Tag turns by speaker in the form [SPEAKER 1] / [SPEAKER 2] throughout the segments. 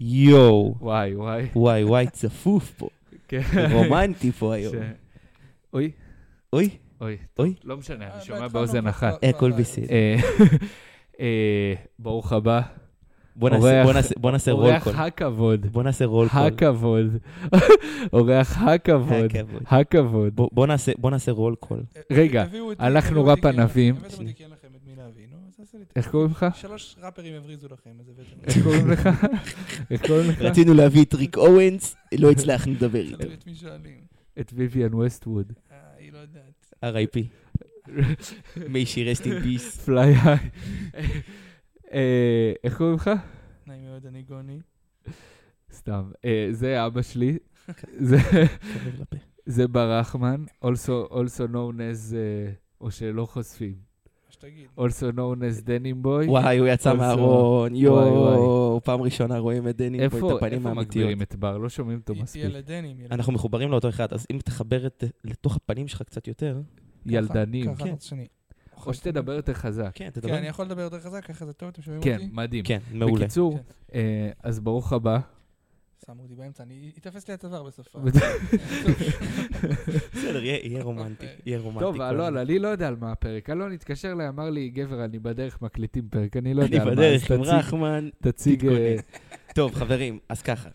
[SPEAKER 1] יואו,
[SPEAKER 2] וואי, וואי.
[SPEAKER 1] וואי וואי, צפוף פה,
[SPEAKER 2] כן.
[SPEAKER 1] רומנטי פה היום.
[SPEAKER 2] ש- אוי,
[SPEAKER 1] אוי,
[SPEAKER 2] אוי,
[SPEAKER 1] אוי,
[SPEAKER 2] לא משנה, אני
[SPEAKER 3] אה,
[SPEAKER 2] שומע
[SPEAKER 3] בהתחלה
[SPEAKER 2] באוזן
[SPEAKER 3] לא
[SPEAKER 2] אחת.
[SPEAKER 3] ככה.
[SPEAKER 1] אה, הכל בסדר.
[SPEAKER 2] אה, אה, ברוך הבא.
[SPEAKER 1] בוא נעשה-
[SPEAKER 2] אורח-
[SPEAKER 1] בוא נעשה- בוא נעשה רול
[SPEAKER 2] אורח
[SPEAKER 1] קול.
[SPEAKER 2] הכבוד.
[SPEAKER 1] בוא נעשה רול קול. כן,
[SPEAKER 2] הכבוד. אורח הכבוד.
[SPEAKER 1] הכבוד.
[SPEAKER 2] הכבוד.
[SPEAKER 1] בוא- בוא נעשה- בוא נעשה רול קול.
[SPEAKER 2] רגע,
[SPEAKER 3] הביאו אותי,
[SPEAKER 2] הלכנו
[SPEAKER 3] הביאו
[SPEAKER 2] ראפ
[SPEAKER 3] אותי כי אין לכם-
[SPEAKER 2] ענבים.
[SPEAKER 3] הבאתם אותי כי אין לכם את מי להביא, נו, אז עשה לי את
[SPEAKER 2] איך קוראים לך?
[SPEAKER 3] שלוש ראפרים הבריזו לכם, אז הבאתם.
[SPEAKER 2] איך אה. קוראים לך? איך קוראים לך?
[SPEAKER 1] רצינו להביא את ריק אורנס, לא הצלחנו לדבר
[SPEAKER 3] תלוי
[SPEAKER 1] איתו.
[SPEAKER 3] את מי שואלים.
[SPEAKER 2] את ויויאן ווסטווד.
[SPEAKER 3] אה, היא לא יודעת.
[SPEAKER 1] R.I.P. מישי רסט אין פיס.
[SPEAKER 2] פליי היי. אה, איך קוראים לך?
[SPEAKER 3] נעים מאוד, אני גוני.
[SPEAKER 2] סתם. אה, זה אבא שלי. זה- זה ברחמן, also also known as, אה, או שלא חושפים,
[SPEAKER 3] מה שתגיד.
[SPEAKER 2] also known as דנים בוי.
[SPEAKER 1] וואי, הוא יצא
[SPEAKER 2] טוב,
[SPEAKER 1] מהארון,
[SPEAKER 2] וואי,
[SPEAKER 1] יואו, פעם ראשונה רואים את דני פה, את
[SPEAKER 2] איפה
[SPEAKER 1] הפנים
[SPEAKER 2] איפה
[SPEAKER 1] האמיתיות.
[SPEAKER 2] מגבירים את בר? לא שומעים אותו
[SPEAKER 3] היא- היא
[SPEAKER 2] מספיק.
[SPEAKER 3] ילדנים, ילדנים.
[SPEAKER 1] אנחנו מחוברים לאותו אחד, אז אם תחבר את- לתוך הפנים שלך קצת יותר,
[SPEAKER 2] ילדנים.
[SPEAKER 3] ככה,
[SPEAKER 1] כן.
[SPEAKER 3] ככה, שני.
[SPEAKER 2] או שתדבר יותר חזק.
[SPEAKER 1] כן,
[SPEAKER 3] כן,
[SPEAKER 1] תדבר.
[SPEAKER 3] אני יכול לדבר יותר חזק, ככה זה טוב, אתם שומעים
[SPEAKER 2] כן,
[SPEAKER 3] אותי?
[SPEAKER 2] מדהים.
[SPEAKER 1] כן, מעולה.
[SPEAKER 2] בקיצור,
[SPEAKER 3] כן.
[SPEAKER 2] אה, אז ברוך הבא.
[SPEAKER 3] שמו אותי באמצע, אני... ייתפס לי הצוואר בסופה.
[SPEAKER 1] בסדר, יהיה יהיה רומנטי, יהיה רומנטי.
[SPEAKER 2] טוב,
[SPEAKER 1] כל
[SPEAKER 2] אלון,
[SPEAKER 1] הזמן.
[SPEAKER 2] אני לא יודע על מה הפרק. אלון התקשר אליי, אמר לי, גבר, אני בדרך, מקליטים פרק, אני לא
[SPEAKER 1] אני
[SPEAKER 2] יודע על מה. אז
[SPEAKER 1] בדרך עם
[SPEAKER 2] תציג-
[SPEAKER 1] רחמן.
[SPEAKER 2] תציג...
[SPEAKER 1] תתכונן.
[SPEAKER 2] אה,
[SPEAKER 1] טוב, חברים, אז ככה.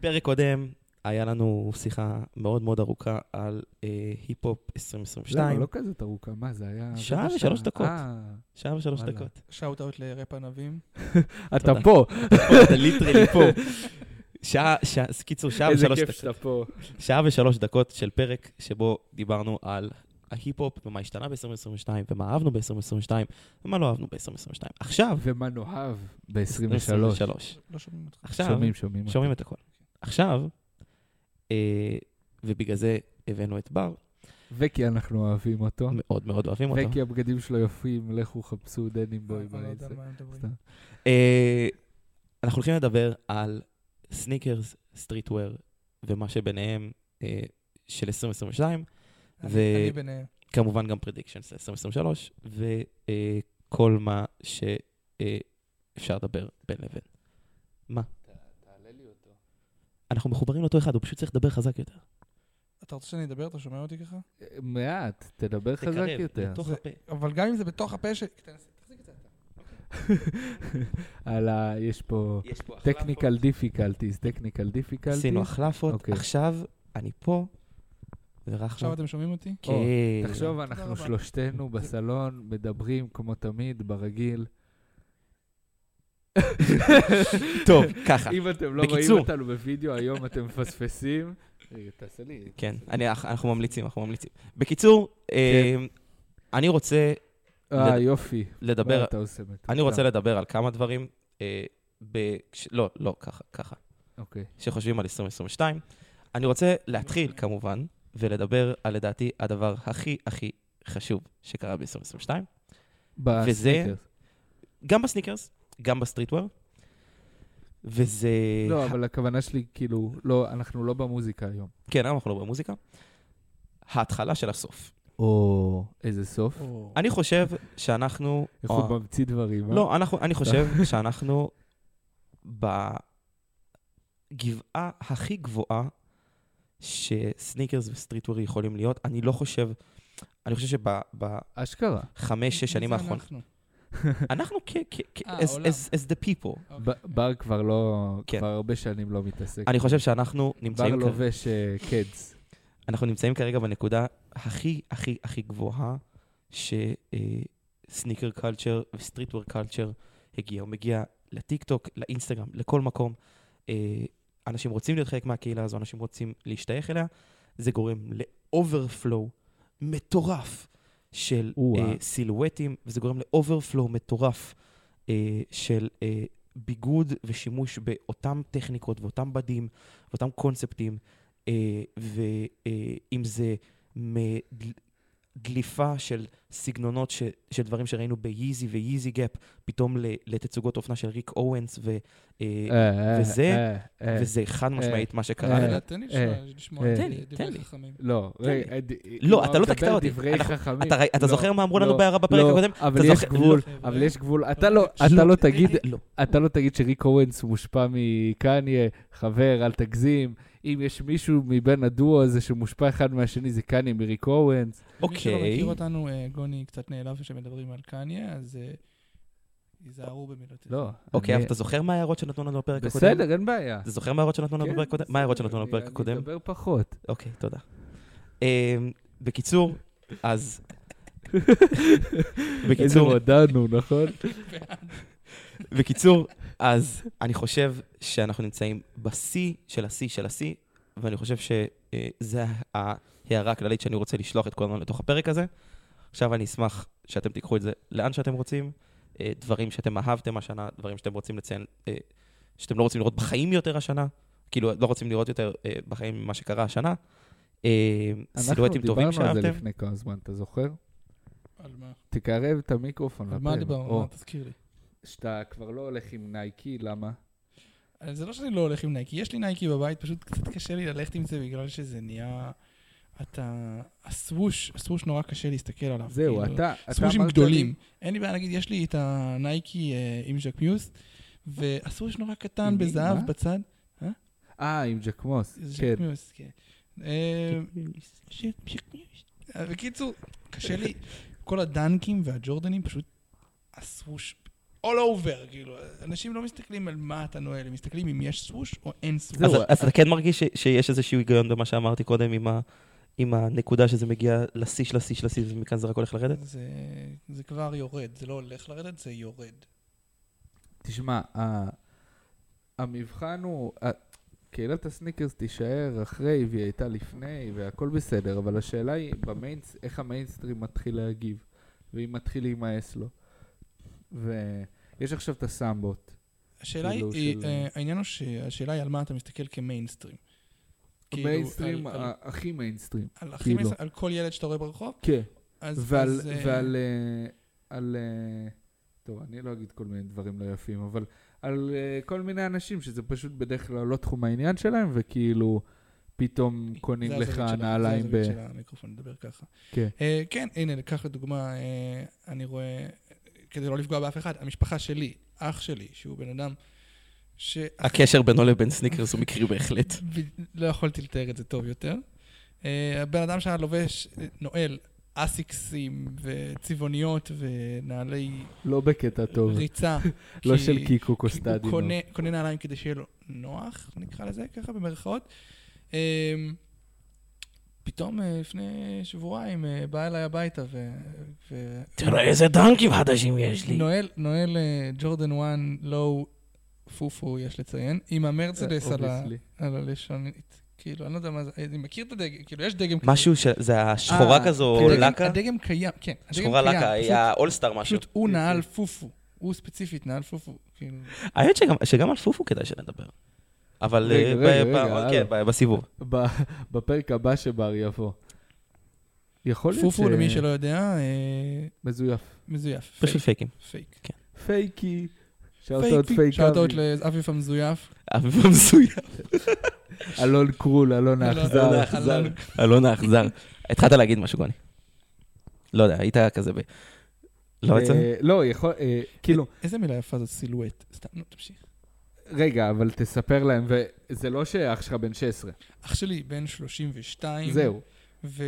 [SPEAKER 1] פרק קודם, היה לנו שיחה מאוד מאוד ארוכה על אה, היפ-הופ
[SPEAKER 2] למה,
[SPEAKER 1] 2022.
[SPEAKER 2] לא כזאת ארוכה, מה זה היה?
[SPEAKER 1] שעה
[SPEAKER 2] רבע
[SPEAKER 1] ושלוש דקות.
[SPEAKER 2] אה,
[SPEAKER 1] שעה ושלוש
[SPEAKER 2] וואלה.
[SPEAKER 1] דקות.
[SPEAKER 3] שאוט אאוט לראפ ענבים.
[SPEAKER 2] אתה
[SPEAKER 1] תודה.
[SPEAKER 2] פה,
[SPEAKER 1] פה, אתה ליטרלי פה. שעה, שעה, אז קיצור, שעה
[SPEAKER 2] איזה
[SPEAKER 1] ושלוש
[SPEAKER 2] כיף
[SPEAKER 1] דקות.
[SPEAKER 2] שאתה פה.
[SPEAKER 1] שעה ושלוש דקות של פרק שבו דיברנו על ההיפ-הופ ומה השתנה ב-2022 ומה אהבנו ב-2022 ומה לא אהבנו ב-2022. עכשיו,
[SPEAKER 2] ומה נאהב ב-23.
[SPEAKER 1] 2023.
[SPEAKER 3] לא שומעים אותך.
[SPEAKER 1] עכשיו,
[SPEAKER 2] שומעים, שומעים.
[SPEAKER 1] שומעים את הכל. עכשיו, אה, ובגלל זה הבאנו את בר,
[SPEAKER 2] וכי אנחנו אוהבים אותו.
[SPEAKER 1] מאוד מאוד אוהבים אותו.
[SPEAKER 2] וכי הבגדים שלו יפים, לכו חפשו דנים בוי.
[SPEAKER 3] אני לא
[SPEAKER 2] באיזה-
[SPEAKER 3] יודע על מה הם מדברים.
[SPEAKER 2] סתם.
[SPEAKER 1] אה, אנחנו הולכים לדבר על סניקרס, סטריטוור ומה שביניהם אה, של 2022,
[SPEAKER 3] אני-
[SPEAKER 1] ו-
[SPEAKER 3] אני אה, ביניהם.
[SPEAKER 1] כמובן גם פרדיקשנס 2023, וכל מה שאפשר לדבר בין לבין. מה? אנחנו מחוברים לאותו אחד, הוא פשוט צריך לדבר חזק יותר.
[SPEAKER 3] אתה רוצה שאני אדבר? אתה שומע אותי ככה?
[SPEAKER 2] מעט, תדבר חזק
[SPEAKER 1] תקרב,
[SPEAKER 2] יותר.
[SPEAKER 1] לתוך
[SPEAKER 3] זה-
[SPEAKER 1] הפה.
[SPEAKER 3] אבל גם אם זה בתוך הפה ש... תחזיק את זה.
[SPEAKER 2] על ה... יש פה...
[SPEAKER 1] יש פה החלפות.
[SPEAKER 2] טכניקל דיפיקלטיז, טכניקל דיפיקלטיז.
[SPEAKER 1] עשינו החלפות,
[SPEAKER 2] אוקיי.
[SPEAKER 1] עכשיו אני פה,
[SPEAKER 3] עכשיו
[SPEAKER 1] ורחמן.
[SPEAKER 3] אתם שומעים אותי?
[SPEAKER 1] כן.
[SPEAKER 2] תחשוב,
[SPEAKER 3] תודה
[SPEAKER 2] אנחנו
[SPEAKER 3] רבה.
[SPEAKER 2] שלושתנו בסלון, מדברים כמו תמיד, ברגיל.
[SPEAKER 1] טוב, ככה.
[SPEAKER 2] אם אתם לא רואים
[SPEAKER 1] בקיצור.
[SPEAKER 2] אותנו בווידאו היום, אתם מפספסים. רגע, תעשה לי.
[SPEAKER 1] כן, אני- אנחנו ממליצים, אנחנו ממליצים. בקיצור,
[SPEAKER 2] כן.
[SPEAKER 1] אה, אני רוצה
[SPEAKER 2] אה,
[SPEAKER 1] לד-
[SPEAKER 2] יופי.
[SPEAKER 1] לדבר
[SPEAKER 2] מה אתה עושה מטומטם?
[SPEAKER 1] אני רוצה לדבר על כמה דברים, אה, ב... כש- לא, לא, ככה, ככה,
[SPEAKER 2] אוקיי.
[SPEAKER 1] שחושבים על 2022. אני רוצה להתחיל, כמובן, ולדבר על, לדעתי, הדבר הכי הכי חשוב שקרה ב-2022, וזה-
[SPEAKER 2] בסניפר.
[SPEAKER 1] גם בסניקרס, גם בסטריטוור, וזה...
[SPEAKER 2] לא, אבל הכוונה שלי, כאילו, לא, אנחנו לא במוזיקה היום.
[SPEAKER 1] כן, היום אנחנו לא במוזיקה. ההתחלה של הסוף.
[SPEAKER 2] או... איזה סוף.
[SPEAKER 1] אני חושב שאנחנו...
[SPEAKER 2] איך
[SPEAKER 1] אה,
[SPEAKER 2] הוא ממציא דברים, אה?
[SPEAKER 1] לא, אנחנו, אני חושב שאנחנו בגבעה הכי גבוהה שסניקרס וסטריטוור יכולים להיות. אני לא חושב, אני חושב שבחמש,
[SPEAKER 2] אשכרה.
[SPEAKER 1] שש שנים
[SPEAKER 3] מי זה
[SPEAKER 1] האחרונות,
[SPEAKER 3] אנחנו?
[SPEAKER 1] אנחנו כ... כ- כ-
[SPEAKER 3] אה,
[SPEAKER 1] as-
[SPEAKER 3] העולם.
[SPEAKER 1] as- as the people.
[SPEAKER 2] ב- בר כבר לא...
[SPEAKER 1] כן.
[SPEAKER 2] כבר הרבה שנים לא מתעסק.
[SPEAKER 1] אני חושב שאנחנו
[SPEAKER 2] בר
[SPEAKER 1] נמצאים, כרגע,
[SPEAKER 2] לובש אה, קדס.
[SPEAKER 1] אנחנו נמצאים כרגע בנקודה הכי הכי הכי גבוהה אה, שסניקר קלצ'ר וסטריטוור קלצ'ר הגיע. הוא מגיע לטיקטוק, לאינסטגרם, לכל מקום. אה, אנשים רוצים להיות חלק מהקהילה הזו, אנשים רוצים להשתייך אליה. זה גורם לאוברפלואו מטורף של
[SPEAKER 2] או-אה.
[SPEAKER 1] אה, סילואטים, וזה גורם לאוברפלואו מטורף אה, של אה, ביגוד ושימוש באותם טכניקות ואותם בדים אה, ואותם קונספטים, אה, ואם זה מ... דליפה של סגנונות ש, של דברים שראינו ביזי ויזי גאפ, פתאום ל, לתצוגות אופנה של ריק אוונס, ו, אה, וזה- וזה חד משמעית מה שקרה.
[SPEAKER 2] אה,
[SPEAKER 1] לדעתי.
[SPEAKER 3] רגע, תן לי לשמוע- לשמוע
[SPEAKER 2] אה,
[SPEAKER 1] תן לי,
[SPEAKER 3] דברי
[SPEAKER 1] תן לי.
[SPEAKER 3] חכמים.
[SPEAKER 2] לא,
[SPEAKER 1] תן לי.
[SPEAKER 2] רגע, ד-
[SPEAKER 1] לא,
[SPEAKER 2] אם
[SPEAKER 1] אתה לא
[SPEAKER 2] מדבר
[SPEAKER 1] תקטע אותי.
[SPEAKER 2] דברי
[SPEAKER 1] אנחנו-
[SPEAKER 2] חכמים.
[SPEAKER 1] אתה, ראי- אתה
[SPEAKER 2] לא,
[SPEAKER 1] זוכר מה אמרו לנו
[SPEAKER 2] לא,
[SPEAKER 1] בהערה בפרק
[SPEAKER 2] לא,
[SPEAKER 1] הקודם?
[SPEAKER 2] אבל
[SPEAKER 1] אתה
[SPEAKER 2] יש
[SPEAKER 1] זוכר-
[SPEAKER 2] גבול,
[SPEAKER 3] לא.
[SPEAKER 2] אבל יש גבול. אתה לא, אתה לא תגיד,
[SPEAKER 1] לא.
[SPEAKER 2] אתה לא תגיד שריק אורנס מושפע מקניה, חבר, אל תגזים. אם יש מישהו מבין הדואו הזה שמושפע אחד מהשני, זה קניה מריק אורנס.
[SPEAKER 3] מי שלא
[SPEAKER 1] אוקיי.
[SPEAKER 3] מכיר אותנו, אה, גוני קצת נעלב כשמדברים על קניה, אז אה, היזהרו במילותיך.
[SPEAKER 2] לא.
[SPEAKER 1] אוקיי,
[SPEAKER 2] אני-
[SPEAKER 1] אבל אתה זוכר מה ההערות שנתנו לנו בפרק הקודם?
[SPEAKER 2] בסדר, אין בעיה.
[SPEAKER 1] אתה זוכר מה ההערות שנתנו לנו
[SPEAKER 2] כן,
[SPEAKER 1] בפרק הקודם? מה ההערות
[SPEAKER 2] בסדר,
[SPEAKER 1] שנתנו לנו
[SPEAKER 2] אני-
[SPEAKER 1] בפרק הקודם?
[SPEAKER 2] אני מדבר פחות.
[SPEAKER 1] אוקיי, תודה. אמ, בקיצור, אז...
[SPEAKER 2] איזה
[SPEAKER 1] בקיצור,
[SPEAKER 2] רודנו, נכון?
[SPEAKER 1] בקיצור, אז אני חושב שאנחנו נמצאים בשיא של השיא של השיא, ואני חושב שזו ההערה הכללית שאני רוצה לשלוח את כולנו לתוך הפרק הזה. עכשיו אני אשמח שאתם תיקחו את זה לאן שאתם רוצים, אה, דברים שאתם אהבתם השנה, דברים שאתם רוצים לציין, אה, שאתם לא רוצים לראות בחיים יותר השנה, כאילו לא רוצים לראות יותר אה, בחיים ממה שקרה השנה. אה, סילואטים טובים
[SPEAKER 2] אנחנו דיברנו על
[SPEAKER 1] שאהבתם.
[SPEAKER 2] זה לפני כמה זמן, אתה זוכר?
[SPEAKER 3] על מה?
[SPEAKER 2] תקרב את המיקרופון
[SPEAKER 3] על
[SPEAKER 2] לפה.
[SPEAKER 3] מה דיברנו?
[SPEAKER 2] או,
[SPEAKER 3] מה, תזכיר לי.
[SPEAKER 2] שאתה כבר לא הולך עם נייקי, למה?
[SPEAKER 3] אה, זה לא שאני לא הולך עם נייקי, יש לי נייקי בבית, פשוט קצת קשה לי ללכת עם זה בגלל שזה נהיה... אתה... הסווש, הסווש נורא קשה להסתכל עליו.
[SPEAKER 2] זהו,
[SPEAKER 3] כאילו,
[SPEAKER 2] אתה אתה
[SPEAKER 3] סוושים
[SPEAKER 2] אמרת
[SPEAKER 3] גדולים.
[SPEAKER 2] לי-
[SPEAKER 3] אין לי בעיה להגיד, יש לי את הנייקי אה, עם ז'ק מיוס, והסווש נורא
[SPEAKER 2] עם
[SPEAKER 3] קטן
[SPEAKER 2] מי?
[SPEAKER 3] בזהב
[SPEAKER 2] מה?
[SPEAKER 3] בצד.
[SPEAKER 2] אה, עם ג'קמוס,
[SPEAKER 3] זה
[SPEAKER 2] כן.
[SPEAKER 3] ז'ק מיוס, כן. אה, ז'ק- ז'ק מיוס. אה, בקיצור, קשה לי, כל הדנקים והג'ורדנים פשוט הסווש all over, כאילו, אנשים לא מסתכלים על מה אתה נועל, הם מסתכלים אם יש סווש או אין סווש.
[SPEAKER 1] אז, אז אתה כן מרגיש ש, שיש איזשהו היגיון במה שאמרתי קודם עם, ה, עם הנקודה שזה מגיע לשיא של השיא של השיא, ומכאן זה רק הולך לרדת?
[SPEAKER 3] זה, זה כבר יורד, זה לא הולך לרדת, זה יורד.
[SPEAKER 2] תשמע, ה- המבחן הוא... ה- קהילת הסניקרס תישאר אחרי, והיא הייתה לפני, והכל בסדר, אבל השאלה היא במיינס, איך המיינסטרים מתחיל להגיב, ואם מתחיל להימאס לו. ויש עכשיו את הסמבות.
[SPEAKER 3] השאלה היא,
[SPEAKER 2] כאילו של-
[SPEAKER 3] אה, העניין הוא שהשאלה היא על מה אתה מסתכל כמיינסטרים. כאילו,
[SPEAKER 2] המיינסטרים,
[SPEAKER 3] על- על-
[SPEAKER 2] ה- הכי מיינסטרים.
[SPEAKER 3] על הכי
[SPEAKER 2] אה, כאילו.
[SPEAKER 3] מיינסטרים, על כל ילד שאתה רואה ברחוב,
[SPEAKER 2] כן.
[SPEAKER 3] אז...
[SPEAKER 2] ועל,
[SPEAKER 3] אז, אה,
[SPEAKER 2] ועל, אה, על, אה, טוב, אני לא אגיד כל מיני דברים לא יפים, אבל על אה, כל מיני אנשים שזה פשוט בדרך כלל לא תחום העניין שלהם, וכאילו פתאום קונים
[SPEAKER 3] זה
[SPEAKER 2] לך
[SPEAKER 3] הזווית שלה,
[SPEAKER 2] נעליים
[SPEAKER 3] זה
[SPEAKER 2] ב...
[SPEAKER 3] הזווית של המיקרופון, לדבר ככה.
[SPEAKER 2] כן.
[SPEAKER 3] אה, כן, הנה, ניקח לדוגמה, אה, אני רואה, כדי לא לפגוע באף אחד, המשפחה שלי, אח שלי, שהוא בן אדם, ש...
[SPEAKER 1] הקשר בינו לבין סניקרס הוא מקרי בהחלט.
[SPEAKER 3] ב- לא יכולתי לתאר את זה טוב יותר. אה, הבן אדם שהיה לובש, אה, נועל, אסיקסים וצבעוניות ונעלי
[SPEAKER 2] לא בקטע טוב,
[SPEAKER 3] ריצה.
[SPEAKER 2] לא
[SPEAKER 3] כי-
[SPEAKER 2] של קיקו
[SPEAKER 3] כי הוא
[SPEAKER 2] קוסטדינו.
[SPEAKER 3] קונה, קונה נעליים כדי שיהיה לו נוח, נקרא לזה ככה במרכאות. אמ, פתאום אה, לפני שבועיים אה, בא אליי הביתה ו... ו-
[SPEAKER 1] תראה איזה דנקים חדשים יש
[SPEAKER 3] נועל, נועל אה, ג'ורדן 1 לואו פופו, יש לציין, עם
[SPEAKER 1] אה,
[SPEAKER 3] המרצדס על, ה-
[SPEAKER 2] Obviously.
[SPEAKER 3] על הלשונית. כאילו, אני לא יודע מה זה, אני מכיר את הדגם, כאילו, יש דגם
[SPEAKER 1] משהו שזה השחורה
[SPEAKER 2] אה,
[SPEAKER 1] כזו, או
[SPEAKER 2] כן.
[SPEAKER 3] הדגם-
[SPEAKER 1] לקה?
[SPEAKER 3] הדגם קיים, כן. הדגם
[SPEAKER 1] שחורה
[SPEAKER 3] קיים,
[SPEAKER 1] לקה,
[SPEAKER 3] פשוט-
[SPEAKER 1] היה אולסטאר משהו. אה,
[SPEAKER 3] פשוט הוא נעל פופו. הוא ספציפית נעל פופו, כאילו.
[SPEAKER 1] האמת שגם- שגם על פופו כדאי שנדבר. אבל
[SPEAKER 2] רגע,
[SPEAKER 1] אה,
[SPEAKER 2] רגע,
[SPEAKER 1] ב-
[SPEAKER 2] רגע,
[SPEAKER 1] ב-
[SPEAKER 2] הלאה.
[SPEAKER 1] כן, ב- בסיבוב.
[SPEAKER 2] ב- בפרק הבא שבר יבוא. יכול להיות
[SPEAKER 3] פופו, למי שלא יודע, אה,
[SPEAKER 2] מזויף.
[SPEAKER 3] מזויף.
[SPEAKER 1] פשוט פייקים.
[SPEAKER 3] פייק.
[SPEAKER 2] פייקי. שאוטות
[SPEAKER 3] פייק.
[SPEAKER 2] פייק
[SPEAKER 3] שאוטות
[SPEAKER 2] אבי.
[SPEAKER 3] לאביף המזויף.
[SPEAKER 1] אביב מזויה.
[SPEAKER 2] אלון קרול, אלון
[SPEAKER 3] אלון-
[SPEAKER 2] האכזר.
[SPEAKER 1] אלון
[SPEAKER 3] האכזר.
[SPEAKER 1] אלון האכזר. התחלת להגיד משהו, גוני. לא יודע, היית כזה ב... לא יצא?
[SPEAKER 2] אה, לא, יכול, אה, כאילו,
[SPEAKER 3] איזה מילה יפה זאת סילואט. סתם, נו, תמשיך.
[SPEAKER 2] רגע, אבל תספר להם, וזה לא שאח שלך בן 16,
[SPEAKER 3] אח שלי בן 32.
[SPEAKER 2] זהו.
[SPEAKER 3] ו...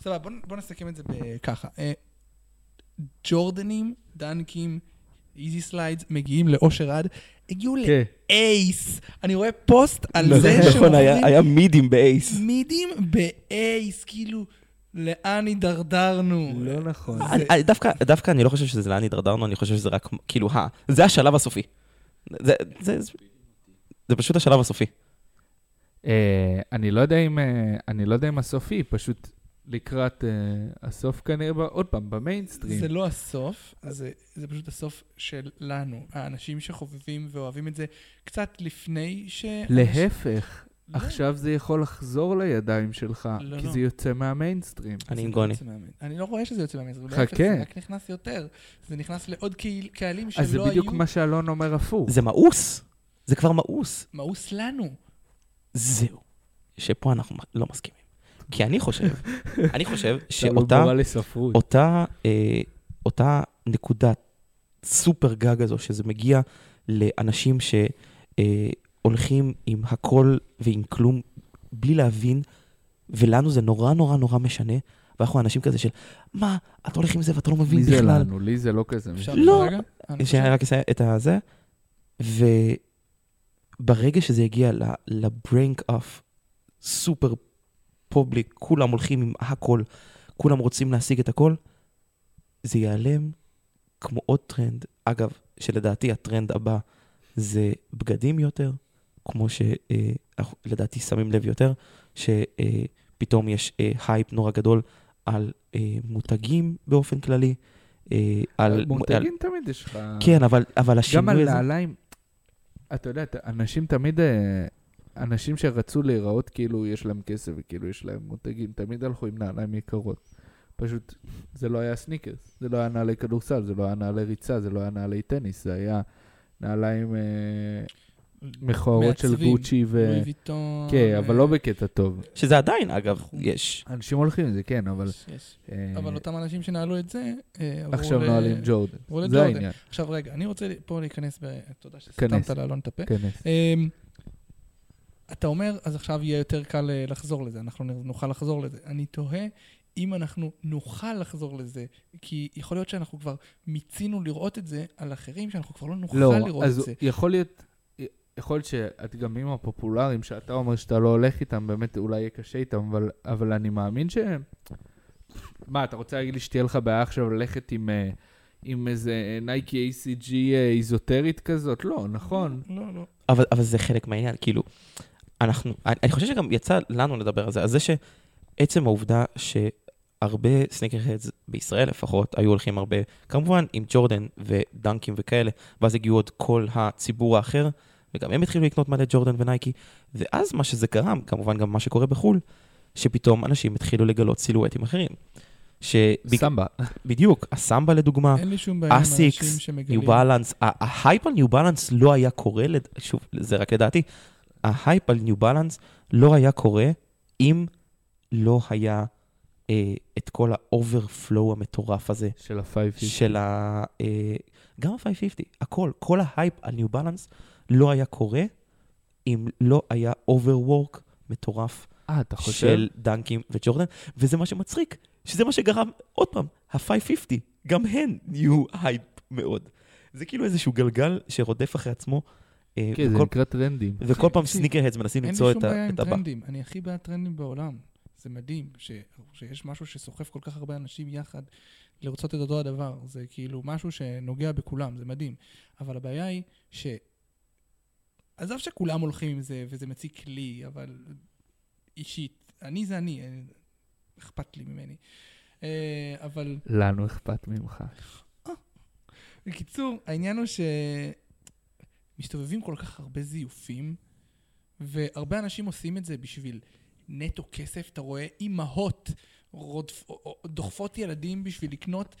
[SPEAKER 3] סבבה, בוא, נ- בוא נסכם את זה ב- ככה. אה, ג'ורדנים, דנקים, איזי סליידס, מגיעים לאושר עד, הגיעו
[SPEAKER 2] כן,
[SPEAKER 3] לאייס. אני רואה פוסט על
[SPEAKER 1] נכון,
[SPEAKER 3] זה שהם
[SPEAKER 1] נכון, היה-
[SPEAKER 3] עוברים
[SPEAKER 1] היה מידים באייס.
[SPEAKER 3] מידים באייס, כאילו, לאן הידרדרנו?
[SPEAKER 2] לא נכון.
[SPEAKER 1] אני- אני- דווקא- דווקא אני לא חושב שזה לאן הידרדרנו, אני חושב שזה רק, כאילו, ה... זה השלב הסופי. זה- זה- זה- זה פשוט השלב הסופי.
[SPEAKER 2] אה, אני לא יודע אם, אה, אני לא יודע אם הסופי, פשוט לקראת אה, הסוף כנראה, ב- עוד פעם, במיינסטרים.
[SPEAKER 3] זה לא הסוף, זה, זה פשוט הסוף שלנו, האנשים שחובבים ואוהבים את זה קצת לפני ש...
[SPEAKER 2] להפך,
[SPEAKER 3] לא,
[SPEAKER 2] עכשיו זה יכול לחזור לידיים שלך,
[SPEAKER 3] לא,
[SPEAKER 2] כי
[SPEAKER 3] לא.
[SPEAKER 2] זה יוצא מהמיינסטרים.
[SPEAKER 3] זה
[SPEAKER 1] אני עם
[SPEAKER 3] לא
[SPEAKER 1] גוני.
[SPEAKER 3] יוצא מהמיינסטרים. אני לא רואה שזה יוצא מהמיינסטרים.
[SPEAKER 2] חכה.
[SPEAKER 3] להפך, זה רק נכנס יותר. זה נכנס לעוד קהיל- קהלים שלא
[SPEAKER 2] אז זה
[SPEAKER 3] היו...
[SPEAKER 2] בדיוק מה שאלון אומר הפוך.
[SPEAKER 1] זה מאוס. זה כבר מאוס.
[SPEAKER 3] מאוס לנו.
[SPEAKER 1] זהו. שפה אנחנו לא מסכימים. כי אני חושב, אני חושב
[SPEAKER 2] אתה
[SPEAKER 1] שאותה
[SPEAKER 2] לא מורה לספרות.
[SPEAKER 1] אותה, אה, אותה נקודת סופר גג הזו, שזה מגיע לאנשים שהולכים עם הכל ועם כלום, בלי להבין, ולנו זה נורא נורא נורא משנה, ואנחנו אנשים כזה של, מה, אתה הולך עם זה ואתה לא
[SPEAKER 2] מי
[SPEAKER 1] מבין
[SPEAKER 2] זה
[SPEAKER 1] בכלל.
[SPEAKER 2] לנו? לי זה לא כזה.
[SPEAKER 3] אפשר
[SPEAKER 2] משנה.
[SPEAKER 1] לא.
[SPEAKER 3] רגע? אני חושב-
[SPEAKER 1] שאני רק אסיים את הזה, וברגע שזה הגיע ל- לברנק אף סופר פובליק, כולם הולכים עם הכל, כולם רוצים להשיג את הכל, זה ייעלם כמו עוד טרנד. אגב, שלדעתי הטרנד הבא זה בגדים יותר, כמו שלדעתי שמים לב יותר, שפתאום יש אה, הייפ נורא גדול על אה, מותגים באופן כללי. אה, על, על,
[SPEAKER 2] מותגים תמיד יש לך...
[SPEAKER 1] כן, אבל, אבל
[SPEAKER 2] גם על
[SPEAKER 1] השינוי הזה...
[SPEAKER 2] נעליים, אתה יודע, אתה- אנשים תמיד, אה, אנשים שרצו להיראות כאילו יש להם כסף וכאילו יש להם מותגים, תמיד הלכו עם נעליים יקרות. פשוט, זה לא היה סניקרס, זה לא היה נעלי כדורסל, זה לא היה נעלי ריצה, זה לא היה נעלי טניס, זה היה נעליים אה, מכוערות של
[SPEAKER 3] מעצבים,
[SPEAKER 2] גוצ'י ו...
[SPEAKER 3] לואי ויטון.
[SPEAKER 2] כן, אבל לא
[SPEAKER 3] אה,
[SPEAKER 2] בקטע טוב.
[SPEAKER 1] שזה עדיין, אגב, יש.
[SPEAKER 2] אנשים הולכים עם זה, כן, אבל...
[SPEAKER 3] יש, יש.
[SPEAKER 2] אה,
[SPEAKER 3] אבל אותם אנשים שנעלו את זה, אה, עברו
[SPEAKER 2] עכשיו
[SPEAKER 3] ל-
[SPEAKER 2] נועלים ג'ורדן.
[SPEAKER 3] עברו לג'ורדן.
[SPEAKER 2] זה העניין.
[SPEAKER 3] עכשיו רגע, אני רוצה פה להיכנס ב... תודה
[SPEAKER 2] כנס.
[SPEAKER 3] שסתמת לא לאלון את הפה.
[SPEAKER 2] כנס.
[SPEAKER 3] אמ, אתה אומר, אז עכשיו יהיה יותר קל אה, לחזור לזה, אנחנו נ- נוכל לחזור לזה. אני תוהה אם אנחנו נוכל לחזור לזה, כי יכול להיות שאנחנו כבר מיצינו לראות את זה על אחרים, שאנחנו כבר לא נוכל
[SPEAKER 2] לא,
[SPEAKER 3] לראות את
[SPEAKER 2] אז
[SPEAKER 3] זה.
[SPEAKER 2] יכול להיות, יכול להיות שהדגמים הפופולריים שאתה אומר שאתה לא הולך איתם, באמת אולי יהיה קשה איתם, אבל, אבל אני מאמין שהם... מה, אתה רוצה להגיד לי שתהיה לך בעיה עכשיו ללכת עם, אה, עם איזה נייקי ACG אה, איזוטרית כזאת? לא, נכון.
[SPEAKER 3] לא, לא.
[SPEAKER 1] אבל, אבל זה חלק מהעניין, כאילו, אנחנו, אני, אני חושב שגם יצא לנו לדבר על זה, על זה שעצם העובדה שהרבה סניקר-הדס, בישראל לפחות, היו הולכים הרבה, כמובן עם ג'ורדן ודנקים וכאלה, ואז הגיעו עוד כל הציבור האחר, וגם הם התחילו לקנות מלא ג'ורדן ונייקי, ואז מה שזה גרם, כמובן גם מה שקורה בחו"ל, שפתאום אנשים התחילו לגלות סילואטים אחרים. שבדיוק,
[SPEAKER 2] סמבה.
[SPEAKER 1] הסמבה
[SPEAKER 2] אה,
[SPEAKER 1] לדוגמה,
[SPEAKER 3] אין לי שום בעיה עם
[SPEAKER 1] אסיקס,
[SPEAKER 3] אנשים שמגלים.
[SPEAKER 1] ניו בלנס, ה- ההייפ על ניו בלנס לא היה קורה, לד- שוב, זה רק לדעתי, ההייפ על ניו בלנס לא היה קורה אם לא היה אה, את כל האוברפלואו המטורף הזה
[SPEAKER 2] של הפייב
[SPEAKER 1] של ה... אה, גם ה-550, הכל, כל ההייפ על ניו בלנס לא היה קורה אם לא היה אוברוורק מטורף
[SPEAKER 2] אה, אתה חושב?
[SPEAKER 1] נכון, של דנקים וג'ורדן, וזה מה שמצחיק, שזה מה שגרם, עוד פעם, ה-550, גם הן נהיו הייפ מאוד. זה כאילו איזשהו גלגל שרודף אחרי עצמו, אה,
[SPEAKER 2] כן, זה
[SPEAKER 1] וכל-
[SPEAKER 2] נקרא טרנדים.
[SPEAKER 1] וכל פעם
[SPEAKER 3] תקשיב,
[SPEAKER 1] סניקר הדס מנסים
[SPEAKER 3] אין לי
[SPEAKER 1] למצוא
[SPEAKER 3] שום
[SPEAKER 1] את ה-
[SPEAKER 3] בעיה עם
[SPEAKER 1] את הבא.
[SPEAKER 3] טרנדים, אני הכי בעד טרנדים בעולם. זה מדהים ש... שיש משהו שסוחף כל כך הרבה אנשים יחד לרצות את אותו הדבר. זה כאילו משהו שנוגע בכולם, זה מדהים. אבל הבעיה היא ש... עזוב שכולם הולכים עם זה וזה מציק לי, אבל אישית, אני זה אני, אה, אכפת לי ממני. אה, אבל
[SPEAKER 2] לנו אכפת ממך.
[SPEAKER 3] בקיצור, העניין הוא שמסתובבים כל כך הרבה זיופים, והרבה אנשים עושים את זה בשביל נטו כסף. אתה רואה אימהות רודפ... דוחפות ילדים בשביל לקנות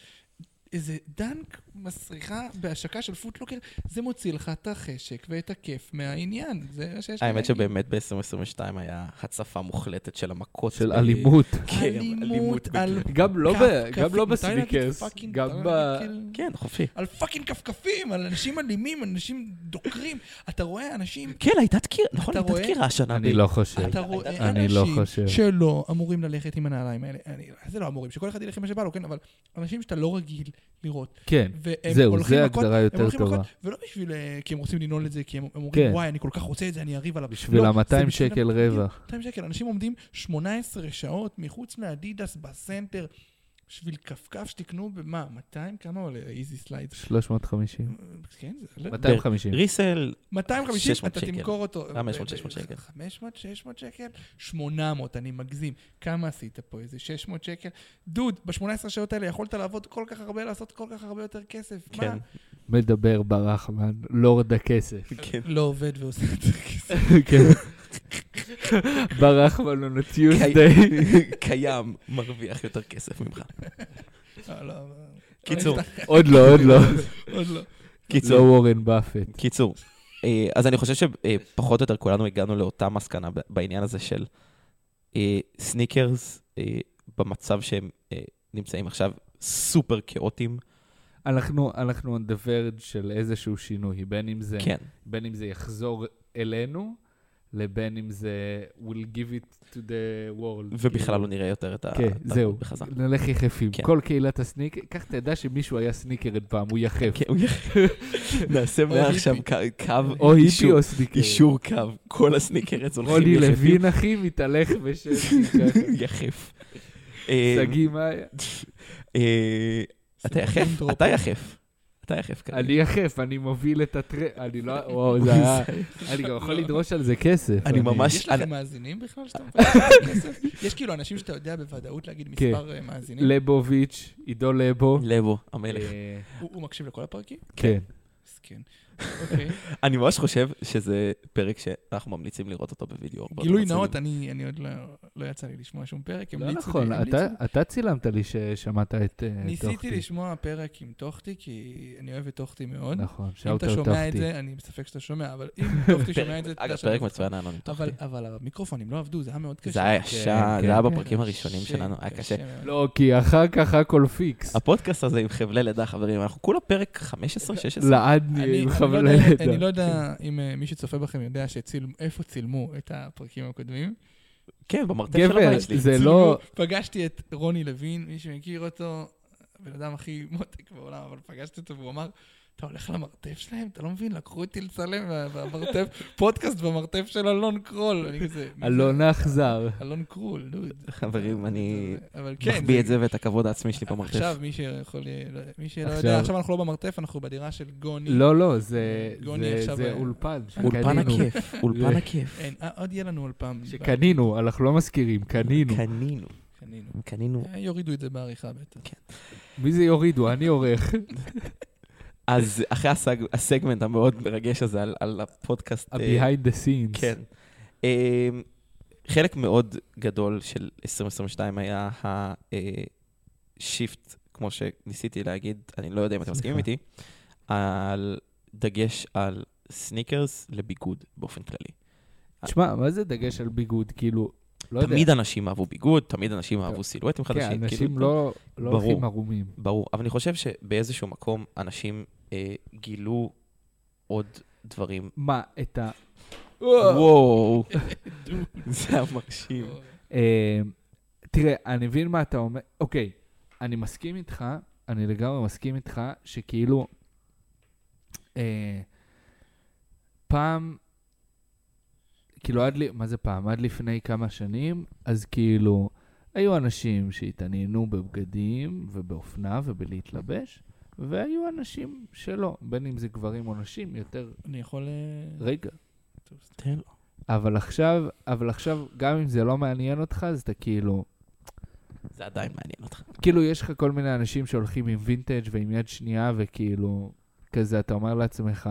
[SPEAKER 3] איזה דנק מסריחה בהשקה של פוטלוקר, זה מוציא לך את החשק ואת הכיף מהעניין. זה מה שיש לי
[SPEAKER 1] האמת
[SPEAKER 3] להגיד.
[SPEAKER 1] שבאמת ב-2022 היה הצפה מוחלטת של המכות.
[SPEAKER 2] של
[SPEAKER 1] ב-
[SPEAKER 2] אלימות.
[SPEAKER 1] כן,
[SPEAKER 3] אלימות, על...
[SPEAKER 2] אה, גם לא ב-
[SPEAKER 3] כף-
[SPEAKER 2] גם לא
[SPEAKER 3] כפית. מותר להגיד
[SPEAKER 2] בסניקרס,
[SPEAKER 3] fucking,
[SPEAKER 2] גם
[SPEAKER 3] מותר
[SPEAKER 2] ב...
[SPEAKER 3] להגיד כאילו-
[SPEAKER 1] כן, חופשי.
[SPEAKER 3] על פאקינג כפכפים, על אנשים אלימים, אנשים דוקרים. אתה רואה אנשים,
[SPEAKER 1] כן, הייתה דקירה, נכון,
[SPEAKER 3] אתה
[SPEAKER 1] הייתה
[SPEAKER 3] רואה?
[SPEAKER 1] דקירה השנה.
[SPEAKER 2] אני
[SPEAKER 1] ב-
[SPEAKER 2] לא חושב.
[SPEAKER 3] אתה רואה
[SPEAKER 2] אני לא
[SPEAKER 3] אנשים
[SPEAKER 2] חושב.
[SPEAKER 3] שלא אמורים ללכת עם הנעליים האלה. אני, זה לא אמורים, שכל אחד ילך עם מה שבא לו, כן, אבל אנשים שאתה לא רגיל לראות.
[SPEAKER 2] כן.
[SPEAKER 3] והם
[SPEAKER 2] זהו,
[SPEAKER 3] הולכים
[SPEAKER 2] זו
[SPEAKER 3] מכות-
[SPEAKER 2] הגדרה
[SPEAKER 3] הם
[SPEAKER 2] יותר
[SPEAKER 3] הולכים
[SPEAKER 2] טובה.
[SPEAKER 3] מכות, ולא בשביל, אה, כי הם רוצים לנעול את זה, כי הם הם אומרים,
[SPEAKER 2] כן.
[SPEAKER 3] וואי, אני כל כך רוצה את זה, אני אריב עליו.
[SPEAKER 2] בשביל
[SPEAKER 3] לא,
[SPEAKER 2] ה-200
[SPEAKER 3] זה בשביל
[SPEAKER 2] שקל
[SPEAKER 3] הפאקינג
[SPEAKER 2] רווח.
[SPEAKER 3] 200 שקל, אנשים עומדים 18 שעות מחוץ לאדידס בסנטר, בשביל כפכף שתקנו במה, 200? כמה עולה איזי סלייד?
[SPEAKER 2] 350.
[SPEAKER 3] כן, זה עולה.
[SPEAKER 2] 250.
[SPEAKER 1] ריסל,
[SPEAKER 3] 250,
[SPEAKER 1] 600
[SPEAKER 3] אתה
[SPEAKER 1] שקל. אה,
[SPEAKER 3] תמכור אותו. אה,
[SPEAKER 1] למה
[SPEAKER 3] ב-
[SPEAKER 1] 600,
[SPEAKER 3] ב-
[SPEAKER 1] 600 שקל?
[SPEAKER 3] 500, 600 שקל? 800, אני מגזים. כמה עשית פה? איזה 600 שקל? דוד, ב-18 שעות האלה יכולת לעבוד כל כך הרבה, לעשות כל כך הרבה יותר כסף.
[SPEAKER 1] כן,
[SPEAKER 3] מה?
[SPEAKER 2] מדבר ברחמן, לורד הכסף.
[SPEAKER 1] כן.
[SPEAKER 3] לא עובד ועושה יותר כסף.
[SPEAKER 2] כן. ברח בנו לטיוסדיי.
[SPEAKER 1] קיים, מרוויח יותר כסף ממך.
[SPEAKER 3] לא, לא, לא.
[SPEAKER 1] קיצור,
[SPEAKER 3] אני אשתח-
[SPEAKER 2] עוד לא, עוד לא.
[SPEAKER 3] עוד לא.
[SPEAKER 1] קיצור.
[SPEAKER 2] לא וורן באפט.
[SPEAKER 1] קיצור, אה, אז אני חושב שפחות או יותר כולנו הגענו לאותה מסקנה ב- בעניין הזה של אה, סניקרס אה, במצב שהם אה, נמצאים עכשיו סופר כאוטיים.
[SPEAKER 2] אנחנו אנחנו on the verge של איזשהו שינוי, בין אם זה
[SPEAKER 1] כן.
[SPEAKER 2] בין אם זה יחזור אלינו, לבין אם זה will give it to the world.
[SPEAKER 1] ובכלל
[SPEAKER 2] כאילו.
[SPEAKER 1] לא נראה יותר את ה...
[SPEAKER 2] כן,
[SPEAKER 1] את ה-
[SPEAKER 2] זהו,
[SPEAKER 1] בחזרה.
[SPEAKER 2] נלך יחפים.
[SPEAKER 1] כן.
[SPEAKER 2] כל קהילת הסניקר, כך תדע שמישהו היה סניקרד פעם, הוא יחף.
[SPEAKER 1] כן, הוא יח- נעשה מעכשיו
[SPEAKER 3] היפי.
[SPEAKER 1] ק- קו,
[SPEAKER 2] או
[SPEAKER 1] אישור-
[SPEAKER 2] היפי או סניקר.
[SPEAKER 1] אישור קו, כל הסניקרס הולכים
[SPEAKER 2] רוני
[SPEAKER 1] יחפים.
[SPEAKER 2] לוין, אחי, מתהלך בשם סניקר.
[SPEAKER 1] יחף. אה,
[SPEAKER 2] שגיא, מה היה?
[SPEAKER 1] אה, אתה יחף,
[SPEAKER 3] פילנטרופ.
[SPEAKER 1] אתה יחף. אתה יחף כן. כרגע.
[SPEAKER 2] אני יחף, אני מוביל את הטר... אני לא... וואו, זה היה... אני גם יכול לדרוש על זה כסף.
[SPEAKER 1] לא. אני ממש-
[SPEAKER 3] יש
[SPEAKER 1] אני-
[SPEAKER 3] לכם מאזינים בכלל שאתה מפרסם כסף? יש כאילו אנשים שאתה יודע בוודאות להגיד
[SPEAKER 1] כן.
[SPEAKER 3] מספר אה, מאזינים?
[SPEAKER 2] לבוביץ', עידו לבו.
[SPEAKER 1] לבו, המלך.
[SPEAKER 2] אה,
[SPEAKER 3] הוא הוא מקשיב לכל הפרקים?
[SPEAKER 2] כן.
[SPEAKER 3] מסכן. אוקיי.
[SPEAKER 1] אני ממש חושב שזה פרק שאנחנו ממליצים לראות אותו בווידאו.
[SPEAKER 3] גילוי נאות, אני אני עוד לא- לא יצא לי לשמוע שום פרק.
[SPEAKER 2] לא
[SPEAKER 3] המליצו לי-
[SPEAKER 2] נכון,
[SPEAKER 3] המליצו
[SPEAKER 2] אתה-
[SPEAKER 3] לי.
[SPEAKER 2] אתה צילמת לי ששמעת את אה, טוחטי.
[SPEAKER 3] ניסיתי לשמוע פרק עם טוחטי, כי אני אוהב את טוחטי מאוד.
[SPEAKER 2] נכון,
[SPEAKER 3] אם
[SPEAKER 2] שאוט
[SPEAKER 3] אתה
[SPEAKER 2] אאוט
[SPEAKER 3] שומע את
[SPEAKER 2] טוחטי.
[SPEAKER 3] זה, אני בספק שאתה שומע, אבל אם טוחטי שומע את זה,
[SPEAKER 1] אגב,
[SPEAKER 3] תדע שאני-
[SPEAKER 1] פרק מצוין היה לנו.
[SPEAKER 3] אבל- אבל המיקרופונים לא עבדו, זה היה מאוד קשה.
[SPEAKER 1] זה היה קשה,
[SPEAKER 2] כן,
[SPEAKER 1] זה היה
[SPEAKER 2] כן.
[SPEAKER 1] בפרקים הראשונים שלנו, היה קשה.
[SPEAKER 3] מאוד.
[SPEAKER 2] לא, כי אחר כך הכל פיקס.
[SPEAKER 1] הפודקאסט הזה עם חבלי לידה, חברים, אנחנו כולה פרק 15,
[SPEAKER 3] לא,
[SPEAKER 1] 16.
[SPEAKER 2] לעד
[SPEAKER 3] אני-
[SPEAKER 2] נהיה עם
[SPEAKER 3] אני
[SPEAKER 2] חבל
[SPEAKER 3] לא יודע- אני לא
[SPEAKER 2] לידה.
[SPEAKER 3] יודע אם אה, מי שצופה בכם יודע שצילמו- איפה צילמו את הפרקים הקודמים.
[SPEAKER 1] כן, במרתף של
[SPEAKER 2] גבר,
[SPEAKER 1] הבית שלי.
[SPEAKER 2] זה
[SPEAKER 3] צילמו,
[SPEAKER 2] לא...
[SPEAKER 3] פגשתי את רוני לוין, מי שמכיר אותו, הבן אדם הכי מותק בעולם, אבל פגשתי אותו והוא אמר, אתה הולך למרתף שלהם? אתה לא מבין, לקחו אותי לצלם ב- במרתף, פודקאסט במרתף של אלון קרול. אני כזה, "מי זה?"
[SPEAKER 2] אלון אכזר.
[SPEAKER 3] אלון קרול, דוד.
[SPEAKER 1] חברים, אני
[SPEAKER 3] אבל כן, אה,
[SPEAKER 1] מחביא את זה ואת הכבוד העצמי שלי במרתף.
[SPEAKER 3] עכשיו, מי שיכול... לא, מי שלא
[SPEAKER 2] עכשיו-
[SPEAKER 3] יודע, עכשיו אנחנו לא במרתף, אנחנו בדירה של גוני.
[SPEAKER 2] לא, לא, זה-
[SPEAKER 3] גוני
[SPEAKER 2] זה-
[SPEAKER 3] עכשיו אה,
[SPEAKER 2] זה
[SPEAKER 3] ה-
[SPEAKER 2] אולפן.
[SPEAKER 1] אולפן
[SPEAKER 2] שקנינו.
[SPEAKER 1] הכיף, אולפן הכיף.
[SPEAKER 3] אין, אה, עוד יהיה לנו עוד פעם.
[SPEAKER 2] שקנינו, אנחנו לא מזכירים, קנינו.
[SPEAKER 1] קנינו,
[SPEAKER 3] קנינו.
[SPEAKER 1] קנינו.
[SPEAKER 3] אה, יורידו את זה בעריכה בטח.
[SPEAKER 2] מי זה יורידו? אני עורך.
[SPEAKER 1] אז אחרי הסג- הסגמנט המאוד מרגש הזה על- על הפודקאסט... אה,
[SPEAKER 2] ה-behind the scenes.
[SPEAKER 1] כן. אה, חלק מאוד גדול של 2022 היה השיפט, כמו שניסיתי להגיד, אני לא יודע אם אתם מסכימים
[SPEAKER 2] סליחה.
[SPEAKER 1] איתי, על דגש על סניקרס לביגוד באופן כללי.
[SPEAKER 2] תשמע, מה זה דגש על ביגוד? כאילו, לא יודע.
[SPEAKER 1] תמיד אנשים אהבו ביגוד, תמיד אנשים אהבו
[SPEAKER 2] כן,
[SPEAKER 1] סילואטים חדשים.
[SPEAKER 2] כן,
[SPEAKER 1] כאילו,
[SPEAKER 2] אנשים לא לא
[SPEAKER 1] ברור.
[SPEAKER 2] הולכים ערומים.
[SPEAKER 1] ברור, אבל אני חושב שבאיזשהו מקום אנשים אה, גילו עוד דברים.
[SPEAKER 2] מה, את ה...
[SPEAKER 1] וואו, זה היה מרשים.
[SPEAKER 2] אה, תראה, אני מבין מה אתה אומר. אוקיי, אני מסכים איתך, אני לגמרי מסכים איתך, שכאילו, אה, פעם, כאילו עד, ל- מה זה פעם? עד לפני כמה שנים, אז כאילו, היו אנשים שהתעניינו בבגדים ובאופנה ובלהתלבש, והיו אנשים שלא, בין אם זה גברים או נשים, יותר...
[SPEAKER 3] אני יכול... אה,
[SPEAKER 2] רגע,
[SPEAKER 1] תן לו.
[SPEAKER 2] אבל עכשיו, אבל עכשיו, גם אם זה לא מעניין אותך, אז אתה כאילו...
[SPEAKER 1] זה עדיין מעניין אותך.
[SPEAKER 2] כאילו, יש לך כל מיני אנשים שהולכים עם וינטג' ועם יד שנייה, וכאילו, כזה, אתה אומר לעצמך,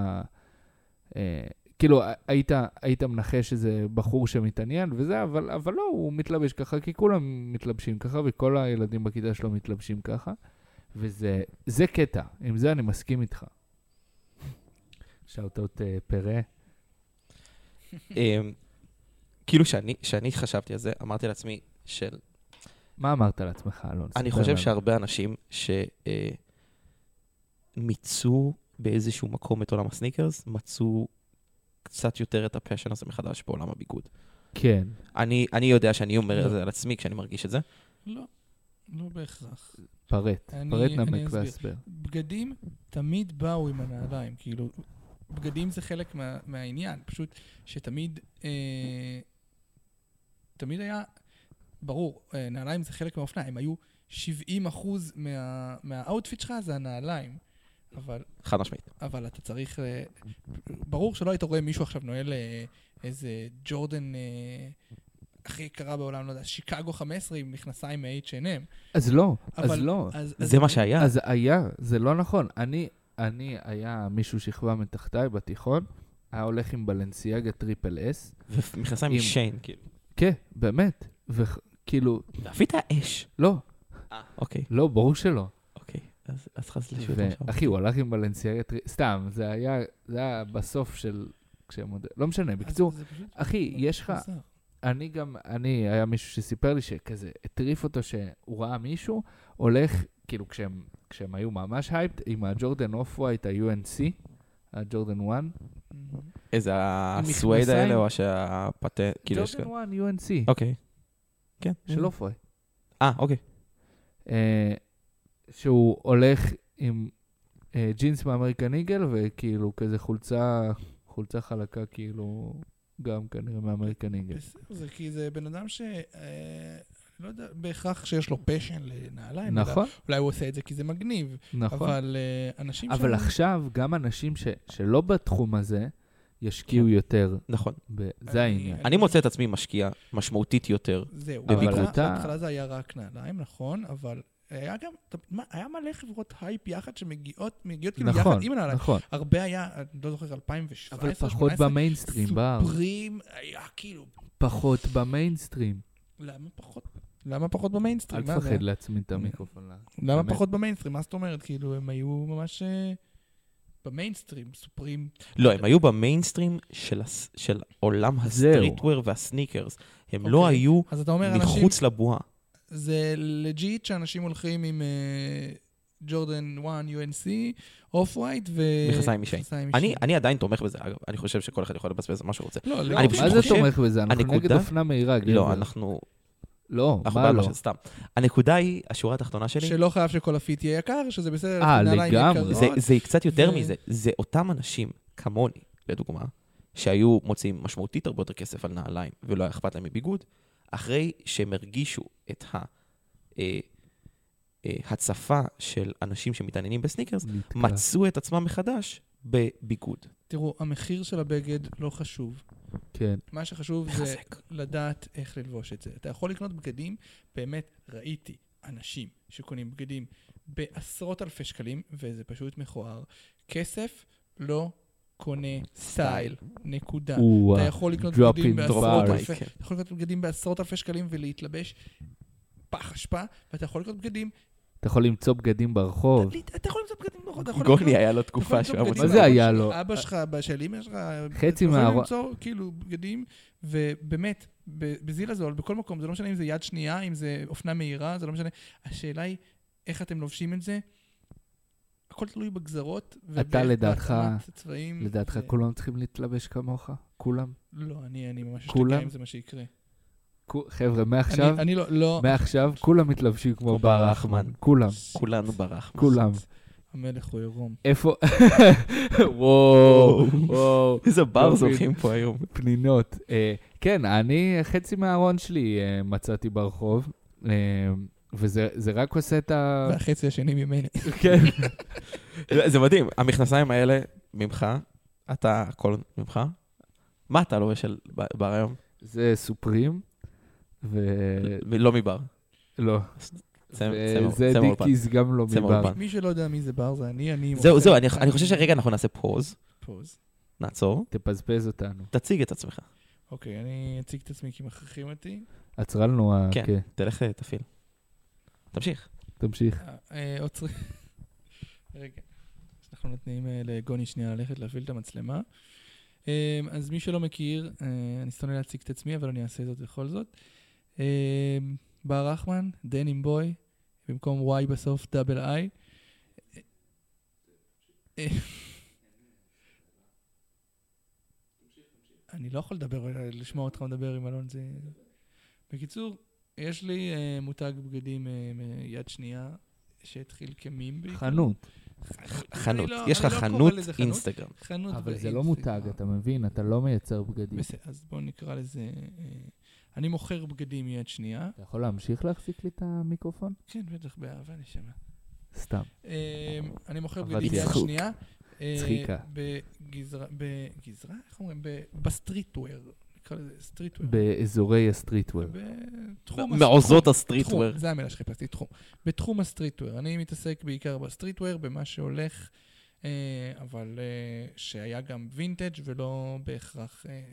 [SPEAKER 2] אה, כאילו, ה- היית, היית מנחש איזה בחור שמתעניין וזה, אבל, אבל לא, הוא מתלבש ככה, כי כולם מתלבשים ככה, וכל הילדים בכיתה שלו מתלבשים ככה, וזה זה קטע, עם זה אני מסכים איתך. שאוטות אה, פרא.
[SPEAKER 1] אמ, כאילו שאני, שאני חשבתי על זה, אמרתי לעצמי של...
[SPEAKER 2] מה אמרת לעצמך, אלון?
[SPEAKER 1] אני
[SPEAKER 2] ספר
[SPEAKER 1] חושב
[SPEAKER 2] לנו.
[SPEAKER 1] שהרבה אנשים שמיצו באיזשהו מקום את עולם הסניקרס, מצאו קצת יותר את הפאשן הזה מחדש בעולם הביגוד.
[SPEAKER 2] כן.
[SPEAKER 1] אני, אני יודע שאני אומר
[SPEAKER 3] לא.
[SPEAKER 1] את זה על עצמי כשאני מרגיש את זה.
[SPEAKER 3] לא, לא בהכרח.
[SPEAKER 2] פרט,
[SPEAKER 3] אני-
[SPEAKER 2] פרט
[SPEAKER 3] אני
[SPEAKER 2] נמק
[SPEAKER 3] אסביר.
[SPEAKER 2] והסבר.
[SPEAKER 3] בגדים תמיד באו עם הנעליים, כאילו, בגדים זה חלק מה, מהעניין, פשוט שתמיד, אה, תמיד היה, ברור, אה, נעליים זה חלק מהאופנה, הם היו 70 אחוז מה, מהאוטפיט שלך זה הנעליים, אבל,
[SPEAKER 1] חד משמעית.
[SPEAKER 3] אבל אתה צריך, אה, ברור שלא היית רואה מישהו עכשיו נועל אה, איזה ג'ורדן אה, הכי יקרה בעולם, לא יודע, שיקגו 15 עם מכנסיים מ-H&M.
[SPEAKER 2] אז לא, אז
[SPEAKER 3] אבל-
[SPEAKER 2] לא.
[SPEAKER 3] אז, אז
[SPEAKER 1] זה מה שהיה.
[SPEAKER 2] אז היה, זה לא נכון. אני, אני, היה מישהו שכבה מתחתיי בתיכון, היה הולך עם בלנסיאגה טריפל אס.
[SPEAKER 1] ומכנסיים
[SPEAKER 2] עם-
[SPEAKER 1] שיין, כאילו.
[SPEAKER 2] כן, באמת. וכאילו,
[SPEAKER 1] ואפית אש.
[SPEAKER 2] לא,
[SPEAKER 1] אוקיי,
[SPEAKER 2] לא, ברור שלא.
[SPEAKER 1] אוקיי. אז- אז חס לשבת עכשיו.
[SPEAKER 2] ואחי, הוא הלך עם בלנסיאגה טריפל... סתם, זה היה, זה היה בסוף של... כשהם עוד... לא משנה, בקיצור,
[SPEAKER 3] אז זה פשוט
[SPEAKER 2] אחי, יש לך...
[SPEAKER 3] מוזר.
[SPEAKER 2] אני גם, אני, היה מישהו שסיפר לי שכזה הטריף אותו שהוא ראה מישהו, הולך, כאילו כשהם, כשהם היו ממש הייפט, עם הג'ורדן אוף ווייט, ה-UNC, הג'ורדן 1.
[SPEAKER 1] איזה הסווייד
[SPEAKER 2] מכנסיים?
[SPEAKER 1] האלה או שהפטנט, כאילו
[SPEAKER 3] לא,
[SPEAKER 1] יש כאן.
[SPEAKER 2] ג'ורדן 1, UNC,
[SPEAKER 1] אוקיי. כן.
[SPEAKER 2] של אוף ווייט.
[SPEAKER 1] אה, אוקיי.
[SPEAKER 2] אה, שהוא הולך עם אה, ג'ינס מאמריקן איגל, וכאילו כזה חולצה, חולצה חלקה, כאילו, גם כנראה מאמריקן איגל.
[SPEAKER 3] בסדר, זה כי זה בן אדם ש... אה, לא יודע בהכרח שיש לו פשן לנעליים.
[SPEAKER 2] נכון,
[SPEAKER 3] אולי הוא עושה את זה כי זה מגניב.
[SPEAKER 2] נכון.
[SPEAKER 3] אבל אה, אנשים
[SPEAKER 2] אבל
[SPEAKER 3] שם-
[SPEAKER 2] עכשיו, גם אנשים ש, שלא בתחום הזה, ישקיעו
[SPEAKER 3] כן.
[SPEAKER 2] יותר.
[SPEAKER 1] נכון.
[SPEAKER 2] ב... זה העניין.
[SPEAKER 1] אני מוצא את עצמי משקיע משמעותית יותר.
[SPEAKER 3] זהו,
[SPEAKER 1] אבל
[SPEAKER 3] בהתחלה-
[SPEAKER 2] אתה-
[SPEAKER 3] בהתחלה זה היה רק נעליים, נכון, אבל היה גם, אתה- מה, היה מלא חברות הייפ יחד שמגיעות, מגיעות כאילו
[SPEAKER 2] נכון,
[SPEAKER 3] יחד עם הנעליים.
[SPEAKER 2] נכון.
[SPEAKER 3] הרבה היה, אני לא זוכר, 2017,
[SPEAKER 2] אבל פחות
[SPEAKER 3] 2018,
[SPEAKER 2] במיינסטרים, בר.
[SPEAKER 3] סופרים, היה כאילו,
[SPEAKER 2] פחות במיינסטרים.
[SPEAKER 3] למה פחות? למה פחות
[SPEAKER 2] אל
[SPEAKER 3] במיינסטרים? מה זה?
[SPEAKER 2] תפחד להצמיד את המיקרופון. לה.
[SPEAKER 3] למה
[SPEAKER 2] באמת.
[SPEAKER 3] פחות במיינסטרים? מה זאת אומרת? כאילו, הם היו ממש אה, במיינסטרים, סופרים.
[SPEAKER 1] לא, הם היו במיינסטרים של הס- של עולם
[SPEAKER 2] זהו.
[SPEAKER 1] הסטריטוור והסניקרס. הם לא
[SPEAKER 3] אוקיי.
[SPEAKER 1] היו
[SPEAKER 3] אז אתה אומר, אנשים,
[SPEAKER 1] מחוץ לבועה.
[SPEAKER 3] זה לג'יט שאנשים הולכים עם אה, ג'ורדן 1 UNC, אוף ווייט ו...
[SPEAKER 1] מכנסיים משיין.
[SPEAKER 3] מכנסיים
[SPEAKER 1] אני,
[SPEAKER 3] אישיים.
[SPEAKER 1] אני עדיין תומך בזה, אגב. אני חושב שכל אחד יכול לבזבז מה שהוא רוצה.
[SPEAKER 3] לא, לא,
[SPEAKER 1] אני
[SPEAKER 2] מה
[SPEAKER 1] פשוט
[SPEAKER 2] זה
[SPEAKER 1] חושב-
[SPEAKER 2] תומך בזה? אנחנו
[SPEAKER 1] הנקודה-
[SPEAKER 2] נגד אופנה מהירה, גבר.
[SPEAKER 1] לא, אנחנו...
[SPEAKER 2] לא,
[SPEAKER 1] אנחנו
[SPEAKER 2] מה
[SPEAKER 1] בעד
[SPEAKER 2] לא?
[SPEAKER 1] מה ש- סתם. הנקודה היא, השורה התחתונה שלי,
[SPEAKER 3] שלא חייב שכל הפיט יהיה יקר, שזה בסדר,
[SPEAKER 2] אה,
[SPEAKER 3] נעליים
[SPEAKER 2] לגמרי.
[SPEAKER 3] יקרות.
[SPEAKER 1] זה, זה קצת יותר
[SPEAKER 3] ו-
[SPEAKER 1] מזה. לא, זה אותם אנשים, כמוני, לדוגמה, שהיו מוציאים משמעותית הרבה יותר כסף על נעליים, ולא היה אכפת להם מביגוד, אחרי שהם הרגישו את ה... אה, אה, הצפה של אנשים שמתעניינים בסניקרס,
[SPEAKER 2] נתקע.
[SPEAKER 1] מצאו את עצמם מחדש בביגוד.
[SPEAKER 3] תראו, המחיר של הבגד לא חשוב.
[SPEAKER 2] כן.
[SPEAKER 3] מה שחשוב זה
[SPEAKER 1] מחזק.
[SPEAKER 3] לדעת איך ללבוש את זה. אתה יכול לקנות בגדים, באמת ראיתי אנשים שקונים בגדים בעשרות אלפי שקלים, וזה פשוט מכוער. כסף לא קונה סטייל, נקודה.
[SPEAKER 2] וואו.
[SPEAKER 3] אתה יכול לקנות
[SPEAKER 2] drop
[SPEAKER 3] בגדים
[SPEAKER 2] in
[SPEAKER 3] בעשרות
[SPEAKER 2] drop.
[SPEAKER 3] אלפי...
[SPEAKER 1] כן.
[SPEAKER 3] אתה יכול לקנות בגדים בעשרות אלפי שקלים ולהתלבש פח אשפה, ואתה יכול לקנות בגדים...
[SPEAKER 2] אתה יכול למצוא בגדים ברחוב.
[SPEAKER 3] אתה אתה יכול למצוא בגדים נורא, אתה יכול לקנות...
[SPEAKER 1] גוני היה לו
[SPEAKER 3] אתה יכול
[SPEAKER 1] תקופה שהוא היה
[SPEAKER 3] למצוא
[SPEAKER 1] מוציא...
[SPEAKER 2] מה
[SPEAKER 3] בגדים
[SPEAKER 2] זה היה
[SPEAKER 3] של
[SPEAKER 2] לו?
[SPEAKER 3] אבא שלך, ב- של אמא שלך.
[SPEAKER 2] חצי
[SPEAKER 3] אתה
[SPEAKER 2] מהארון.
[SPEAKER 3] יכול למצוא כאילו בגדים, ובאמת, ב- בזיל הזול, בכל מקום, זה לא משנה אם זה יד שנייה, אם זה אופנה מהירה, זה לא משנה. השאלה היא, איך אתם לובשים את זה? הכל תלוי בגזרות. ובאיך-
[SPEAKER 2] אתה לדעתך-
[SPEAKER 3] בהתאמת הצבעים.
[SPEAKER 2] לדעתך
[SPEAKER 3] ו-
[SPEAKER 2] כולם צריכים להתלבש כמוך? כולם?
[SPEAKER 3] לא, אני אני ממש
[SPEAKER 2] כולם?
[SPEAKER 3] אשתגע אם זה מה שיקרה.
[SPEAKER 2] כו- חבר'ה,
[SPEAKER 3] אני-
[SPEAKER 2] מעכשיו,
[SPEAKER 3] אני לא- לא...
[SPEAKER 2] מעכשיו כולם מתלבשים כמו
[SPEAKER 1] כמו
[SPEAKER 2] בר
[SPEAKER 1] בר
[SPEAKER 2] רחמן.
[SPEAKER 1] רחמן.
[SPEAKER 2] כולם,
[SPEAKER 1] כולנו ברח.
[SPEAKER 2] כולם.
[SPEAKER 3] המלך הוא עירום.
[SPEAKER 2] איפה... וואו, וואו.
[SPEAKER 1] איזה בר
[SPEAKER 2] לא
[SPEAKER 1] זוכים פה היום.
[SPEAKER 2] פנינות. אה, כן, אני, חצי מהארון שלי אה, מצאתי ברחוב, אה, וזה זה רק עושה את ה...
[SPEAKER 3] והחצי השני ממני.
[SPEAKER 2] כן.
[SPEAKER 1] לא, זה מדהים, המכנסיים האלה ממך, אתה הכל ממך. מה אתה לובש של ב- בר היום?
[SPEAKER 2] זה סופרים, ו-
[SPEAKER 3] אה,
[SPEAKER 1] מ- לא מבר.
[SPEAKER 2] לא.
[SPEAKER 1] צמר- צמר-
[SPEAKER 2] זה
[SPEAKER 1] צמר אולפן.
[SPEAKER 2] דיקיז גם לא
[SPEAKER 1] צמר
[SPEAKER 2] מבר.
[SPEAKER 1] אולפן.
[SPEAKER 3] מי שלא יודע מי זה בר זה אני, אני... עם
[SPEAKER 1] זהו,
[SPEAKER 3] אוכל.
[SPEAKER 1] זהו, אני- אני חושב שרגע אנחנו נעשה פוז,
[SPEAKER 3] פוז.
[SPEAKER 1] נעצור,
[SPEAKER 2] תפזפז אותנו.
[SPEAKER 1] תציג את עצמך.
[SPEAKER 3] אוקיי, אני אציג את עצמי כי מכריחים אותי.
[SPEAKER 2] עצרה לנו ה...
[SPEAKER 1] כן.
[SPEAKER 2] כן.
[SPEAKER 1] תלך, אה, תפעיל. תמשיך.
[SPEAKER 2] תמשיך.
[SPEAKER 3] אה, אה, עוצרי. רגע. אז אנחנו נותנים אה, לגוני שנייה ללכת להפעיל את המצלמה. אה, אז מי שלא מכיר, אה, אני שונא להציג את עצמי, אבל אני אעשה זאת בכל זאת. אה, בר רחמן, דנים בוי, במקום Y בסוף, דאבל איי. אה, אני לא יכול לדבר, אה, לשמוע אותך מדבר עם אלון זה... בקיצור, יש לי אה, מותג בגדים אה, מיד שנייה, שהתחיל כמים בעיקר.
[SPEAKER 2] חנות.
[SPEAKER 3] ח-
[SPEAKER 1] חנות,
[SPEAKER 3] אני לא-
[SPEAKER 1] יש לך
[SPEAKER 3] אני לא קורא
[SPEAKER 1] חנות
[SPEAKER 3] לזה חנות.
[SPEAKER 1] אינסטגרם.
[SPEAKER 3] חנות
[SPEAKER 2] אבל זה
[SPEAKER 3] באינסטגרם.
[SPEAKER 2] לא מותג, אתה מבין? אתה לא מייצר בגדים.
[SPEAKER 3] בסדר, אז בואו נקרא לזה... אה, אני מוכר בגדים מיד שנייה.
[SPEAKER 2] אתה יכול להמשיך להחזיק לי את המיקרופון?
[SPEAKER 3] כן, בטח, באהבה נשמה.
[SPEAKER 2] סתם.
[SPEAKER 3] אה, אני מוכר
[SPEAKER 2] אבל
[SPEAKER 3] בגדים יד
[SPEAKER 1] צחוק.
[SPEAKER 3] שנייה. אה,
[SPEAKER 2] צחיקה.
[SPEAKER 3] בגזרה, בגזרה? איך אומרים? ב- בסטריטוור. נקרא לזה סטריטוור.
[SPEAKER 2] באזורי הסטריטוור.
[SPEAKER 3] בתחום הסטריטוור.
[SPEAKER 1] מעוזות הסטריטוור.
[SPEAKER 3] תחום, זה המילה שחיפשתי, תחום. בתחום הסטריטוור. אני מתעסק בעיקר בסטריטוור, במה שהולך אה, אבל אה, שהיה גם וינטג' ולא בהכרח... אה,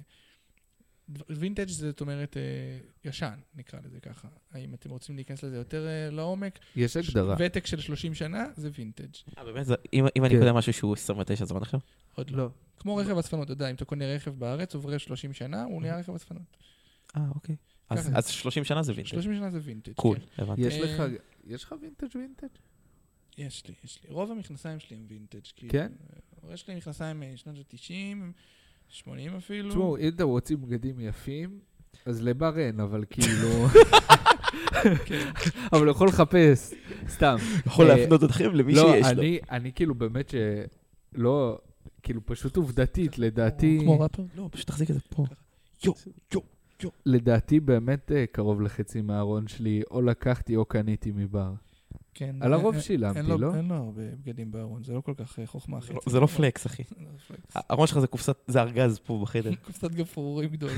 [SPEAKER 3] דבר- וינטג' זה זאת אומרת אה, ישן, נקרא לזה ככה. האם אתם רוצים להיכנס לזה יותר אה, לעומק?
[SPEAKER 2] יש הגדרה.
[SPEAKER 3] ותק של 30 שנה זה וינטג'.
[SPEAKER 1] אה, באמת? זה- אם אם אני
[SPEAKER 2] כן.
[SPEAKER 1] קונה משהו שהוא 29 זמן אחר?
[SPEAKER 3] עוד לא.
[SPEAKER 2] לא.
[SPEAKER 3] כמו רכב אספנות, אתה יודע, אם אתה קונה רכב בארץ, עובר 30 שנה, הוא נהיה רכב אספנות.
[SPEAKER 1] אה, אוקיי. אז-
[SPEAKER 3] ככה זה.
[SPEAKER 1] אז 30 שנה זה וינטג'.
[SPEAKER 3] 30 שנה זה וינטג'.
[SPEAKER 1] קול,
[SPEAKER 3] כן.
[SPEAKER 1] הבנתי.
[SPEAKER 2] יש
[SPEAKER 3] אה,
[SPEAKER 2] לך, יש לך וינטג' וינטג'?
[SPEAKER 3] יש לי, יש לי. רוב המכנסיים שלי הם וינטג'. כאילו.
[SPEAKER 2] כן?
[SPEAKER 3] אה, יש לי מכנסיים משנות ה-90, 80 אפילו.
[SPEAKER 2] תשמעו, אם אתם רוצים בגדים יפים, אז לבר אין, אבל כאילו... אבל הוא יכול לחפש, סתם.
[SPEAKER 1] יכול
[SPEAKER 2] אה,
[SPEAKER 1] להפנות אתכם למי
[SPEAKER 2] לא,
[SPEAKER 1] שיש לו.
[SPEAKER 2] אני- אני כאילו באמת שלא, כאילו פשוט עובדתית, לדעתי,
[SPEAKER 3] כמו ראפר?
[SPEAKER 1] לא, פשוט תחזיק את זה
[SPEAKER 3] אה,
[SPEAKER 1] פה.
[SPEAKER 2] לדעתי באמת אה, קרוב לחצי מהארון שלי, או לקחתי או קניתי מבר.
[SPEAKER 3] כן.
[SPEAKER 2] על הרוב
[SPEAKER 3] אה,
[SPEAKER 2] שילמתי,
[SPEAKER 3] אין לו-
[SPEAKER 2] לא?
[SPEAKER 3] אין לו הרבה בגדים בארון, זה לא כל כך אה, חוכמה
[SPEAKER 1] זה
[SPEAKER 3] חצי.
[SPEAKER 1] לא- זה לא פלקס, אחי.
[SPEAKER 3] זה לא פלקס.
[SPEAKER 1] הראש שלך זה קופסת, זה ארגז פה בחדר.
[SPEAKER 3] קופסת גפרורים גדולה.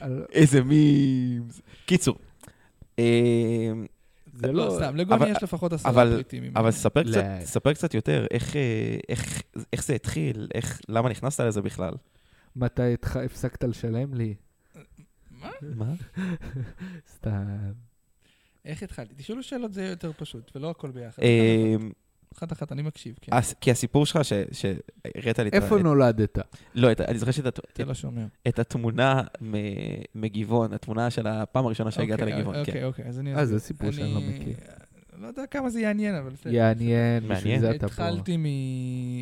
[SPEAKER 2] על-
[SPEAKER 1] איזה מימס. קיצור, אה,
[SPEAKER 2] זה
[SPEAKER 3] לא,
[SPEAKER 2] לא...
[SPEAKER 3] סתם, לגוני
[SPEAKER 1] אבל-
[SPEAKER 3] יש לפחות עשרה
[SPEAKER 1] אבל-
[SPEAKER 3] פריטים. עם-
[SPEAKER 1] אבל ספר
[SPEAKER 2] לא.
[SPEAKER 1] קצת, ספר קצת יותר, איך, אה, איך, איך זה התחיל, איך, למה נכנסת לזה בכלל?
[SPEAKER 2] מתי התח- הפסקת לשלם לי?
[SPEAKER 3] מה?
[SPEAKER 1] מה?
[SPEAKER 2] סתם.
[SPEAKER 3] איך התחלתי? תשאלו שאלות זה יהיה יותר פשוט, ולא הכל ביחד.
[SPEAKER 1] אה,
[SPEAKER 3] אחת אחת, אני מקשיב, כן.
[SPEAKER 1] הס- כי הסיפור שלך, ש- שהראית לי את ה...
[SPEAKER 2] איפה
[SPEAKER 1] את-
[SPEAKER 2] נולדת? אה,
[SPEAKER 1] לא, את ה- אני זוכר שאת הת-
[SPEAKER 3] אתה לא שומע.
[SPEAKER 1] את התמונה מ- מגבעון, התמונה של הפעם הראשונה שהגעת
[SPEAKER 3] אוקיי,
[SPEAKER 1] לגבעון, כן.
[SPEAKER 3] אוקיי, אוקיי, אז אני...
[SPEAKER 2] אה,
[SPEAKER 3] אסביר.
[SPEAKER 2] זה סיפור שאני לא מכיר.
[SPEAKER 3] לא יודע כמה זה יעניין, אבל בסדר.
[SPEAKER 2] יעניין,
[SPEAKER 1] מעניין.
[SPEAKER 2] בשביל זה אתה פה.
[SPEAKER 3] התחלתי מ...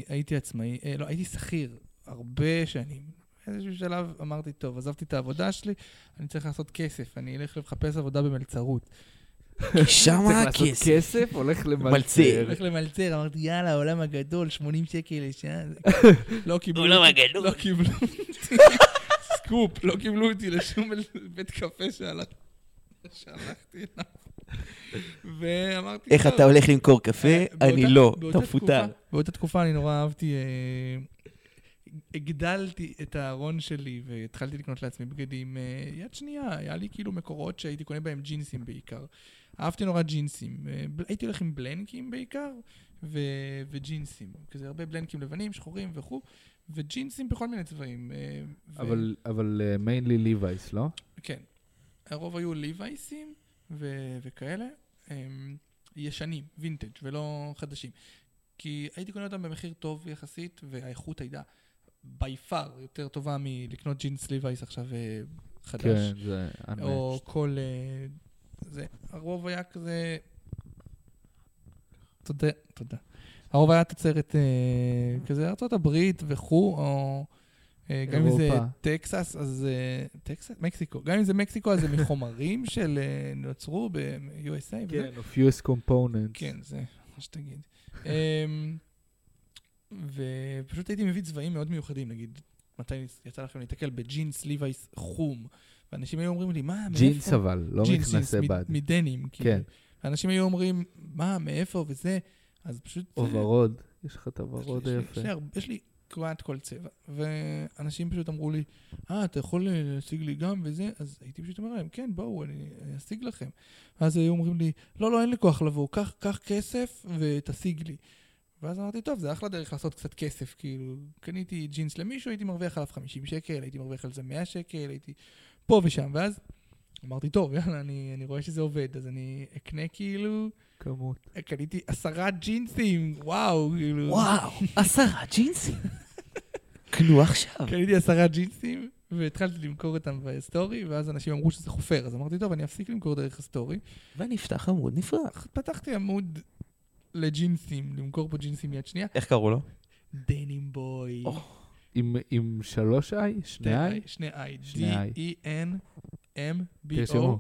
[SPEAKER 3] הייתי עצמאי, אה, לא, הייתי שכיר הרבה שנים. באיזשהו שלב אמרתי, טוב, עזבתי את העבודה שלי, אני צריך לעשות כסף, אני אלך לחפש עבודה במלצרות.
[SPEAKER 1] כי שמה
[SPEAKER 2] צריך לעשות
[SPEAKER 1] הכסף.
[SPEAKER 2] כסף, הולך
[SPEAKER 1] מלצר.
[SPEAKER 2] למלצר.
[SPEAKER 3] הולך למלצר, אמרתי, יאללה, העולם הגדול, 80 שקל לשעה. לא קיבלו
[SPEAKER 1] עולם
[SPEAKER 3] אותי-
[SPEAKER 1] הגדול.
[SPEAKER 3] לא קיבלו אותי. סקופ, לא קיבלו אותי לשום אל- בית קפה שהלך- שהלכתי אליו. ואמרתי,
[SPEAKER 1] איך
[SPEAKER 3] "טוב,
[SPEAKER 1] אתה הולך למכור קפה?
[SPEAKER 3] אה, באותה-
[SPEAKER 1] אני לא,
[SPEAKER 3] באותה
[SPEAKER 1] אתה מפוטר.
[SPEAKER 3] תקופה- באותה תקופה אני נורא אהבתי, אה, הגדלתי את הארון שלי והתחלתי לקנות לעצמי בגדים אה, יד שנייה, היה לי כאילו מקורות שהייתי קונה בהם ג'ינסים בעיקר. אהבתי נורא ג'ינסים, אה, בל- הייתי הולך עם בלנקים בעיקר ו- וג'ינסים, כזה הרבה בלנקים לבנים, שחורים וכו', וג'ינסים בכל מיני צבעים. אה, ו-
[SPEAKER 2] אבל- אבל מיינלי ליווייס, לא?
[SPEAKER 3] כן. הרוב היו ליווייסים ו- וכאלה, הם ישנים, וינטג' ולא חדשים. כי הייתי קונה אותם במחיר טוב יחסית, והאיכות הייתה by far יותר טובה מלקנות ג'ינס ליווייס עכשיו אה, חדש.
[SPEAKER 2] כן, זה...
[SPEAKER 3] או כל... אה, זה, הרוב היה כזה... תודה, תודה. הרוב היה תוצרת אה, כזה ארצות הברית וכו', או אה, גם אם זה
[SPEAKER 2] אירופה.
[SPEAKER 3] טקסס, אז... אה, טקסס? מקסיקו. גם אם זה מקסיקו, אז זה מחומרים של אה, נוצרו ב-USA. וזה.
[SPEAKER 2] כן, of US components.
[SPEAKER 3] כן, זה מה שתגיד. אמ, ופשוט הייתי מביא צבעים מאוד מיוחדים, נגיד, מתי יצא לכם להתקל בג'ינס ליווייס חום, ואנשים היו אומרים לי, מה, מאיפה?
[SPEAKER 2] ג'ינס אבל, לא
[SPEAKER 3] ג'ינס,
[SPEAKER 2] מכנסי
[SPEAKER 3] ג'ינס, מ-
[SPEAKER 2] בד.
[SPEAKER 3] מדנים, כאילו.
[SPEAKER 2] כן.
[SPEAKER 3] אנשים היו אומרים, מה, מאיפה וזה, אז פשוט...
[SPEAKER 2] או
[SPEAKER 3] אה,
[SPEAKER 2] ורוד, יש לך את
[SPEAKER 3] יש לי-
[SPEAKER 2] הוורוד
[SPEAKER 3] יש לי-
[SPEAKER 2] היפה.
[SPEAKER 3] יש לי הרבה- יש לי כמעט כל צבע, ואנשים פשוט אמרו לי, אה, אתה יכול אה, להשיג לי גם וזה? אז הייתי פשוט אומר להם, כן, בואו, אני אני אשיג לכם. אז היו אומרים לי, לא, לא, אין לי כוח לבוא, קח- קח כסף ותשיג לי. ואז אמרתי, טוב, זה אחלה דרך לעשות קצת כסף, כאילו, קניתי ג'ינס למישהו, הייתי מרוויח עליו 50 שקל, הייתי מרוויח על זה 100 שקל, הייתי פה ושם, ואז אמרתי, טוב, יאללה, אני, אני רואה שזה עובד, אז אני אקנה כאילו,
[SPEAKER 2] כמות.
[SPEAKER 3] קניתי עשרה ג'ינסים, וואו, כאילו.
[SPEAKER 1] וואו, עשרה ג'ינסים. קנו עכשיו.
[SPEAKER 3] קניתי עשרה ג'ינסים, והתחלתי למכור אותם בסטורי, ואז אנשים אמרו שזה חופר, אז אמרתי, טוב, אני אפסיק למכור דרך הסטורי.
[SPEAKER 1] ונפתח עמוד נפרח.
[SPEAKER 3] אך פתחתי עמוד לג'ינסים, למכור פה ג'ינסים יד שנייה,
[SPEAKER 1] איך קראו לו?
[SPEAKER 3] דנים בוי.
[SPEAKER 1] או,
[SPEAKER 2] עם- עם שלוש איי? שני איי?
[SPEAKER 3] שני E, איי.
[SPEAKER 2] שני I. תרשמו, תרשמו.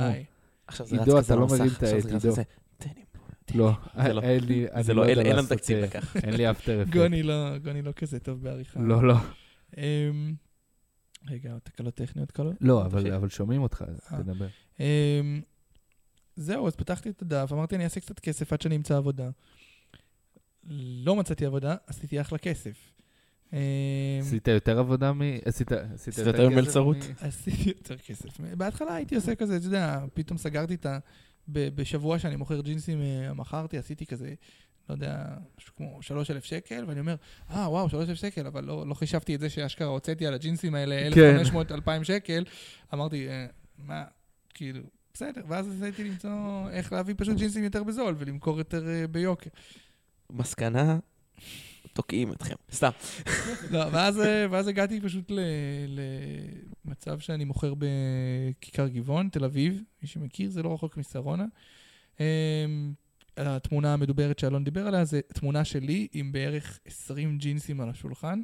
[SPEAKER 3] D-E-N-M-B-O-I-I.
[SPEAKER 1] עכשיו זה רץ
[SPEAKER 2] עידו,
[SPEAKER 1] כזה
[SPEAKER 2] אתה לא
[SPEAKER 1] במסך,
[SPEAKER 2] מרים את
[SPEAKER 1] עכשיו
[SPEAKER 2] העט,
[SPEAKER 1] זה רץ
[SPEAKER 2] עידו.
[SPEAKER 1] כזה, "תן לי פה, תן לי
[SPEAKER 2] לא,
[SPEAKER 1] פה". זה לא-
[SPEAKER 2] אין לי, אני
[SPEAKER 1] זה
[SPEAKER 2] לא
[SPEAKER 1] לא,
[SPEAKER 2] יודע
[SPEAKER 1] אין אין לנו
[SPEAKER 2] לעשות,
[SPEAKER 1] תקציב
[SPEAKER 2] אה,
[SPEAKER 1] לכך.
[SPEAKER 2] אין לי אפטר אפקט.
[SPEAKER 3] גוני לא, גוני לא כזה טוב בעריכה.
[SPEAKER 2] לא, לא.
[SPEAKER 3] אמ, רגע, תקלות טכניות קלות?
[SPEAKER 2] לא, אבל
[SPEAKER 1] אוקיי.
[SPEAKER 3] תמשיך.
[SPEAKER 2] אבל שומעים אותך, אז
[SPEAKER 3] אה.
[SPEAKER 2] תדבר.
[SPEAKER 3] אמ, זהו, אז פתחתי את הדף, אמרתי אני אעשה קצת כסף עד שאני אמצא עבודה. לא מצאתי עבודה, עשיתי אחלה כסף. אמ,
[SPEAKER 2] עשית יותר עבודה מ... עשית עשית
[SPEAKER 1] עשית יותר
[SPEAKER 2] כסף
[SPEAKER 1] מלצרות?
[SPEAKER 2] מ-
[SPEAKER 3] עשיתי יותר כסף. בהתחלה הייתי עושה כזה, אתה יודע, פתאום סגרתי את ה... ב- בשבוע שאני מוכר ג'ינסים, אה, מכרתי, עשיתי כזה, לא יודע, משהו כמו 3,000 שקל, ואני אומר, אה, וואו, 3,000 שקל, אבל לא, לא חישבתי את זה שאשכרה הוצאתי על הג'ינסים האלה
[SPEAKER 2] כן.
[SPEAKER 3] 1,500-2,000 שקל. אמרתי, "אה, מה, כאילו, בסדר. ואז ניסיתי למצוא איך להביא פשוט ג'ינסים יותר בזול ולמכור יותר אה, ביוקר.
[SPEAKER 1] מסקנה, תוקעים אתכם. סתם.
[SPEAKER 3] לא, ואז, אה, ואז הגעתי פשוט ל- למצב שאני מוכר בכיכר גבעון, תל אביב, מי שמכיר, זה לא רחוק משרונה. אה, התמונה המדוברת שאלון דיבר עליה זה תמונה שלי עם בערך 20 ג'ינסים על השולחן.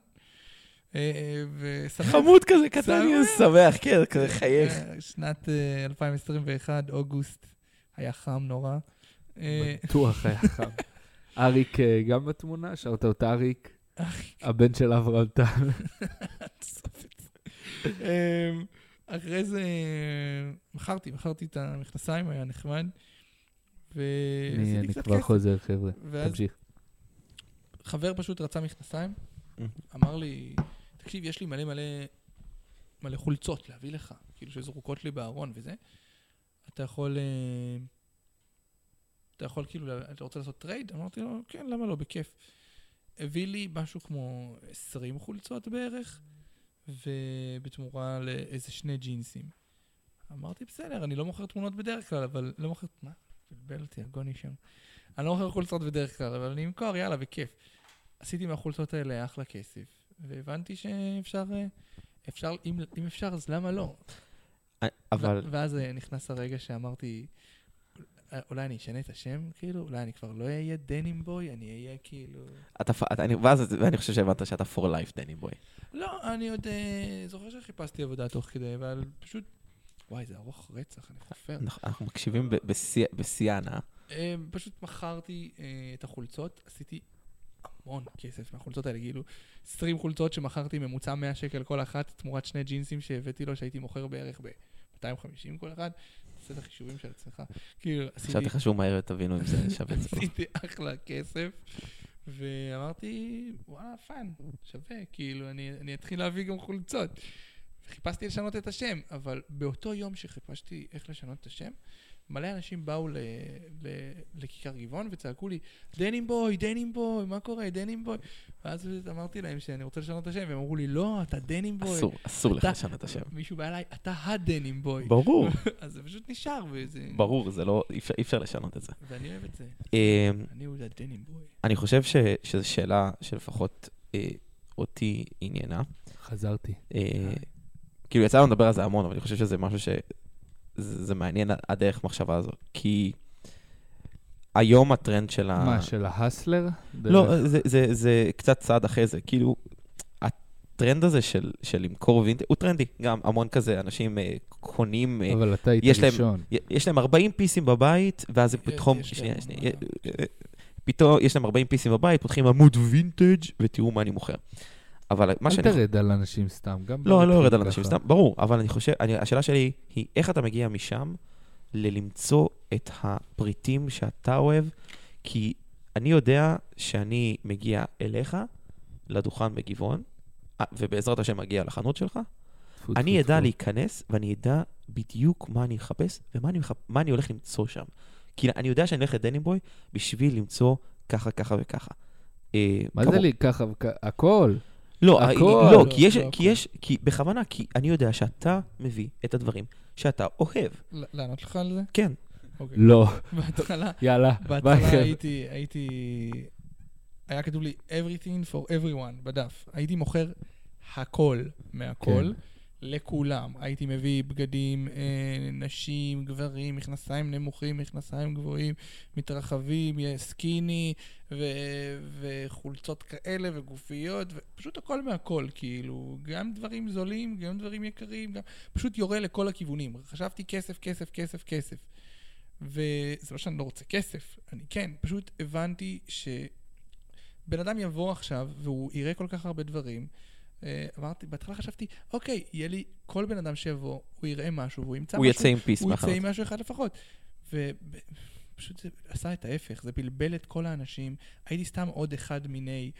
[SPEAKER 3] אה, ושמח.
[SPEAKER 1] חמוד כזה קטן,
[SPEAKER 3] שמח.
[SPEAKER 1] יהיה שמח, כן, כזה חייך.
[SPEAKER 3] אה, שנת אה, 2021, אוגוסט, היה חם נורא. אה,
[SPEAKER 2] בטוח היה חם. אריק אה, גם בתמונה, שרת אותה אריק, הבן של אברהם טל.
[SPEAKER 3] אמ, אחרי זה אה, מכרתי, מכרתי את המכנסיים, היה נחמד.
[SPEAKER 2] אני
[SPEAKER 3] ועשיתי
[SPEAKER 2] אני
[SPEAKER 3] קצת
[SPEAKER 2] כבר
[SPEAKER 3] כסף.
[SPEAKER 2] חוזר, חבר'ה.
[SPEAKER 3] ואז
[SPEAKER 2] תמשיך.
[SPEAKER 3] חבר פשוט רצה מכנסיים,
[SPEAKER 1] Mhm.
[SPEAKER 3] אמר לי, תקשיב, יש לי מלא מלא מלא חולצות להביא לך, כאילו שזרוקות לי בארון וזה. אתה יכול, אה, אתה יכול כאילו, לה- אתה רוצה לעשות טרייד? אמרתי לו, כן, למה לא, בכיף. הביא לי משהו כמו 20 חולצות בערך, ובתמורה לאיזה שני ג'ינסים. אמרתי, בסדר, אני לא מוכר תמונות בדרך כלל, אבל לא מוכר... מה? בלבל אותי, הגוני שם. אני לא מוכר חולצות בדרך כלל, אבל אני אמכור, יאללה, בכיף. עשיתי מהחולצות האלה אחלה כסף, והבנתי שאפשר... אה, אפשר, אם, אם אפשר, אז למה לא?
[SPEAKER 1] אבל
[SPEAKER 3] ו- ואז אה, נכנס הרגע שאמרתי, "אה, אולי אני אשנה את השם, כאילו, אולי אני כבר לא אהיה דנים בוי, אני אהיה כאילו...
[SPEAKER 1] אתה, פ- אתה- אני- ואז, ואני חושב שהבנת שאתה for life, דני בוי.
[SPEAKER 3] לא, אני עוד אה, זוכר שחיפשתי עבודה תוך כדי, אבל פשוט... וואי, זה ארוך רצח, אני חופר.
[SPEAKER 1] אנחנו- אנחנו מקשיבים ב- בשיא- בשיא ההנאה.
[SPEAKER 3] אה, פשוט מכרתי אה, את החולצות, עשיתי המון כסף מהחולצות האלה, כאילו 20 חולצות שמכרתי ממוצע 100 שקל כל אחת, תמורת שני ג'ינסים שהבאתי לו, שהייתי מוכר בערך ב-250 כל אחד, תעשה את החישובים של עצמך. כאילו,
[SPEAKER 1] עכשיו
[SPEAKER 3] עשיתי,
[SPEAKER 1] תחשבו מהר ותבינו אם זה שווה את זה.
[SPEAKER 3] עשיתי אחלה כסף, ואמרתי, וואלה, פאן, שווה, כאילו, אני, אני אתחיל להביא גם חולצות. חיפשתי לשנות את השם, אבל באותו יום שחיפשתי איך לשנות את השם, מלא אנשים באו ל, ל, לכיכר גבעון וצעקו לי, דנים בוי, דנים בוי, מה קורה, דנים בוי? ואז אמרתי להם שאני רוצה לשנות את השם, והם אמרו לי, לא, אתה דנים בוי.
[SPEAKER 1] אסור, אסור לך
[SPEAKER 3] אתה-
[SPEAKER 1] לשנות את השם.
[SPEAKER 3] מישהו בא אליי, אתה הדנים בוי.
[SPEAKER 1] ברור,
[SPEAKER 3] אז זה פשוט נשאר, וזה...
[SPEAKER 1] ברור, זה לא, אי אפשר- אי אפשר לשנות את זה.
[SPEAKER 3] ואני אוהב את זה.
[SPEAKER 1] אמ,
[SPEAKER 3] אני הוא הדנים בוי.
[SPEAKER 1] אני חושב ש- שזו שאלה שלפחות אה, אותי עניינה.
[SPEAKER 2] חזרתי.
[SPEAKER 1] אה,
[SPEAKER 3] די.
[SPEAKER 1] כאילו, יצא לנו לדבר על זה המון, אבל אני חושב שזה משהו ש... זה זה מעניין הדרך מחשבה הזו. כי היום הטרנד של ה...
[SPEAKER 2] מה, של ההסלר? דרך-
[SPEAKER 1] אה. לא, זה, זה, זה קצת צעד אחרי זה. כאילו, הטרנד הזה של, של למכור וינטג' הוא טרנדי. גם המון כזה אנשים אה, קונים, אה,
[SPEAKER 2] אבל אתה היית
[SPEAKER 1] יש להם-
[SPEAKER 2] ראשון.
[SPEAKER 1] יש להם 40 פיסים בבית, ואז הם
[SPEAKER 3] יש-
[SPEAKER 1] פתחום...
[SPEAKER 3] יש
[SPEAKER 1] שנייה,
[SPEAKER 3] להם,
[SPEAKER 1] שנייה.
[SPEAKER 3] אה,
[SPEAKER 1] אה, אה, פתאום יש להם 40 פיסים בבית, פותחים עמוד וינטג' ותראו מה אני מוכר. אבל מה
[SPEAKER 2] אל
[SPEAKER 1] שאני...
[SPEAKER 2] תרד על אנשים סתם. גם
[SPEAKER 1] לא, אני לא
[SPEAKER 2] ברתחיל
[SPEAKER 1] יורד על אנשים
[SPEAKER 2] ככה.
[SPEAKER 1] סתם, ברור, אבל אני חושב, אני, השאלה שלי היא, איך אתה מגיע משם ללמצוא את הפריטים שאתה אוהב? כי אני יודע שאני מגיע אליך, לדוכן בגבעון, אה, ובעזרת השם מגיע לחנות שלך,
[SPEAKER 2] טפו,
[SPEAKER 1] אני
[SPEAKER 2] טפו,
[SPEAKER 1] אדע
[SPEAKER 2] טפו.
[SPEAKER 1] להיכנס ואני אדע בדיוק מה אני מחפש ומה אני, מחפ... מה אני הולך למצוא שם. כי אני יודע שאני הולך לדניבוי בשביל למצוא ככה, ככה וככה. אה,
[SPEAKER 2] מה
[SPEAKER 1] כמוך.
[SPEAKER 2] זה לי ככה וכ- הכל?
[SPEAKER 1] לא,
[SPEAKER 2] הכל.
[SPEAKER 1] הכל. לא,
[SPEAKER 3] לא,
[SPEAKER 1] כי יש,
[SPEAKER 3] לא
[SPEAKER 1] כי
[SPEAKER 3] הכל.
[SPEAKER 1] יש, כי בכוונה, כי אני יודע שאתה מביא את הדברים שאתה אוהב.
[SPEAKER 3] ל- לענות לך על זה?
[SPEAKER 1] כן.
[SPEAKER 3] אוקיי.
[SPEAKER 2] לא,
[SPEAKER 3] בהתחלה,
[SPEAKER 2] יאללה. ביי,
[SPEAKER 3] בהתחלה
[SPEAKER 2] חבר'ה.
[SPEAKER 3] הייתי, הייתי, היה כתוב לי everything for everyone בדף. הייתי מוכר הכל מהכל. לכולם. הייתי מביא בגדים, אה, נשים, גברים, מכנסיים נמוכים, מכנסיים גבוהים, מתרחבים, יא- סקיני, ו- וחולצות כאלה, וגופיות, פשוט הכל מהכל, כאילו, גם דברים זולים, גם דברים יקרים, גם... פשוט יורה לכל הכיוונים. חשבתי כסף, כסף, כסף, כסף. וזה לא שאני לא רוצה כסף, אני כן, פשוט הבנתי שבן אדם יבוא עכשיו והוא יראה כל כך הרבה דברים. אה, אמרתי, בהתחלה חשבתי, אוקיי, יהיה לי, כל בן אדם שיבוא, הוא יראה משהו והוא ימצא
[SPEAKER 1] הוא
[SPEAKER 3] משהו.
[SPEAKER 1] יצא עם פיס
[SPEAKER 3] הוא יצא
[SPEAKER 1] מהחנות.
[SPEAKER 3] עם משהו אחד לפחות. ופשוט זה עשה את ההפך, זה בלבל את כל האנשים. הייתי סתם עוד אחד מיני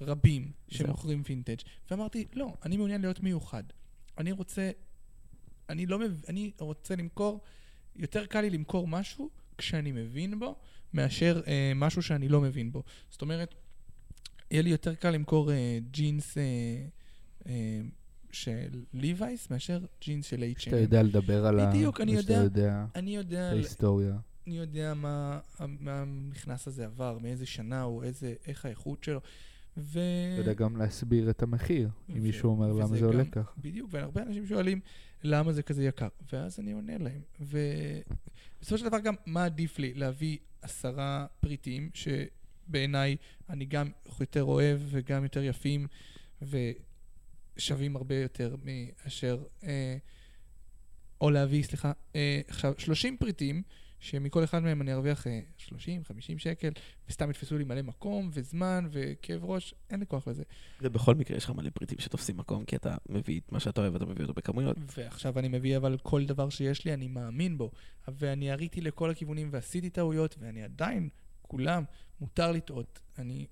[SPEAKER 3] רבים
[SPEAKER 1] זהו.
[SPEAKER 3] שמוכרים וינטג', ואמרתי, לא, אני מעוניין להיות מיוחד. אני רוצה, אני לא מב... אני רוצה למכור, יותר קל לי למכור משהו שאני מבין בו, מאשר אה, משהו שאני לא מבין בו. זאת אומרת, יהיה לי יותר קל למכור אה, ג'ינס אה, אה, של ליווייס מאשר ג'ינס של H&M.
[SPEAKER 2] שאתה יודע לדבר על ה...
[SPEAKER 3] בדיוק, אני
[SPEAKER 2] ושאתה
[SPEAKER 3] יודע. אה,
[SPEAKER 2] יודע
[SPEAKER 3] אני
[SPEAKER 2] את
[SPEAKER 3] יודע,
[SPEAKER 2] ההיסטוריה.
[SPEAKER 3] אני יודע מה, מה המכנס הזה עבר, מאיזה שנה הוא, איזה, איך האיכות שלו. ו...
[SPEAKER 2] אתה יודע גם להסביר את המחיר,
[SPEAKER 3] ו-
[SPEAKER 2] אם מישהו אומר
[SPEAKER 3] וזה
[SPEAKER 2] למה זה
[SPEAKER 3] גם-
[SPEAKER 2] עולה ככה.
[SPEAKER 3] בדיוק, והרבה אנשים שואלים למה זה כזה יקר, ואז אני עונה להם. ובסופו של דבר גם, מה עדיף לי? להביא עשרה פריטים, שבעיניי אני גם יותר אוהב וגם יותר יפים, ושווים הרבה יותר מאשר... אה, או להביא, סליחה, אה, עכשיו, 30 פריטים, שמכל אחד מהם אני ארוויח אה, 30, 50 שקל, וסתם יתפסו לי מלא מקום וזמן וכאב ראש, אין לי כוח לזה.
[SPEAKER 1] ובכל מקרה יש לך מלא פריטים שתופסים מקום, כי אתה מביא את מה שאתה אוהב, אתה מביא אותו בכמויות.
[SPEAKER 3] ועכשיו אני מביא אבל כל דבר שיש לי, אני מאמין בו. ואני הריתי לכל הכיוונים ועשיתי טעויות, ואני עדיין, כולם, מותר לטעות. אני...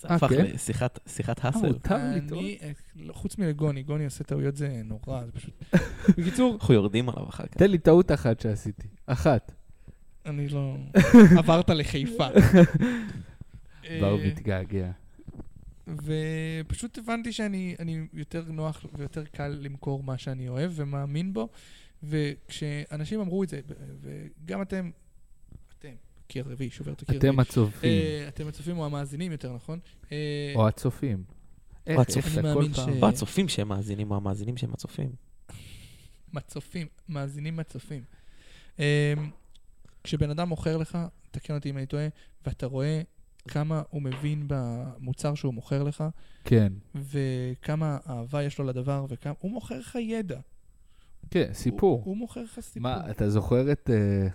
[SPEAKER 1] זה
[SPEAKER 2] אה,
[SPEAKER 1] הפך
[SPEAKER 2] כן?
[SPEAKER 1] לשיחת שיחת
[SPEAKER 2] אה,
[SPEAKER 1] האסל.
[SPEAKER 2] מותר לטעות?
[SPEAKER 3] אני... אה, לא, חוץ מלגוני, גוני עושה טעויות זה נורא, זה פשוט... בקיצור,
[SPEAKER 1] אנחנו יורדים עליו אחר
[SPEAKER 3] כן.
[SPEAKER 1] כך.
[SPEAKER 2] תן לי טעות אחת שעשיתי. אחת.
[SPEAKER 3] אני לא... עברת לחיפה.
[SPEAKER 2] בר
[SPEAKER 3] אה,
[SPEAKER 2] מתגעגע.
[SPEAKER 3] ופשוט הבנתי שאני אני יותר נוח ויותר קל למכור מה שאני אוהב ומאמין בו, וכשאנשים אמרו את זה, וגם אתם, אתם, קיר רביעי, שובר את הקיר הרביעי.
[SPEAKER 2] אתם הצופים,
[SPEAKER 3] אה, אתם הצופים או המאזינים יותר נכון. אה,
[SPEAKER 2] או הצופים. איך,
[SPEAKER 1] הצופים.
[SPEAKER 2] איך אתה
[SPEAKER 3] אני
[SPEAKER 2] כל
[SPEAKER 3] מאמין
[SPEAKER 2] פעם...
[SPEAKER 3] ש-
[SPEAKER 1] או הצופים שהם מאזינים, או המאזינים שהם הצופים.
[SPEAKER 3] מצופים, מאזינים מצופים. אה, כשבן אדם מוכר לך, תקן אותי אם אני טועה, ואתה רואה כמה הוא מבין במוצר שהוא מוכר לך,
[SPEAKER 2] כן.
[SPEAKER 3] וכמה אהבה יש לו לדבר, וכמה... הוא מוכר לך ידע.
[SPEAKER 2] כן, סיפור.
[SPEAKER 3] הוא, הוא מוכר לך סיפור.
[SPEAKER 2] מה, אתה זוכר את... אה,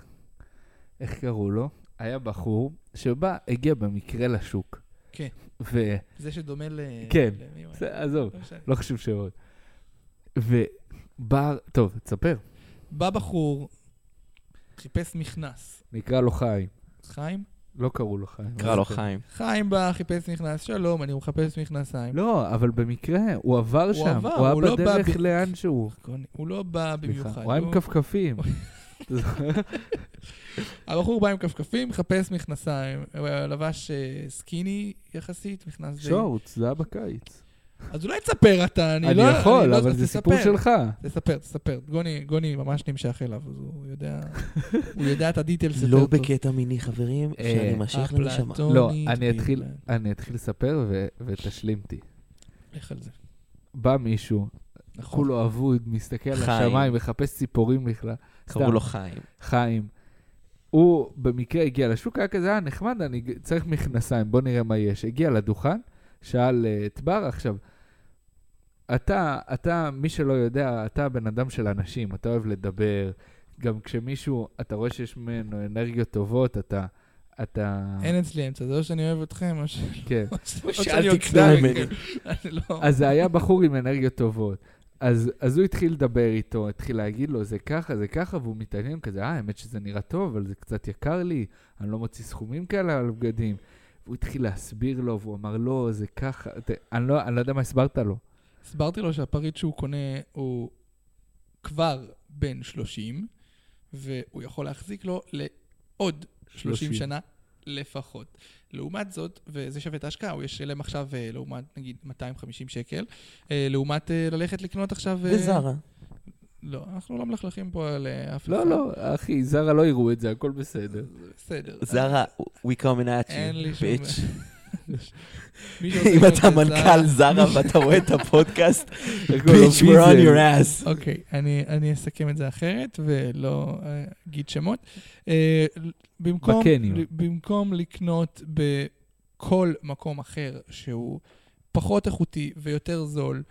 [SPEAKER 2] איך קראו לו? היה בחור שבא, הגיע במקרה לשוק.
[SPEAKER 3] כן.
[SPEAKER 2] ו...
[SPEAKER 3] זה שדומה ל...
[SPEAKER 2] כן.
[SPEAKER 3] למי הוא היה?
[SPEAKER 2] זה- עזוב,
[SPEAKER 3] לא משנה.
[SPEAKER 2] לא חשוב שעוד. ובא... טוב, תספר.
[SPEAKER 3] בא בחור, חיפש מכנס.
[SPEAKER 2] נקרא לו חיים.
[SPEAKER 3] חיים?
[SPEAKER 2] לא קראו לו חיים.
[SPEAKER 1] קרא לו
[SPEAKER 2] כן.
[SPEAKER 1] חיים.
[SPEAKER 3] חיים בא, חיפש מכנס, שלום, אני מחפש מכנסיים.
[SPEAKER 2] לא, אבל במקרה, הוא עבר
[SPEAKER 3] הוא
[SPEAKER 2] שם.
[SPEAKER 3] עבר,
[SPEAKER 2] הוא
[SPEAKER 3] הוא
[SPEAKER 2] היה
[SPEAKER 3] לא בא
[SPEAKER 2] בדרך
[SPEAKER 3] ב-
[SPEAKER 2] לאן שהוא.
[SPEAKER 3] הוא לא בא
[SPEAKER 2] סליחה,
[SPEAKER 3] במיוחד. לא.
[SPEAKER 2] הוא היה עם כפכפים. אתה זוכר?
[SPEAKER 3] הבחור בא עם כפכפים, מחפש מכנסיים. הוא לבש אה, סקיני יחסית, מכנס די...
[SPEAKER 2] שורטס, זה היה בקיץ.
[SPEAKER 3] אז אולי תספר אתה, אני
[SPEAKER 2] אני
[SPEAKER 3] לא...
[SPEAKER 2] יכול,
[SPEAKER 3] לא-
[SPEAKER 2] אבל
[SPEAKER 3] אז
[SPEAKER 2] זה
[SPEAKER 3] תספר,
[SPEAKER 2] סיפור שלך.
[SPEAKER 3] תספר, תספר. גוני, גוני ממש נמשך אליו, אז הוא יודע... הוא יודע את הדיטלס יותר
[SPEAKER 1] לא
[SPEAKER 3] טוב.
[SPEAKER 1] בקטע מיני, חברים, שאני
[SPEAKER 2] אה,
[SPEAKER 1] משך לנשמה.
[SPEAKER 3] אפלטונית
[SPEAKER 2] לא, אני אתחיל-
[SPEAKER 3] בלבד.
[SPEAKER 2] אני אתחיל לספר ו- ותשלים אותי.
[SPEAKER 3] לך על זה.
[SPEAKER 2] בא מישהו,
[SPEAKER 3] נכון.
[SPEAKER 2] כולו אבוד, מסתכל על
[SPEAKER 1] חיים.
[SPEAKER 2] השמיים, מחפש ציפורים בכלל.
[SPEAKER 1] קראו
[SPEAKER 2] סתם.
[SPEAKER 1] לו חיים.
[SPEAKER 2] חיים. הוא במקרה הגיע לשוק, היה כזה, אה, נחמד, אני ג- צריך מכנסיים, בוא נראה מה יש. הגיע לדוכן, שאל אה, את בר, עכשיו, אתה, אתה, מי שלא יודע, אתה בן אדם של אנשים, אתה אוהב לדבר, גם כשמישהו, אתה רואה שיש ממנו אנרגיות טובות, אתה, אתה,
[SPEAKER 3] אין אצלי אמצע, זה או שאני אוהב אתכם, או ש...
[SPEAKER 2] כן.
[SPEAKER 3] או ש- או
[SPEAKER 1] שאל
[SPEAKER 3] שאני
[SPEAKER 1] תקנה
[SPEAKER 3] אוקדן,
[SPEAKER 1] ממני.
[SPEAKER 3] כן. אני לא...
[SPEAKER 2] אז זה היה בחור עם אנרגיות טובות. אז, אז הוא התחיל לדבר איתו, התחיל להגיד לו, זה ככה, זה ככה, והוא מתעניין כזה, אה, האמת שזה נראה טוב, אבל זה קצת יקר לי, אני לא מוציא סכומים כאלה על בגדים. והוא התחיל להסביר לו, והוא אמר, לא, זה ככה, ת, אני, לא, אני לא יודע מה הסברת לו.
[SPEAKER 3] הסברתי לו שהפריט שהוא קונה הוא כבר בן 30, והוא יכול להחזיק לו לעוד 30
[SPEAKER 2] 30.
[SPEAKER 3] שנה לפחות. לעומת זאת, וזה שווה את ההשקעה, הוא ישלם עכשיו אה, לעומת נגיד 250 שקל, אה, לעומת אה, ללכת לקנות עכשיו... אה,
[SPEAKER 1] וזרה.
[SPEAKER 3] לא, אנחנו לא מלכלכים פה על אה, אף אחד.
[SPEAKER 2] לא, לא, אחי, זרה לא יראו את זה, הכל בסדר.
[SPEAKER 3] זה בסדר.
[SPEAKER 1] זרה, we coming at
[SPEAKER 3] אין לי
[SPEAKER 1] you,
[SPEAKER 3] שום-
[SPEAKER 1] bitch.
[SPEAKER 3] מי שעושה
[SPEAKER 1] אם
[SPEAKER 3] קנות
[SPEAKER 1] אתה
[SPEAKER 3] לזרה-
[SPEAKER 1] מנכ"ל זרה ואתה רואה את הפודקאסט,
[SPEAKER 2] הכל לא
[SPEAKER 1] bitch, we're on
[SPEAKER 2] ויזל.
[SPEAKER 1] your ass.
[SPEAKER 3] אוקיי, אני, אני אסכם את זה אחרת ולא אה, אגיד שמות. אה, ל- במקום,
[SPEAKER 2] בקניון.
[SPEAKER 3] ל- במקום לקנות בכל מקום אחר שהוא פחות איכותי ויותר זול,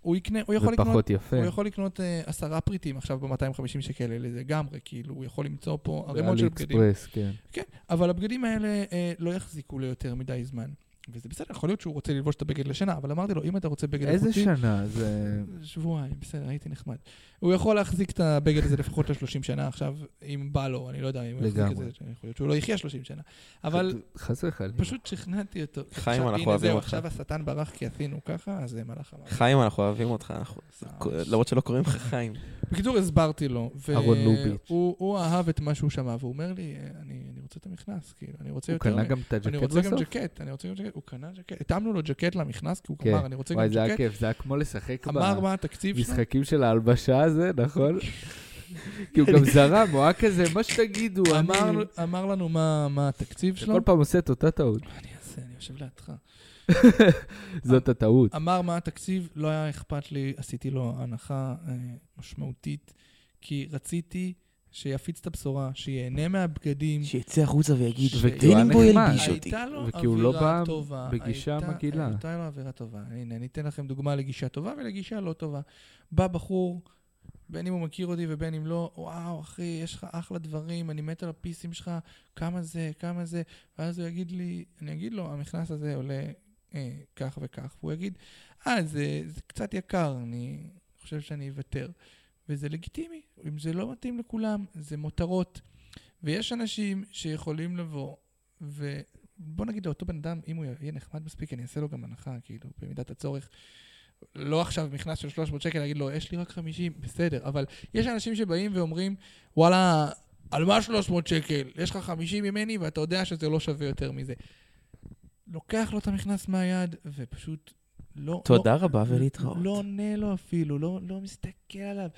[SPEAKER 3] הוא, יקנה, הוא יכול לקנות...
[SPEAKER 2] ופחות יפה.
[SPEAKER 3] הוא יכול לקנות אה, עשרה פריטים עכשיו ב-250 שקל האלה לגמרי, כאילו, הוא יכול למצוא פה ערימות של
[SPEAKER 2] באלי
[SPEAKER 3] בגדים.
[SPEAKER 2] אקספרס, כן.
[SPEAKER 3] אבל הבגדים האלה אה, לא יחזיקו ליותר מדי זמן. וזה בסדר, יכול להיות שהוא רוצה ללבוש את הבגד לשינה, אבל אמרתי לו, אם אתה רוצה בגד
[SPEAKER 2] איזה
[SPEAKER 3] איכותי,
[SPEAKER 2] שנה זה...
[SPEAKER 3] שבועיים, בסדר, הייתי נחמד. הוא יכול להחזיק את הבגד הזה לפחות ל-30 שנה עכשיו, אם בא לו, אני לא יודע אם הוא יחזיק את
[SPEAKER 2] לגמרי.
[SPEAKER 3] זה, יכול להיות שהוא לא יחיה 30 שנה. אבל
[SPEAKER 2] חס וחלילה.
[SPEAKER 3] פשוט שכנעתי אותו.
[SPEAKER 4] חיים,
[SPEAKER 3] עכשיו,
[SPEAKER 4] אנחנו
[SPEAKER 3] הנה,
[SPEAKER 4] אוהבים
[SPEAKER 3] זהו,
[SPEAKER 4] אותך.
[SPEAKER 3] עכשיו השטן ברח כי עשינו ככה, אז זה מלאך אמר. "אה,
[SPEAKER 4] חיים, אנחנו אוהבים אותך, אנחנו- למרות שלא קוראים לך חיים.
[SPEAKER 3] בקיצור, הסברתי לו. ו-
[SPEAKER 2] אהרון לוביץ'.
[SPEAKER 3] הוא הוא אהב את מה שהוא שמע, והוא אומר לי, אני אני רוצה את המכנס, כאילו, אני רוצה
[SPEAKER 2] הוא
[SPEAKER 3] יותר...
[SPEAKER 2] קנה
[SPEAKER 3] מ-
[SPEAKER 2] גם את
[SPEAKER 3] אני
[SPEAKER 2] הג'קט
[SPEAKER 3] רוצה גם
[SPEAKER 2] בסוף?
[SPEAKER 3] ג'קט, אני רוצה גם ג'קט, הוא קנה ג'קט, התאמנו לו ג'קט למכנס, כי הוא
[SPEAKER 2] כן.
[SPEAKER 3] אמר, אני רוצה גם
[SPEAKER 2] וואי, זה היה
[SPEAKER 3] ג'קט,
[SPEAKER 2] כיף, זה היה כמו לשחק
[SPEAKER 3] אמר מה התקציב שלו,
[SPEAKER 2] במשחקים של ההלבשה הזה, נכון? כי הוא גם זרם, הוא היה כזה, מה שתגידו,
[SPEAKER 3] אמר-
[SPEAKER 2] אמרנו...
[SPEAKER 3] אמר לנו מה מה התקציב שלו,
[SPEAKER 2] כל פעם עושה את אותה טעות.
[SPEAKER 3] מה אני אעשה, אני יושב לידך. אה,
[SPEAKER 2] זאת הטעות.
[SPEAKER 3] אמר מה התקציב, לא היה אכפת לי, עשיתי לו הנחה אה, משמעותית, כי רציתי שיפיץ את הבשורה, שיהנה מהבגדים.
[SPEAKER 1] שיצא החוצה ויגיד,
[SPEAKER 3] ש- אה, הוא היה
[SPEAKER 1] ותן בו
[SPEAKER 2] נחמד.
[SPEAKER 1] ילביש אותי.
[SPEAKER 3] הייתה לו
[SPEAKER 2] וכי הוא לא
[SPEAKER 3] אווירה
[SPEAKER 2] בא
[SPEAKER 3] טובה.
[SPEAKER 2] בגישה
[SPEAKER 3] הייתה-
[SPEAKER 2] מגעילה.
[SPEAKER 3] הייתה לו אווירה טובה. הנה, אני אתן לכם דוגמה לגישה טובה ולגישה לא טובה. בא בחור, בין אם הוא מכיר אותי ובין אם לא, וואו, אחי, יש לך אחלה דברים, אני מת על הפיסים שלך, כמה זה, כמה זה, ואז הוא יגיד לי, אני אגיד לו, המכנס הזה עולה אה, כך וכך, והוא יגיד, אה, זה, זה קצת יקר, אני חושב שאני אוותר. וזה לגיטימי, אם זה לא מתאים לכולם, זה מותרות. ויש אנשים שיכולים לבוא, ובוא נגיד לאותו בן אדם, אם הוא יהיה נחמד מספיק, אני אעשה לו גם הנחה, כאילו, במידת הצורך. לא עכשיו מכנס של 300 שקל, להגיד לו, יש לי רק 50, בסדר, אבל יש אנשים שבאים ואומרים, וואלה, על מה 300 שקל? יש לך 50 ממני ואתה יודע שזה לא שווה יותר מזה. לוקח לו את המכנס מהיד, ופשוט לא...
[SPEAKER 1] תודה רבה
[SPEAKER 3] לא-
[SPEAKER 1] ולהתראות.
[SPEAKER 3] לא עונה לו אפילו, לא, לא מסתכל עליו.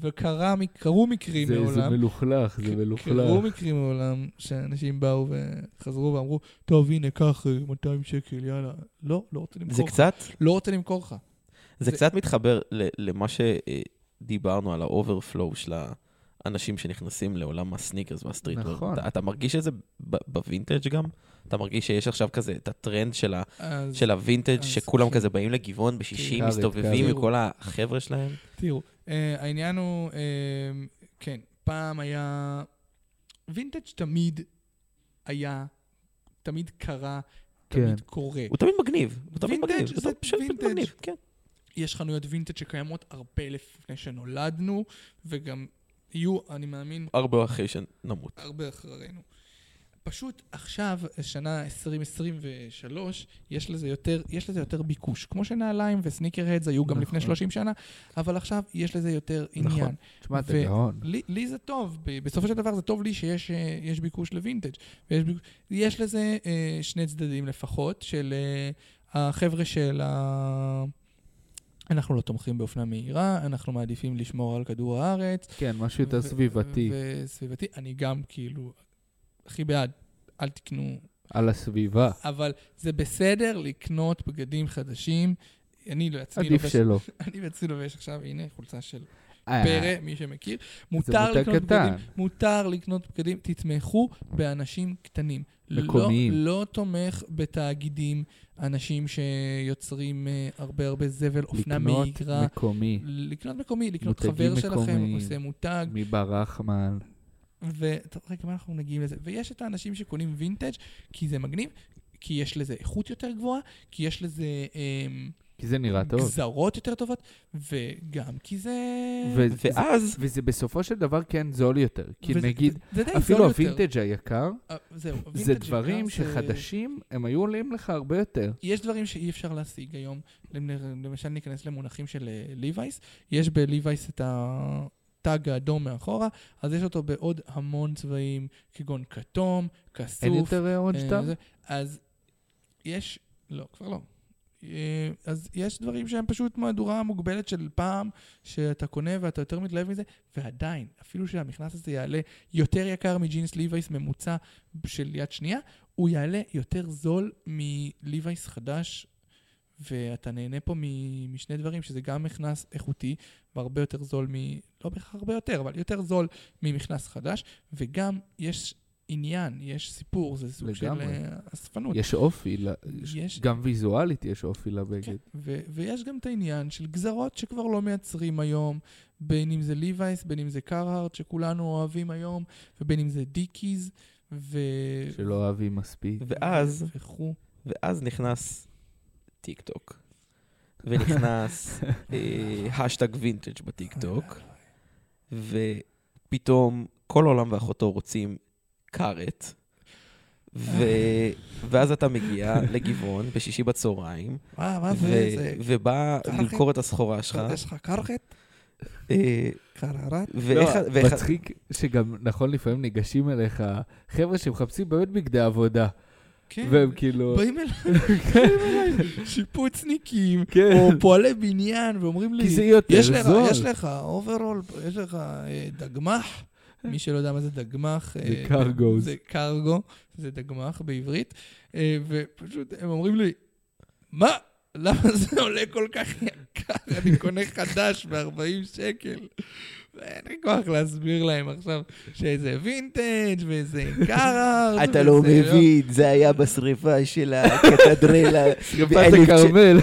[SPEAKER 3] וקרה, מק- קרו מקרים
[SPEAKER 2] זה זה
[SPEAKER 3] מעולם. כן,
[SPEAKER 2] מלוכלך, זה
[SPEAKER 3] קרו
[SPEAKER 2] מלוכלך.
[SPEAKER 3] מקרים מעולם שאנשים באו וחזרו ואמרו, טוב, הנה, קח אה, 200 שקל, יאללה. לא, לא רוצה למכור
[SPEAKER 4] זה
[SPEAKER 3] לך.
[SPEAKER 4] קצת,
[SPEAKER 3] לא רוצה למכור לך.
[SPEAKER 4] זה
[SPEAKER 3] זה-
[SPEAKER 4] קצת מתחבר ל- למה שדיברנו על האוברפלואו של האנשים שנכנסים לעולם הסניקרס והסטריטוור.
[SPEAKER 2] נכון.
[SPEAKER 4] אתה, אתה מרגיש את זה ב- בווינטג' גם? אתה מרגיש שיש עכשיו כזה את הטרנד של, ה,
[SPEAKER 3] אז
[SPEAKER 4] של הווינטג'
[SPEAKER 3] אז
[SPEAKER 4] שכולם
[SPEAKER 3] כן.
[SPEAKER 4] כזה באים לגבעון בשישים,
[SPEAKER 2] קארי,
[SPEAKER 4] מסתובבים עם
[SPEAKER 3] קארי.
[SPEAKER 4] כל החבר'ה שלהם?
[SPEAKER 3] תראו, אה, העניין הוא, אה, כן, פעם היה... וינטג' תמיד היה, תמיד קרה,
[SPEAKER 2] כן.
[SPEAKER 3] תמיד קורה.
[SPEAKER 4] הוא תמיד מגניב, הוא תמיד
[SPEAKER 3] וינטג'
[SPEAKER 4] מגניב,
[SPEAKER 3] זה
[SPEAKER 4] הוא פשוט
[SPEAKER 3] וינטג'.
[SPEAKER 4] מגניב, כן.
[SPEAKER 3] יש חנויות וינטג' שקיימות הרבה לפני שנולדנו, וגם יהיו, אני מאמין,
[SPEAKER 4] הרבה אחרי שנמות.
[SPEAKER 3] הרבה אחרינו. פשוט עכשיו, שנה 2023, יש לזה יותר, יש לזה יותר ביקוש. כמו שנעליים וסניקר הדס היו גם
[SPEAKER 2] נכון.
[SPEAKER 3] לפני 30 שנה, אבל עכשיו יש לזה יותר
[SPEAKER 4] נכון.
[SPEAKER 3] עניין.
[SPEAKER 2] תשמע, אתה
[SPEAKER 3] ו-
[SPEAKER 2] גאון.
[SPEAKER 3] לי, לי זה טוב, ב- בסופו של דבר זה טוב לי שיש אה, יש ביקוש לווינטג'. ויש ביקוש, יש לזה אה, שני צדדים לפחות, של אה, החבר'ה של ה... אנחנו לא תומכים באופנה מהירה, אנחנו מעדיפים לשמור על כדור הארץ.
[SPEAKER 2] כן, משהו יותר
[SPEAKER 3] ו-
[SPEAKER 2] סביבתי,
[SPEAKER 3] ו- סביבתי. אני גם כאילו, הכי בעד, אל תקנו
[SPEAKER 2] על הסביבה.
[SPEAKER 3] אבל זה בסדר לקנות בגדים חדשים. אני לעצמי
[SPEAKER 2] עדיף
[SPEAKER 3] לובש,
[SPEAKER 2] שלא.
[SPEAKER 3] אני בעצמי לובש עכשיו, הנה, חולצה של
[SPEAKER 2] אה,
[SPEAKER 3] פרא, מי שמכיר. מותר
[SPEAKER 2] מותג
[SPEAKER 3] לקנות
[SPEAKER 2] קטן.
[SPEAKER 3] בגדים, מותר לקנות בגדים, תתמכו באנשים קטנים. לא-
[SPEAKER 2] מקומיים.
[SPEAKER 3] לא תומך בתאגידים, אנשים שיוצרים אה, הרבה הרבה זבל, אופנה
[SPEAKER 2] לקנות
[SPEAKER 3] מהירה.
[SPEAKER 2] מקומי,
[SPEAKER 3] לקנות מקומי, לקנות
[SPEAKER 2] מותגים
[SPEAKER 3] חבר שלכם,
[SPEAKER 2] מקומיים.
[SPEAKER 3] עושה מותג.
[SPEAKER 2] מברחמן.
[SPEAKER 3] ו... טוב, רגע, מה אנחנו מגיעים לזה? ויש את האנשים שקונים וינטג' כי זה מגניב, כי יש לזה איכות יותר גבוהה, כי יש לזה אמ,
[SPEAKER 2] כי זה נראה טוב.
[SPEAKER 3] גזרות יותר טובות, וגם כי זה...
[SPEAKER 2] וזה-
[SPEAKER 4] ואז,
[SPEAKER 2] וזה בסופו של דבר כן זול יותר. כי
[SPEAKER 3] וזה-
[SPEAKER 2] נגיד,
[SPEAKER 3] זה די זול
[SPEAKER 2] אפילו
[SPEAKER 3] אה, יותר.
[SPEAKER 2] הווינטג' היקר,
[SPEAKER 3] אה, זהו,
[SPEAKER 2] זה
[SPEAKER 3] הווינטג'
[SPEAKER 2] דברים
[SPEAKER 3] יקר, זה-
[SPEAKER 2] שחדשים, הם היו עולים לך הרבה יותר.
[SPEAKER 3] יש דברים שאי אפשר להשיג היום. למ- למשל, ניכנס למונחים של אה, ליווייס. יש בליווייס את הטאג האדום מאחורה, אז יש אותו בעוד המון צבעים, כגון כתום, כסוף.
[SPEAKER 2] אין יותר אורנג'
[SPEAKER 3] אה,
[SPEAKER 2] טעם?
[SPEAKER 3] זה- אז יש, לא, כבר לא. אה, אז יש דברים שהם פשוט מהדורה מוגבלת של פעם, שאתה קונה ואתה יותר מתלהב מזה, ועדיין, אפילו שהמכנס הזה יעלה יותר יקר מג'ינס ליווייס ממוצע של יד שנייה, הוא יעלה יותר זול מליווייס חדש, ואתה נהנה פה מ- משני דברים, שזה גם מכנס איכותי, והרבה יותר זול מ... לא בהכרח הרבה יותר, אבל יותר זול ממכנס חדש, וגם יש עניין, יש סיפור, זה סוג של
[SPEAKER 2] לגמרי.
[SPEAKER 3] אה, אספנות.
[SPEAKER 2] יש אופי, ל-
[SPEAKER 3] יש- כן,
[SPEAKER 2] גם ויזואלית יש אופי לבגד.
[SPEAKER 3] ו- ויש גם את העניין של גזרות שכבר לא מייצרים היום, בין אם זה ליווייס, בין אם זה קרהארט, שכולנו אוהבים היום, ובין אם זה דיקיז, ו...
[SPEAKER 2] שלא אוהבים מספיק.
[SPEAKER 4] ואז,
[SPEAKER 3] וכו'.
[SPEAKER 4] ואז נכנס טיק טוק, ונכנס השטג וינטג' בטיקטוק, ופתאום כל עולם ואחותו רוצים כרת, ו... ואז אתה מגיע לגבעון בשישי בצהריים,
[SPEAKER 3] מה, מה
[SPEAKER 4] ו...
[SPEAKER 3] זה? זה...
[SPEAKER 4] ובא
[SPEAKER 3] כרת?
[SPEAKER 4] למכור את הסחורה שלך.
[SPEAKER 3] יש לך קרחת?
[SPEAKER 4] אה,
[SPEAKER 3] קררת?
[SPEAKER 4] ואיך...
[SPEAKER 2] לא,
[SPEAKER 4] ואיך-
[SPEAKER 2] מצחיק שגם, נכון, לפעמים ניגשים אליך חבר'ה שמחפשים באמת בגדי עבודה,
[SPEAKER 3] כן.
[SPEAKER 2] והם כאילו...
[SPEAKER 3] באים אליי, שיפוצניקים,
[SPEAKER 2] כן.
[SPEAKER 3] או פועלי בניין, ואומרים לי,
[SPEAKER 2] כי זה יותר
[SPEAKER 3] יש לך,
[SPEAKER 2] זול.
[SPEAKER 3] יש לך אוברול, יש לך אה, דגמח, מי שלא יודע מה זה דגמח.
[SPEAKER 2] זה
[SPEAKER 3] אה,
[SPEAKER 2] cargoes.
[SPEAKER 3] זה קרגו, זה דגמח בעברית, אה, ופשוט הם אומרים לי, מה? למה זה עולה כל כך יקר? אני קונה חדש ב-40 שקל. ואין לי כוח להסביר להם עכשיו שזה וינטג' וזה קרארט.
[SPEAKER 4] אתה לא מבין, זה היה בשריפה של הקתדרלה
[SPEAKER 2] פס הכרמל.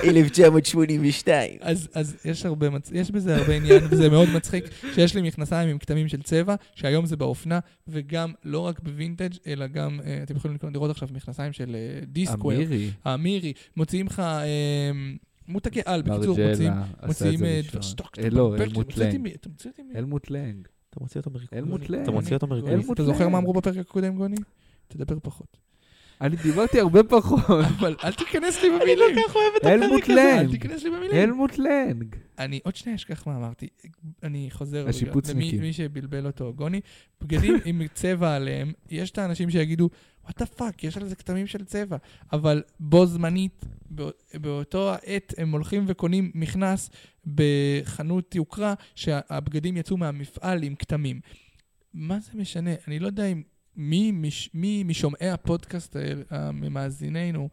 [SPEAKER 4] ב-1982.
[SPEAKER 3] אז, אז יש, הרבה, מצ- יש בזה הרבה עניין, וזה מאוד מצחיק שיש לי מכנסיים עם כתמים של צבע, שהיום זה באופנה, וגם לא רק בווינטג', אלא גם, אה, אתם יכולים לקנות- לראות עכשיו מכנסיים של אה, דיסקוויר,
[SPEAKER 2] אמירי,
[SPEAKER 3] האמירי, מוציאים לך אה, מותגי על, בקיצור, מוציאים...
[SPEAKER 2] מרג'לה, עשה את
[SPEAKER 3] מוציאים...
[SPEAKER 2] זה
[SPEAKER 3] אה,
[SPEAKER 2] ראשון.
[SPEAKER 3] שטוק,
[SPEAKER 2] אה,
[SPEAKER 3] אתה
[SPEAKER 2] לא,
[SPEAKER 3] מבלבל אותי,
[SPEAKER 2] אלמוט
[SPEAKER 3] אתה מוציא אותי
[SPEAKER 2] לנג.
[SPEAKER 3] מ- אתה מוציא אותי מ... אוקיי.
[SPEAKER 2] אלמוט לנג.
[SPEAKER 1] אתה מוציא אותו מריקוני. אתה
[SPEAKER 2] אלמוט לנג.
[SPEAKER 3] לא,
[SPEAKER 1] מוציא אותו מריקוני.
[SPEAKER 2] אלמוט
[SPEAKER 3] אתה זוכר
[SPEAKER 2] לנג.
[SPEAKER 3] מה אמרו בפרק הקודם, גוני? תדבר פחות.
[SPEAKER 2] אני דיברתי הרבה פחות.
[SPEAKER 3] אבל אל תיכנס לי במילים.
[SPEAKER 2] לא אלמוט
[SPEAKER 3] אל
[SPEAKER 2] לנג.
[SPEAKER 3] תיכנס לי במילים.
[SPEAKER 2] אלמוט לנג.
[SPEAKER 3] אני עוד שנייה אשכח מה אמרתי. אני חוזר רגע
[SPEAKER 2] השיפוצניקים.
[SPEAKER 3] למי מי שבלבל אותו, גוני. בגדים עם צבע עליהם, יש את האנשים שיגידו, וואט דה פאק, יש על זה כתמים של צבע. אבל בו זמנית, בא- באותו העת, הם הולכים וקונים מכנס בחנות יוקרה, שהבגדים יצאו מהמפעל עם כתמים. מה זה משנה? אני לא יודע אם מי, מש, מי משומעי הפודקאסט, אה, אה, ממאזינינו,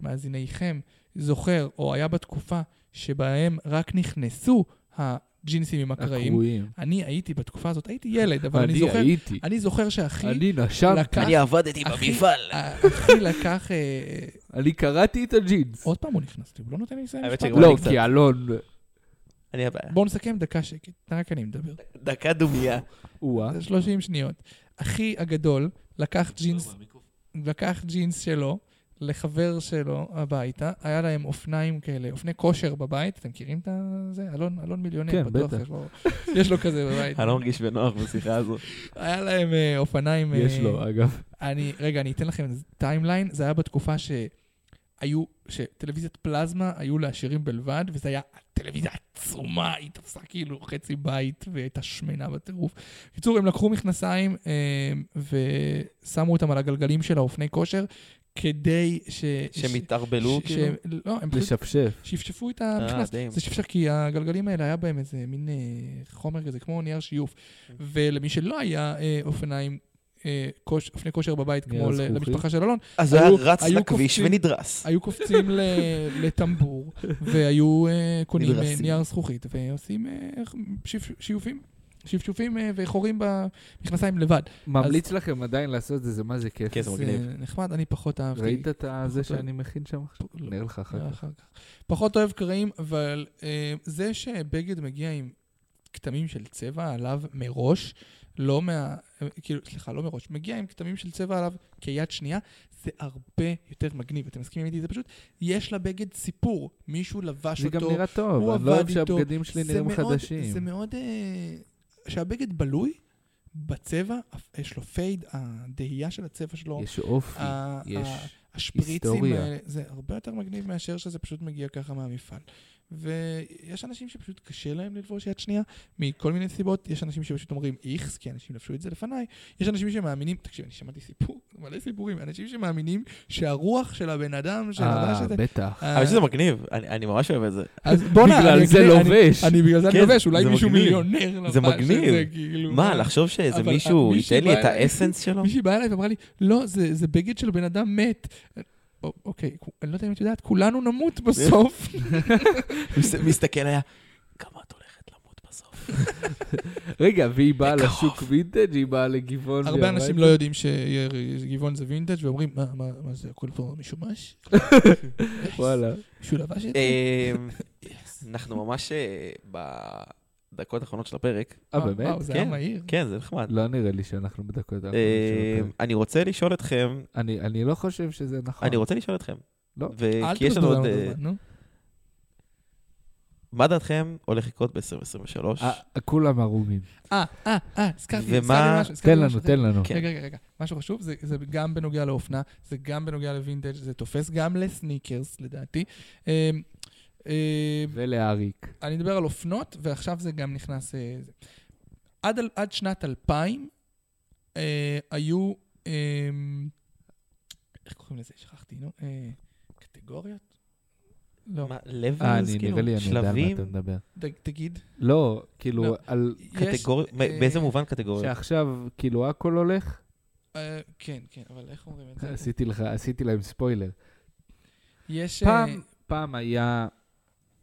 [SPEAKER 3] מאזיניכם, זוכר או היה בתקופה שבהם רק נכנסו הג'ינסים עם הקרעים.
[SPEAKER 2] הקרועים.
[SPEAKER 3] אני הייתי בתקופה הזאת, הייתי ילד, אבל אני
[SPEAKER 2] אני
[SPEAKER 3] זוכר,
[SPEAKER 2] הייתי.
[SPEAKER 3] אני זוכר שהכי...
[SPEAKER 2] אני נשמתי.
[SPEAKER 3] לקח- אני
[SPEAKER 4] עבדתי
[SPEAKER 3] אחי, אחי לקח... אה, אה,
[SPEAKER 2] אני קראתי את הג'ינס.
[SPEAKER 3] עוד פעם הוא נכנס לי, הוא לא נותן לי לסיים
[SPEAKER 1] האמת
[SPEAKER 3] משפט.
[SPEAKER 1] שגם-
[SPEAKER 2] לא,
[SPEAKER 1] אני קצת-
[SPEAKER 2] כי אלון...
[SPEAKER 1] אני הבעיה.
[SPEAKER 3] בואו נסכם דקה שקט, רק אני מדבר.
[SPEAKER 4] דקה דומייה.
[SPEAKER 2] או-אה.
[SPEAKER 3] 30 שניות. אחי הגדול לקח ג'ינס, לקח ג'ינס שלו לחבר שלו הביתה, היה להם אופניים כאלה, אופני כושר בבית, אתם מכירים את זה? אלון, אלון מיליונר,
[SPEAKER 2] כן,
[SPEAKER 3] בטוח,
[SPEAKER 2] בטח.
[SPEAKER 3] יש לו, יש לו כזה בבית.
[SPEAKER 4] אני לא מרגיש בנוח בשיחה הזו.
[SPEAKER 3] היה להם אה, אופניים... אה,
[SPEAKER 2] יש לו, אגב.
[SPEAKER 3] אני, רגע, אני אתן לכם טיימליין, זה היה בתקופה שהיו, שטלוויזיית פלזמה היו לעשירים בלבד, וזה היה טלוויזיה עצומה, היא תפסה כאילו חצי בית והייתה שמנה בטירוף. בקיצור, הם לקחו מכנסיים אה, ושמו אותם על הגלגלים של האופני כושר, כדי ש...
[SPEAKER 4] שהם יתערבלו,
[SPEAKER 3] ש-
[SPEAKER 4] כאילו?
[SPEAKER 3] שהם- לא, הם פשוט
[SPEAKER 2] לשפשף.
[SPEAKER 3] שפשפו את המכנס.
[SPEAKER 4] אה, די.
[SPEAKER 3] זה שפשף, כי הגלגלים האלה היה בהם איזה מין אה, חומר כזה, כמו נייר שיוף.
[SPEAKER 4] כן.
[SPEAKER 3] ולמי שלא היה אה, אופניים, אה, כוש- אופני כושר בבית,
[SPEAKER 2] נייר
[SPEAKER 3] כמו ל-
[SPEAKER 2] זכוכית.
[SPEAKER 3] למשפחה של אלון,
[SPEAKER 4] אז הוא היה
[SPEAKER 3] היו-
[SPEAKER 4] רץ
[SPEAKER 3] היו
[SPEAKER 4] לכביש
[SPEAKER 3] קופצים. אה.
[SPEAKER 4] ונדרס.
[SPEAKER 3] היו קופצים ל- לטמבור, והיו אה, קונים אה,
[SPEAKER 4] נדרסים.
[SPEAKER 3] נייר זכוכית, ועושים אה, שפ- שיופים. שפשופים אה, וחורים במכנסיים לבד.
[SPEAKER 2] ממליץ לכם עדיין לעשות את זה, זה מה זה כיף.
[SPEAKER 4] כן, זה מגניב.
[SPEAKER 3] זה נחמד, אני פחות אהבתי.
[SPEAKER 2] ראית את זה
[SPEAKER 3] פחות-
[SPEAKER 2] שאני מכין שם עכשיו?
[SPEAKER 3] לא.
[SPEAKER 2] נראה לך אחר כך.
[SPEAKER 3] אחר כך. פחות אוהב קרעים, אבל אה, זה שבגד מגיע עם כתמים של צבע עליו מראש, לא מה... אה, כאילו, סליחה, לא מראש, מגיע עם כתמים של צבע עליו כיד שנייה, זה הרבה יותר מגניב. אתם מסכימים איתי? זה פשוט, יש לבגד סיפור. מישהו לבש
[SPEAKER 2] זה
[SPEAKER 3] אותו.
[SPEAKER 2] גם נראה
[SPEAKER 3] הוא
[SPEAKER 2] טוב, אני לא
[SPEAKER 3] עבד
[SPEAKER 2] אוהב
[SPEAKER 3] איתו.
[SPEAKER 2] שהבגדים שלי
[SPEAKER 3] זה
[SPEAKER 2] נראים
[SPEAKER 3] מאוד- זה
[SPEAKER 2] חדשים.
[SPEAKER 3] מאוד... אה, שהבגד בלוי בצבע, יש לו פייד, הדהייה של הצבע שלו.
[SPEAKER 2] יש אופי,
[SPEAKER 3] ה- ה-
[SPEAKER 2] יש...
[SPEAKER 3] השפריצים
[SPEAKER 2] היסטוריה.
[SPEAKER 3] האלה, זה הרבה יותר מגניב מאשר שזה פשוט מגיע ככה מהמפעל. ויש אנשים שפשוט קשה להם ללבוש יד שנייה, מכל מיני סיבות. יש אנשים שפשוט אומרים איכס, כי אנשים לבשו את זה לפניי. יש אנשים שמאמינים, תקשיב, אני שמעתי סיפור, מלא סיפורים, אנשים שמאמינים שהרוח של הבן אדם שלבש
[SPEAKER 2] אה,
[SPEAKER 3] את זה...
[SPEAKER 2] בטח.
[SPEAKER 3] אה,
[SPEAKER 4] אבל שזה מגניב, אני אני ממש אוהב את זה.
[SPEAKER 3] אז בוא'נה,
[SPEAKER 2] בגלל
[SPEAKER 3] אני
[SPEAKER 2] זה
[SPEAKER 3] אקנה- אני-
[SPEAKER 2] לובש.
[SPEAKER 3] אני בגלל זה אני
[SPEAKER 4] כן,
[SPEAKER 3] לובש, אולי
[SPEAKER 4] זה
[SPEAKER 3] מישהו
[SPEAKER 4] מגניב.
[SPEAKER 3] מיליונר לבש
[SPEAKER 4] זה
[SPEAKER 3] את זה,
[SPEAKER 4] מגניב.
[SPEAKER 3] כאילו.
[SPEAKER 4] מה, לחשוב שאיזה
[SPEAKER 3] אבל
[SPEAKER 4] מישהו
[SPEAKER 3] מישהי
[SPEAKER 4] ייתן לי
[SPEAKER 3] באה
[SPEAKER 4] את
[SPEAKER 3] אליי-
[SPEAKER 4] האסנס שלו?
[SPEAKER 3] מישהי באה אליי ואמרה לי, לא, זה, זה בגד של בן אדם מת. א- אוקיי, כו- אני לא יודע אם את יודעת, כולנו נמות בסוף.
[SPEAKER 4] מס- מסתכל עליה, כמה את הולכת למות בסוף?
[SPEAKER 2] רגע, והיא באה
[SPEAKER 4] בקרוב.
[SPEAKER 2] לשוק וינטג', היא באה לגבעון. והיא אמרה
[SPEAKER 3] הרבה אנשים
[SPEAKER 2] את
[SPEAKER 3] לא
[SPEAKER 2] זה.
[SPEAKER 3] יודעים שגבעון זה וינטג' ואומרים, מה, מה, מה זה, הכל פה משומש?
[SPEAKER 2] וואלה.
[SPEAKER 3] מישהו לבש את זה?
[SPEAKER 4] אמ, אנחנו ממש אה, בדקות האחרונות של הפרק.
[SPEAKER 2] אה,
[SPEAKER 3] וואו,
[SPEAKER 2] באמת?
[SPEAKER 3] וואו, זה היה
[SPEAKER 4] כן.
[SPEAKER 3] מהיר.
[SPEAKER 4] כן, זה נחמד.
[SPEAKER 2] לא נראה לי שאנחנו בדקות האחרונות של
[SPEAKER 4] אמ,
[SPEAKER 2] הפרק.
[SPEAKER 4] אני רוצה לשאול אתכם,
[SPEAKER 2] אני- אני לא חושב שזה נכון.
[SPEAKER 4] אה. אני רוצה לשאול אתכם,
[SPEAKER 2] לא.
[SPEAKER 3] אל
[SPEAKER 4] וכי יש לנו
[SPEAKER 3] תבזבז
[SPEAKER 4] עוד...
[SPEAKER 3] לנו את
[SPEAKER 4] אה,
[SPEAKER 3] הזמן, נו.
[SPEAKER 4] מה דעתכם הולך לקרות ב-2023?
[SPEAKER 2] אה, כולם ערומים.
[SPEAKER 3] אה, אה, אה, הזכרתי,
[SPEAKER 4] ומה-
[SPEAKER 3] הזכרתי משהו. הזכרתי
[SPEAKER 2] תן
[SPEAKER 3] משהו,
[SPEAKER 2] לנו,
[SPEAKER 3] זה-
[SPEAKER 2] תן לנו.
[SPEAKER 4] כן.
[SPEAKER 3] רגע, רגע, רגע. משהו חשוב, זה, זה גם בנוגע לאופנה, זה גם בנוגע לווינטג', זה תופס גם לסניקרס, לדעתי. אה, אה,
[SPEAKER 2] ולאריק.
[SPEAKER 3] אני מדבר על אופנות, ועכשיו זה גם נכנס... אה, זה. עד, אל- עד שנת 2000 אה, היו... אה, איך קוראים לזה? שכחתי, נו. אה, קטגוריות? לא.
[SPEAKER 4] מה,
[SPEAKER 2] אה,
[SPEAKER 4] לבלס,
[SPEAKER 2] אני,
[SPEAKER 4] כאילו,
[SPEAKER 2] נראה לי אני יודע על מה
[SPEAKER 4] שלבים,
[SPEAKER 2] אתה מדבר.
[SPEAKER 3] ת- תגיד.
[SPEAKER 2] לא, כאילו,
[SPEAKER 3] לא.
[SPEAKER 2] על...
[SPEAKER 4] קטגוריות,
[SPEAKER 3] יש, אה,
[SPEAKER 4] באיזה מובן קטגוריות?
[SPEAKER 2] שעכשיו, כאילו, הכל הולך?
[SPEAKER 3] אה, כן, כן, אבל איך אומרים את זה?
[SPEAKER 2] עשיתי לך, עשיתי להם ספוילר.
[SPEAKER 3] יש... אה,
[SPEAKER 2] פעם, פעם היה...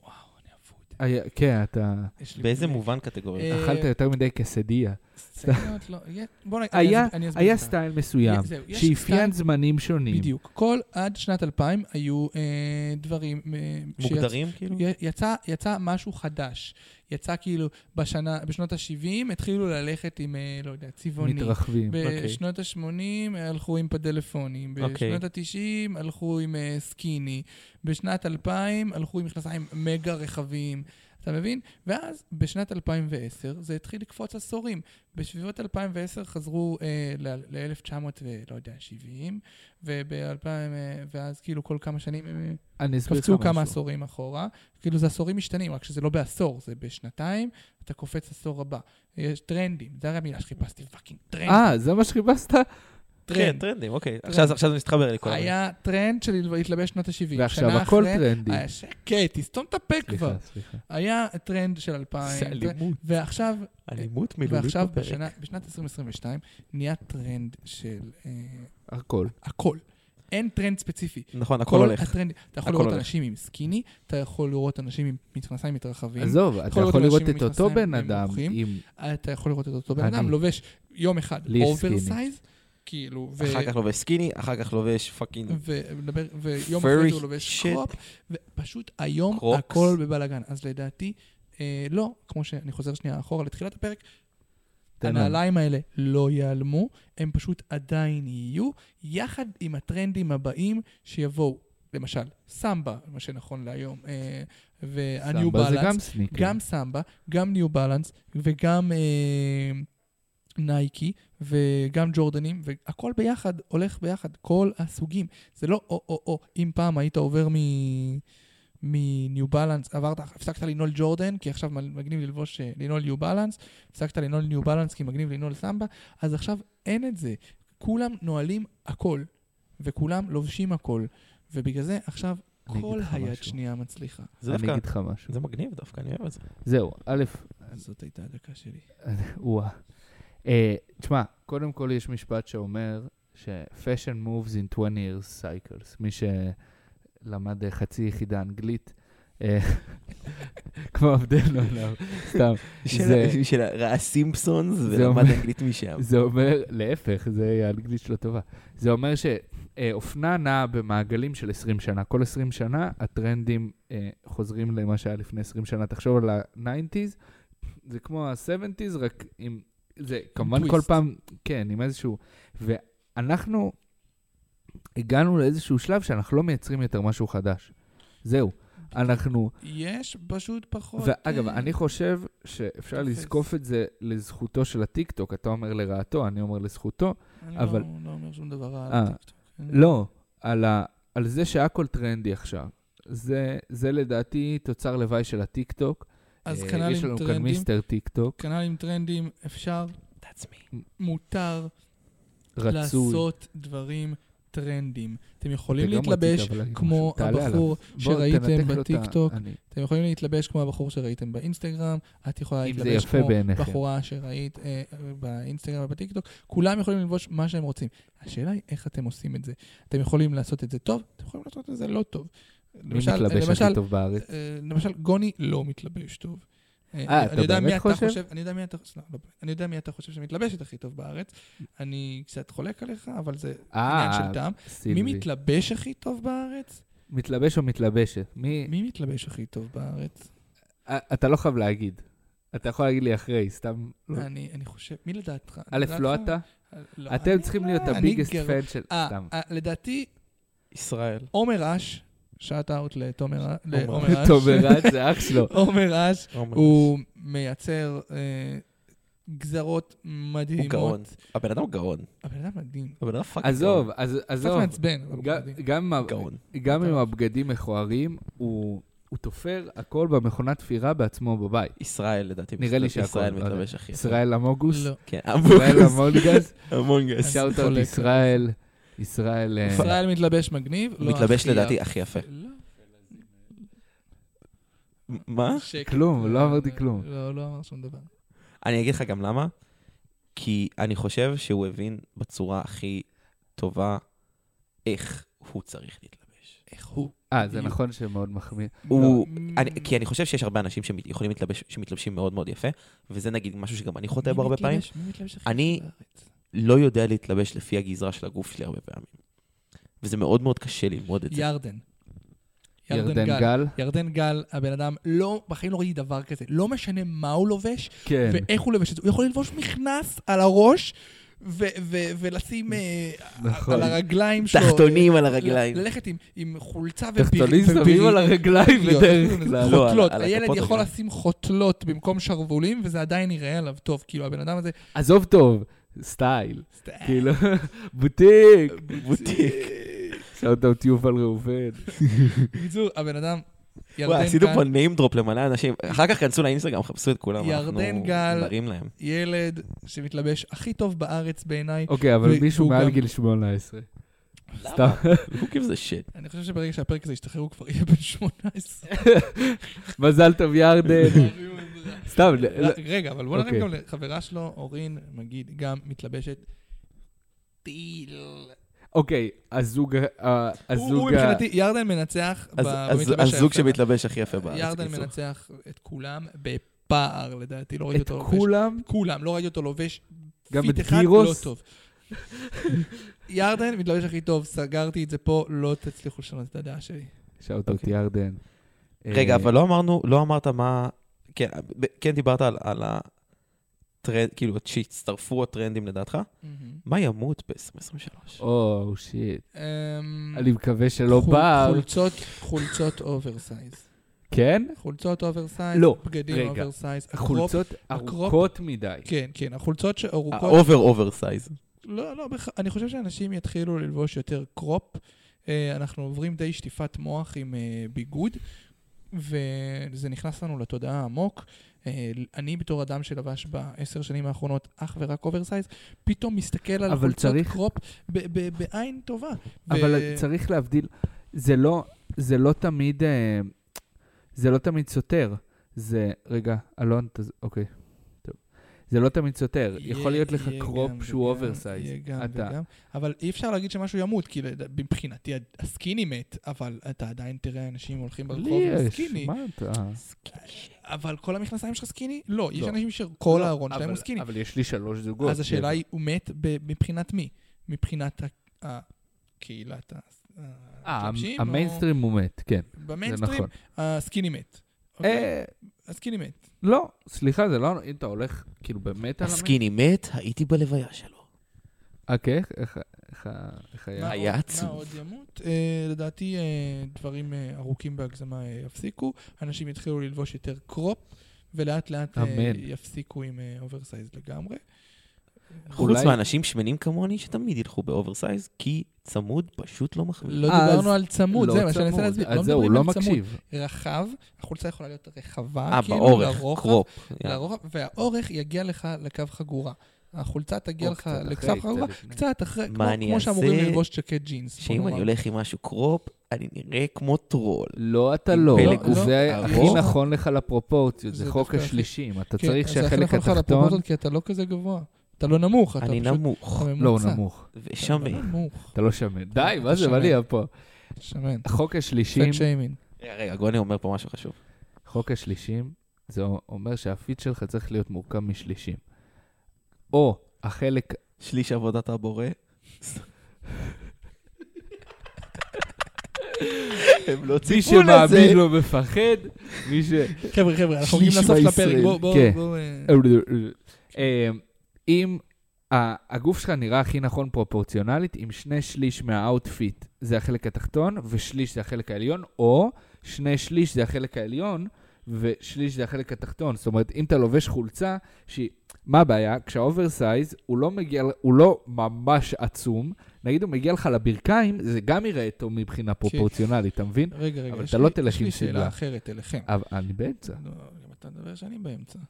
[SPEAKER 3] וואו, אני אבוד.
[SPEAKER 2] היה- כן, אתה...
[SPEAKER 3] יש לי
[SPEAKER 4] באיזה
[SPEAKER 3] בלאק.
[SPEAKER 4] מובן קטגוריות?
[SPEAKER 3] אה,
[SPEAKER 2] אכלת יותר מדי קסדיה.
[SPEAKER 3] סצנות, לא, יה- בוא נ- אני
[SPEAKER 2] היה-
[SPEAKER 3] אסב- אני אסביר
[SPEAKER 2] היה
[SPEAKER 3] לך.
[SPEAKER 2] סטייל מסוים,
[SPEAKER 3] זהו, יש
[SPEAKER 2] שאפיין
[SPEAKER 3] סטייל-
[SPEAKER 2] זמנים שונים.
[SPEAKER 3] בדיוק. כל עד שנת 2000 היו אה, דברים... אה, שיצ-
[SPEAKER 4] מוגדרים, כאילו?
[SPEAKER 3] י- יצא, יצא משהו חדש. יצא כאילו בשנה, בשנות ה-70 התחילו ללכת עם, אה, לא יודע, צבעוני.
[SPEAKER 2] מתרחבים.
[SPEAKER 1] אוקיי.
[SPEAKER 3] בשנות ה-80 הלכו עם פדלפונים,
[SPEAKER 1] אוקיי.
[SPEAKER 3] בשנות ה-90 הלכו עם אה, סקיני, בשנת 2000 הלכו עם מכנסיים מגה רחבים, אתה מבין? ואז בשנת 2010 זה התחיל לקפוץ עשורים. בסביבות 2010 חזרו אה, ל-1970, לא יודע, 70, וב-2000, אה, ואז כאילו כל כמה שנים הם... אה,
[SPEAKER 2] אני אסביר לך
[SPEAKER 3] קפצו כמה
[SPEAKER 2] משהו.
[SPEAKER 3] עשורים אחורה, כאילו זה עשורים משתנים, רק שזה לא בעשור, זה בשנתיים, אתה קופץ עשור הבא. יש טרנדים, זה הרי המילה שחיפשתי, פאקינג טרנד.
[SPEAKER 2] אה, זה מה שחיפשת?
[SPEAKER 4] כן,
[SPEAKER 3] טרנד.
[SPEAKER 4] טרנדים, אוקיי. עכשיו עכשיו זה מסתחבר לי כל הזמן.
[SPEAKER 3] היה טרנד של להתלבש שנות ה-70.
[SPEAKER 2] ועכשיו הכל טרנדי.
[SPEAKER 3] היה שקט, תסתום את הפה אה, כבר.
[SPEAKER 2] סליחה, סליחה.
[SPEAKER 3] היה טרנד של 2000, ועכשיו,
[SPEAKER 1] אלימות מילולית
[SPEAKER 3] ועכשיו
[SPEAKER 1] בפרק.
[SPEAKER 3] בשנה- בשנת 2022 נהיה טרנד של אה,
[SPEAKER 2] הכל.
[SPEAKER 3] הכל. אין טרנד ספציפי.
[SPEAKER 4] נכון, הכל
[SPEAKER 3] כל
[SPEAKER 4] הולך.
[SPEAKER 3] הטרנד, אתה יכול
[SPEAKER 4] הכל
[SPEAKER 3] לראות
[SPEAKER 4] הולך.
[SPEAKER 3] אנשים עם סקיני, אתה יכול לראות אנשים עם מכנסיים מתרחבים.
[SPEAKER 2] עזוב, אתה
[SPEAKER 3] לראות
[SPEAKER 2] יכול לראות
[SPEAKER 3] אנשים
[SPEAKER 2] את אותו
[SPEAKER 3] עם
[SPEAKER 2] בן
[SPEAKER 3] מכנסיים
[SPEAKER 2] אדם
[SPEAKER 3] נמוכים.
[SPEAKER 2] עם...
[SPEAKER 3] אה, אתה יכול לראות את אותו בן
[SPEAKER 2] אני.
[SPEAKER 3] אדם לובש יום אחד
[SPEAKER 2] לי יש
[SPEAKER 3] אוברסייז, כאילו, ו-
[SPEAKER 4] אחר כך לובש סקיני, אחר כך לובש פאקינג
[SPEAKER 3] ומדבר, ויום
[SPEAKER 4] Furry
[SPEAKER 3] אחרי זה הוא לובש
[SPEAKER 4] shit.
[SPEAKER 3] קרופ, ופשוט היום
[SPEAKER 4] Crocs.
[SPEAKER 3] הכל בבלאגן. אז לדעתי, אה, לא, כמו שאני חוזר שנייה אחורה לתחילת הפרק,
[SPEAKER 2] תן לנו.
[SPEAKER 3] הנעליים האלה לא ייעלמו, הם פשוט עדיין יהיו, יחד עם הטרנדים הבאים שיבואו, למשל, סמבה, מה שנכון להיום, אה, והניו
[SPEAKER 2] סמבה זה
[SPEAKER 3] בלנס.
[SPEAKER 2] גם סניקר.
[SPEAKER 3] גם סמבה, גם ניו בלנס וגם אה, נייקי וגם ג'ורדנים, והכל ביחד הולך ביחד, כל הסוגים. זה לא או-או-או, אם פעם היית עובר מ... מניו בלנס, עברת, הפסקת לנעול ג'ורדן, כי עכשיו מגניב ללבוש, אה, לנעול ניו בלנס, הפסקת לנעול ניו בלנס, כי מגניב לנעול סמבה, אז עכשיו אין את זה. כולם נועלים הכל, וכולם לובשים הכל, ובגלל זה עכשיו
[SPEAKER 2] אני אגיד
[SPEAKER 3] כל
[SPEAKER 2] לך
[SPEAKER 3] היד
[SPEAKER 2] משהו.
[SPEAKER 3] שנייה מצליחה.
[SPEAKER 4] זה
[SPEAKER 2] אני
[SPEAKER 4] דווקא,
[SPEAKER 2] אגיד לך משהו.
[SPEAKER 4] זה מגניב דווקא, אני אוהב את זה.
[SPEAKER 2] זהו, א',
[SPEAKER 3] זאת הייתה הדקה שלי.
[SPEAKER 2] וואה. אה, תשמע, קודם כל יש משפט שאומר ש-Fashion moves in 20 years cycles. מי שלמד אה, חצי יחידה אנגלית, אה, כמו עבדנו עליו, סתם. זה-
[SPEAKER 4] של- של ראה סימפסונס
[SPEAKER 2] זה
[SPEAKER 4] ולמד
[SPEAKER 2] אומר-
[SPEAKER 4] אנגלית משם.
[SPEAKER 2] זה אומר, להפך, זה האנגלית שלו טובה. זה אומר שאופנה נעה במעגלים של 20 שנה. כל 20 שנה הטרנדים אה, חוזרים למה שהיה לפני 20 שנה. תחשוב על ה-90's, זה כמו ה-70's, רק עם... זה כמובן כל
[SPEAKER 3] טוויסט.
[SPEAKER 2] פעם, כן, עם איזשהו... ואנחנו הגענו לאיזשהו שלב שאנחנו לא מייצרים יותר משהו חדש. זהו. אנחנו...
[SPEAKER 3] יש פשוט פחות...
[SPEAKER 2] ואגב,
[SPEAKER 3] אה,
[SPEAKER 2] אני חושב שאפשר
[SPEAKER 3] תופס.
[SPEAKER 2] לזקוף את זה לזכותו של הטיקטוק. אתה אומר לרעתו, אני אומר לזכותו.
[SPEAKER 3] אני
[SPEAKER 2] אבל-
[SPEAKER 3] לא- לא אומר שום דבר רע
[SPEAKER 2] אה,
[SPEAKER 3] על הטיקטוק. כן?
[SPEAKER 2] לא, על, ה, על זה שהכל טרנדי עכשיו. זה, זה לדעתי תוצר לוואי של הטיקטוק.
[SPEAKER 3] אז
[SPEAKER 2] אה,
[SPEAKER 3] כנ"ל
[SPEAKER 2] יש
[SPEAKER 3] עם
[SPEAKER 2] לנו כאן
[SPEAKER 3] טרנדים, כן.
[SPEAKER 2] מיסטר טיקטוק,
[SPEAKER 3] כנ"ל עם טרנדים, אפשר,
[SPEAKER 1] That's me.
[SPEAKER 3] מותר
[SPEAKER 2] רצוי.
[SPEAKER 3] לעשות דברים טרנדים. אתם יכולים
[SPEAKER 2] וגם
[SPEAKER 3] להתלבש
[SPEAKER 2] רצית, אבל להגיד
[SPEAKER 3] כמו
[SPEAKER 2] משהו. תעלה עליו.
[SPEAKER 3] הבחור
[SPEAKER 2] בוא,
[SPEAKER 3] שראיתם
[SPEAKER 2] תנתק לו את ה-
[SPEAKER 3] בטיקטוק,
[SPEAKER 2] אני-
[SPEAKER 3] אתם יכולים להתלבש כמו הבחור שראיתם באינסטגרם, את יכולה
[SPEAKER 2] אם זה
[SPEAKER 3] להתלבש
[SPEAKER 2] יפה
[SPEAKER 3] אה, כמו
[SPEAKER 2] בעיניכם.
[SPEAKER 3] בחורה שראית אה, באינסטגרם ובטיקטוק, כולם יכולים ללבוש מה שהם רוצים. השאלה היא איך אתם עושים את זה. אתם יכולים לעשות את זה טוב, אתם יכולים לעשות את זה לא טוב.
[SPEAKER 2] מי מתלבש הכי טוב בארץ?
[SPEAKER 3] אה, למשל, גוני לא מתלבש טוב.
[SPEAKER 2] אה, אתה
[SPEAKER 3] אני יודע מי
[SPEAKER 2] באמת חושב?
[SPEAKER 3] אני יודע מי אתה חושב? לא, לא, אני יודע מי אתה חושב שמתלבשת הכי טוב בארץ. אני קצת חולק עליך, אבל זה עניין
[SPEAKER 2] אה,
[SPEAKER 3] של טעם. מי
[SPEAKER 2] סילבי.
[SPEAKER 3] מתלבש הכי טוב בארץ?
[SPEAKER 2] מתלבש או מתלבשת? מי...
[SPEAKER 3] מי מתלבש הכי טוב בארץ?
[SPEAKER 2] א- אתה לא חייב להגיד. אתה יכול להגיד לי אחרי, סתם... לא.
[SPEAKER 3] אני אני חושב, מי לדעתך?
[SPEAKER 2] א',
[SPEAKER 3] לדעתך?
[SPEAKER 2] לא אתה?
[SPEAKER 3] אה, לא,
[SPEAKER 2] אתם
[SPEAKER 3] אני
[SPEAKER 2] צריכים
[SPEAKER 3] לא-
[SPEAKER 2] להיות
[SPEAKER 3] אני
[SPEAKER 2] הביגסט
[SPEAKER 3] גר-
[SPEAKER 2] פן של...
[SPEAKER 3] אה,
[SPEAKER 2] סתם.
[SPEAKER 3] אה, לדעתי,
[SPEAKER 5] ישראל.
[SPEAKER 3] עומר אש, שאט אאוט לתומר לעומר אש.
[SPEAKER 2] תומר רץ זה אח שלו.
[SPEAKER 3] עומר אש,
[SPEAKER 4] לא
[SPEAKER 5] עומר.
[SPEAKER 3] הוא מייצר אה, גזרות מדהימות.
[SPEAKER 1] הוא גאון. הבן אדם הוא גאון.
[SPEAKER 3] הבן אדם מדהים.
[SPEAKER 1] הבן אדם פאק גאון.
[SPEAKER 2] עזוב, אז-
[SPEAKER 3] קצת
[SPEAKER 2] עזוב.
[SPEAKER 3] מעצבן, אבל הוא
[SPEAKER 2] ג-
[SPEAKER 3] מדהים.
[SPEAKER 2] גם ה-
[SPEAKER 1] גאון.
[SPEAKER 2] גם עם הבגדים מכוערים, הוא הוא תופר הכל במכונת תפירה בעצמו בבית.
[SPEAKER 1] ישראל, לדעתי.
[SPEAKER 2] נראה לי
[SPEAKER 1] מסתבר
[SPEAKER 2] שהכל,
[SPEAKER 1] שישראל
[SPEAKER 2] לא יודע.
[SPEAKER 1] מתלבש הכי. יפה.
[SPEAKER 2] ישראל אמוגוס,
[SPEAKER 3] לא.
[SPEAKER 1] כן,
[SPEAKER 2] ישראל
[SPEAKER 1] אמונגס.
[SPEAKER 2] אמונגס,
[SPEAKER 1] אמונגס.
[SPEAKER 2] שאוט אאוט
[SPEAKER 3] חולק.
[SPEAKER 2] ישראל, ישראל... אה,
[SPEAKER 3] ישראל מתלבש מגניב, לא
[SPEAKER 1] מתלבש
[SPEAKER 3] הכי
[SPEAKER 1] לדעתי
[SPEAKER 3] יפה.
[SPEAKER 1] הכי יפה.
[SPEAKER 3] לא.
[SPEAKER 1] מה?
[SPEAKER 3] שקט.
[SPEAKER 2] כלום, לא אמרתי כלום.
[SPEAKER 3] לא, לא אמר שום דבר.
[SPEAKER 1] אני אגיד לך גם למה. כי אני חושב שהוא הבין בצורה הכי טובה איך הוא צריך להתלבש.
[SPEAKER 3] איך הוא?
[SPEAKER 2] אה, זה נכון שמאוד מחמיא.
[SPEAKER 1] הוא...
[SPEAKER 3] לא.
[SPEAKER 1] אני, כי אני חושב שיש הרבה אנשים שיכולים להתלבש, שמתלבשים מאוד מאוד יפה, וזה נגיד משהו שגם אני חוטא בו הרבה פעמים.
[SPEAKER 3] מי מתלבש הכי
[SPEAKER 1] אני-
[SPEAKER 3] יפה בארץ?
[SPEAKER 1] לא יודע להתלבש לפי הגזרה של הגוף שלי הרבה פעמים. וזה מאוד מאוד קשה ללמוד את זה.
[SPEAKER 3] ירדן.
[SPEAKER 2] ירדן גל.
[SPEAKER 3] ירדן גל, הבן אדם, לא, בחיים לא ראיתי דבר כזה. לא משנה מה הוא לובש,
[SPEAKER 2] כן.
[SPEAKER 3] ואיך הוא לבש את זה. הוא יכול ללבוש מכנס על הראש, ו- ו- ולשים אה,
[SPEAKER 2] נכון.
[SPEAKER 3] על הרגליים שלו.
[SPEAKER 1] תחתונים על הרגליים.
[SPEAKER 3] ל- ללכת עם- עם חולצה וביר-
[SPEAKER 2] תחתונים שמים
[SPEAKER 3] וביר-
[SPEAKER 2] על הרגליים
[SPEAKER 3] בדיוק,
[SPEAKER 2] בדרך
[SPEAKER 3] זה
[SPEAKER 2] כלל.
[SPEAKER 1] לא, על-
[SPEAKER 3] חותלות.
[SPEAKER 1] על
[SPEAKER 3] הילד
[SPEAKER 1] הכפות
[SPEAKER 3] יכול
[SPEAKER 1] הרגליים.
[SPEAKER 3] לשים חותלות במקום שרוולים, וזה עדיין יראה עליו טוב. כאילו, הבן אדם הזה...
[SPEAKER 2] עזוב טוב, סטייל. כאילו, בוטיק.
[SPEAKER 1] בוטיק.
[SPEAKER 2] שאוט אאוט יובל ראובן.
[SPEAKER 3] בקיצור, הבן אדם... ירדן
[SPEAKER 1] וואי, עשינו
[SPEAKER 3] גל-
[SPEAKER 1] פה name drop למלא אנשים. אחר כך כנסו לאינסטגרם, חפשו את כולם. אנחנו
[SPEAKER 3] ירדן גל.
[SPEAKER 1] נרים להם.
[SPEAKER 3] ילד שמתלבש הכי טוב בארץ בעיניי.
[SPEAKER 2] אוקיי, אבל
[SPEAKER 3] והוא
[SPEAKER 2] מישהו
[SPEAKER 3] גם-
[SPEAKER 2] מעל גיל 18. סתם.
[SPEAKER 1] Who gives a shit?
[SPEAKER 3] אני חושב שברגע שהפרק הזה ישתחרר הוא כבר יהיה בן 18.
[SPEAKER 2] מזל טוב ירדן. סתם, לא-
[SPEAKER 3] רגע, אבל בוא נראה
[SPEAKER 2] אוקיי.
[SPEAKER 3] גם לחברה שלו, אורין, מגיד, גם מתלבשת טיל.
[SPEAKER 2] אוקיי, הזוג... ה-
[SPEAKER 3] הוא הוא
[SPEAKER 2] הזוג... ה-
[SPEAKER 3] מבחינתי, ירדן מנצח ב-
[SPEAKER 1] אז- אז-
[SPEAKER 3] במתלבש היפה.
[SPEAKER 1] הזוג שמתלבש הכי יפה בארץ. כאילו.
[SPEAKER 3] ירדן
[SPEAKER 1] קיצור.
[SPEAKER 3] מנצח את כולם בפער, לדעתי. לא ראיתי
[SPEAKER 2] את
[SPEAKER 3] אותו לובש.
[SPEAKER 2] כולם?
[SPEAKER 3] כולם, לא ראיתי אותו לובש
[SPEAKER 2] גם
[SPEAKER 3] פיט
[SPEAKER 2] את
[SPEAKER 3] אחד לא
[SPEAKER 2] גירוס?
[SPEAKER 3] טוב. ירדן מתלבש הכי טוב, סגרתי את זה פה, לא תצליחו לשנות את הדעה שלי.
[SPEAKER 2] שאוט אאוט ירדן.
[SPEAKER 1] רגע,
[SPEAKER 2] אה,
[SPEAKER 1] אבל לא אמרנו, לא אמרת מה... כן, ב- כן דיברת על- על הטרנד, כאילו, שהצטרפו הטרנדים לדעתך. מה ימות ב-2023?
[SPEAKER 2] או, שיט.
[SPEAKER 3] אמ,
[SPEAKER 2] אני לא מקווה שלא
[SPEAKER 3] חול-
[SPEAKER 2] בר.
[SPEAKER 3] חולצות, חולצות אוברסייז.
[SPEAKER 2] כן?
[SPEAKER 3] חולצות אוברסייז,
[SPEAKER 2] לא,
[SPEAKER 3] בגדים
[SPEAKER 2] רגע.
[SPEAKER 3] אוברסייז. הקרופ-
[SPEAKER 2] חולצות
[SPEAKER 3] הקרופ-
[SPEAKER 2] ארוכות מדי.
[SPEAKER 3] כן, כן, החולצות שארוכות...
[SPEAKER 1] האובר אובר סייז.
[SPEAKER 3] לא, לא, בכ- אני חושב שאנשים יתחילו ללבוש יותר קרופ. אה, אנחנו עוברים די שטיפת מוח עם אה, ביגוד, וזה נכנס לנו לתודעה עמוק. אה, אני בתור אדם שלבש בעשר שנים האחרונות אך ורק אוברסייז, פתאום מסתכל על
[SPEAKER 2] אבל
[SPEAKER 3] חולצות
[SPEAKER 2] צריך-
[SPEAKER 3] קרופ ב- ב- בעין טובה. ו-
[SPEAKER 2] אבל צריך להבדיל, זה לא, זה לא תמיד, אה, זה לא תמיד סותר. זה, רגע, אלון, תז... אוקיי, טוב. זה לא תמיד סותר.
[SPEAKER 3] יהיה-
[SPEAKER 2] יכול להיות לך
[SPEAKER 3] יהיה
[SPEAKER 2] קרופ
[SPEAKER 3] גם
[SPEAKER 2] שהוא
[SPEAKER 3] וגם,
[SPEAKER 2] אוברסייז.
[SPEAKER 3] יהיה גם
[SPEAKER 2] אתה-
[SPEAKER 3] וגם. אבל אי אפשר להגיד שמשהו ימות, כי לד- מבחינתי הד- הסקיני מת, אבל אתה עדיין תראה אנשים הולכים ברחוב
[SPEAKER 2] לי
[SPEAKER 3] עם
[SPEAKER 2] יש,
[SPEAKER 3] סקיני,
[SPEAKER 2] מה אתה?
[SPEAKER 3] אבל כל המכנסיים שלך סקיני? לא, יש
[SPEAKER 2] לא.
[SPEAKER 3] אנשים שכל
[SPEAKER 2] לא,
[SPEAKER 3] הארון שלהם
[SPEAKER 2] אבל-
[SPEAKER 3] הוא סקיני.
[SPEAKER 2] אבל יש לי שלוש זוגות.
[SPEAKER 3] אז השאלה היא, הוא מת ב- מבחינת מי? מבחינת ה- הקהילת ה-
[SPEAKER 2] אה,
[SPEAKER 3] המתלבשים, או-
[SPEAKER 2] המיינסטרים הוא מת, כן, זה
[SPEAKER 3] במיינסטרים,
[SPEAKER 2] נכון.
[SPEAKER 3] הסקיני מת. אוקיי?
[SPEAKER 2] אה,
[SPEAKER 3] הסקיני מת.
[SPEAKER 2] לא, סליחה, זה לא, אם אתה הולך, כאילו, באמת על המיינסטרים.
[SPEAKER 1] הסקיני מת, הייתי בלוויה שלו.
[SPEAKER 2] אה, כן? איך- איך- איך ה- איך היה?
[SPEAKER 3] מה
[SPEAKER 1] היה
[SPEAKER 3] עוד-
[SPEAKER 1] עצוב.
[SPEAKER 3] מה עוד ימות? אה, לדעתי אה, דברים אה, ארוכים בהגזמה אה, יפסיקו, אנשים יתחילו ללבוש יותר קרופ, ולאט לאט אה,
[SPEAKER 2] אמן.
[SPEAKER 3] יפסיקו עם אה, אוברסייז לגמרי.
[SPEAKER 1] חוץ
[SPEAKER 2] אולי-
[SPEAKER 1] מאנשים שמנים כמוני שתמיד ילכו באוברסייז, כי צמוד פשוט לא מחמיא.
[SPEAKER 3] לא
[SPEAKER 2] אוקיי. אז-
[SPEAKER 3] דיברנו על צמוד,
[SPEAKER 2] לא
[SPEAKER 3] זה מה שאני
[SPEAKER 2] צמוד.
[SPEAKER 3] מנסה להסביר.
[SPEAKER 2] אז זהו, הוא
[SPEAKER 3] מדברים
[SPEAKER 2] לא
[SPEAKER 3] על צמוד.
[SPEAKER 2] מקשיב.
[SPEAKER 3] רחב, החולצה יכולה להיות רחבה,
[SPEAKER 1] אה,
[SPEAKER 3] כאילו,
[SPEAKER 1] באורך,
[SPEAKER 3] לרוחב,
[SPEAKER 1] קרופ. יאללה.
[SPEAKER 3] לרוחב, והאורך יגיע לך לקו חגורה. החולצה תגיע
[SPEAKER 2] או
[SPEAKER 3] לך
[SPEAKER 2] קצת
[SPEAKER 3] לקו
[SPEAKER 2] אוקיי, אחרי,
[SPEAKER 3] חגורה,
[SPEAKER 2] קצת לפני.
[SPEAKER 3] קצת אחרי,
[SPEAKER 1] מה
[SPEAKER 3] כמו-
[SPEAKER 1] אני
[SPEAKER 3] כמו שאמורים
[SPEAKER 1] אעשה?
[SPEAKER 3] ללבוש ג'קט ג'ינס. בוא
[SPEAKER 1] שאם אני
[SPEAKER 3] נאמר.
[SPEAKER 1] הולך עם משהו קרופ, אני נראה כמו טרול.
[SPEAKER 2] לא, אתה
[SPEAKER 1] עם
[SPEAKER 2] לא.
[SPEAKER 1] פלג
[SPEAKER 3] גוף
[SPEAKER 2] זה
[SPEAKER 1] ארוך.
[SPEAKER 2] הכי נכון לך לפרופורציות,
[SPEAKER 3] זה
[SPEAKER 2] זה חוק
[SPEAKER 3] דווקא הכי-
[SPEAKER 2] השלישים. אתה
[SPEAKER 3] כן,
[SPEAKER 2] צריך
[SPEAKER 3] אז זה
[SPEAKER 2] שהחלק
[SPEAKER 3] הכי נכון לך
[SPEAKER 2] התחתון...
[SPEAKER 3] לפרופורציות, כי אתה לא כזה גבוה. אתה לא נמוך, אתה
[SPEAKER 1] אני
[SPEAKER 3] פשוט
[SPEAKER 1] נמוך
[SPEAKER 2] לא, הוא
[SPEAKER 3] ממוצע.
[SPEAKER 2] נמוך.
[SPEAKER 3] אתה לא
[SPEAKER 1] ושמן.
[SPEAKER 3] נמוך,
[SPEAKER 2] אתה לא שמן. די,
[SPEAKER 3] אתה
[SPEAKER 2] מה זה,
[SPEAKER 3] שמן.
[SPEAKER 2] מה נהיה פה?
[SPEAKER 3] שמן.
[SPEAKER 2] חוק השלישים,
[SPEAKER 3] פט שיימין.
[SPEAKER 1] רגע, רגע, גוני אומר פה משהו חשוב.
[SPEAKER 2] חוק השלישים, זה אומר שהפיד שלך צריך להיות מורכב משלישים. או החלק...
[SPEAKER 1] שליש עבודת הבורא. הם לא
[SPEAKER 2] מי
[SPEAKER 1] ציפו לזה.
[SPEAKER 2] שמאמין לא מפחד, מי ש...
[SPEAKER 3] חבר'ה, חבר'ה, אנחנו מגיעים
[SPEAKER 2] שליש
[SPEAKER 3] לסוף לפרק,
[SPEAKER 2] מהישראלים,
[SPEAKER 3] בואו, בואו,
[SPEAKER 2] כן.
[SPEAKER 3] בואו... אה,
[SPEAKER 2] אה, אם ה- הגוף שלך נראה הכי נכון פרופורציונלית עם שני שליש מהאוטפיט זה החלק התחתון ושליש זה החלק העליון, או שני שליש זה החלק העליון ושליש זה החלק התחתון. זאת אומרת, אם אתה לובש חולצה שהיא... מה הבעיה? כשהאוברסייז הוא לא מגיע, הוא לא ממש עצום, נגיד הוא מגיע לך לברכיים, זה גם יראה טוב
[SPEAKER 1] כן.
[SPEAKER 2] מבחינה פרופורציונלית, אתה מבין?
[SPEAKER 3] רגע, רגע,
[SPEAKER 2] אבל
[SPEAKER 3] יש
[SPEAKER 2] אתה לא
[SPEAKER 3] לי-
[SPEAKER 2] תלך
[SPEAKER 3] יש לי
[SPEAKER 2] עם אה.
[SPEAKER 3] שאלה
[SPEAKER 2] סדרה.
[SPEAKER 3] אחרת אליכם.
[SPEAKER 2] אבל אני באמצע.
[SPEAKER 3] לא, גם אתה מדבר שאני באמצע.
[SPEAKER 2] אה,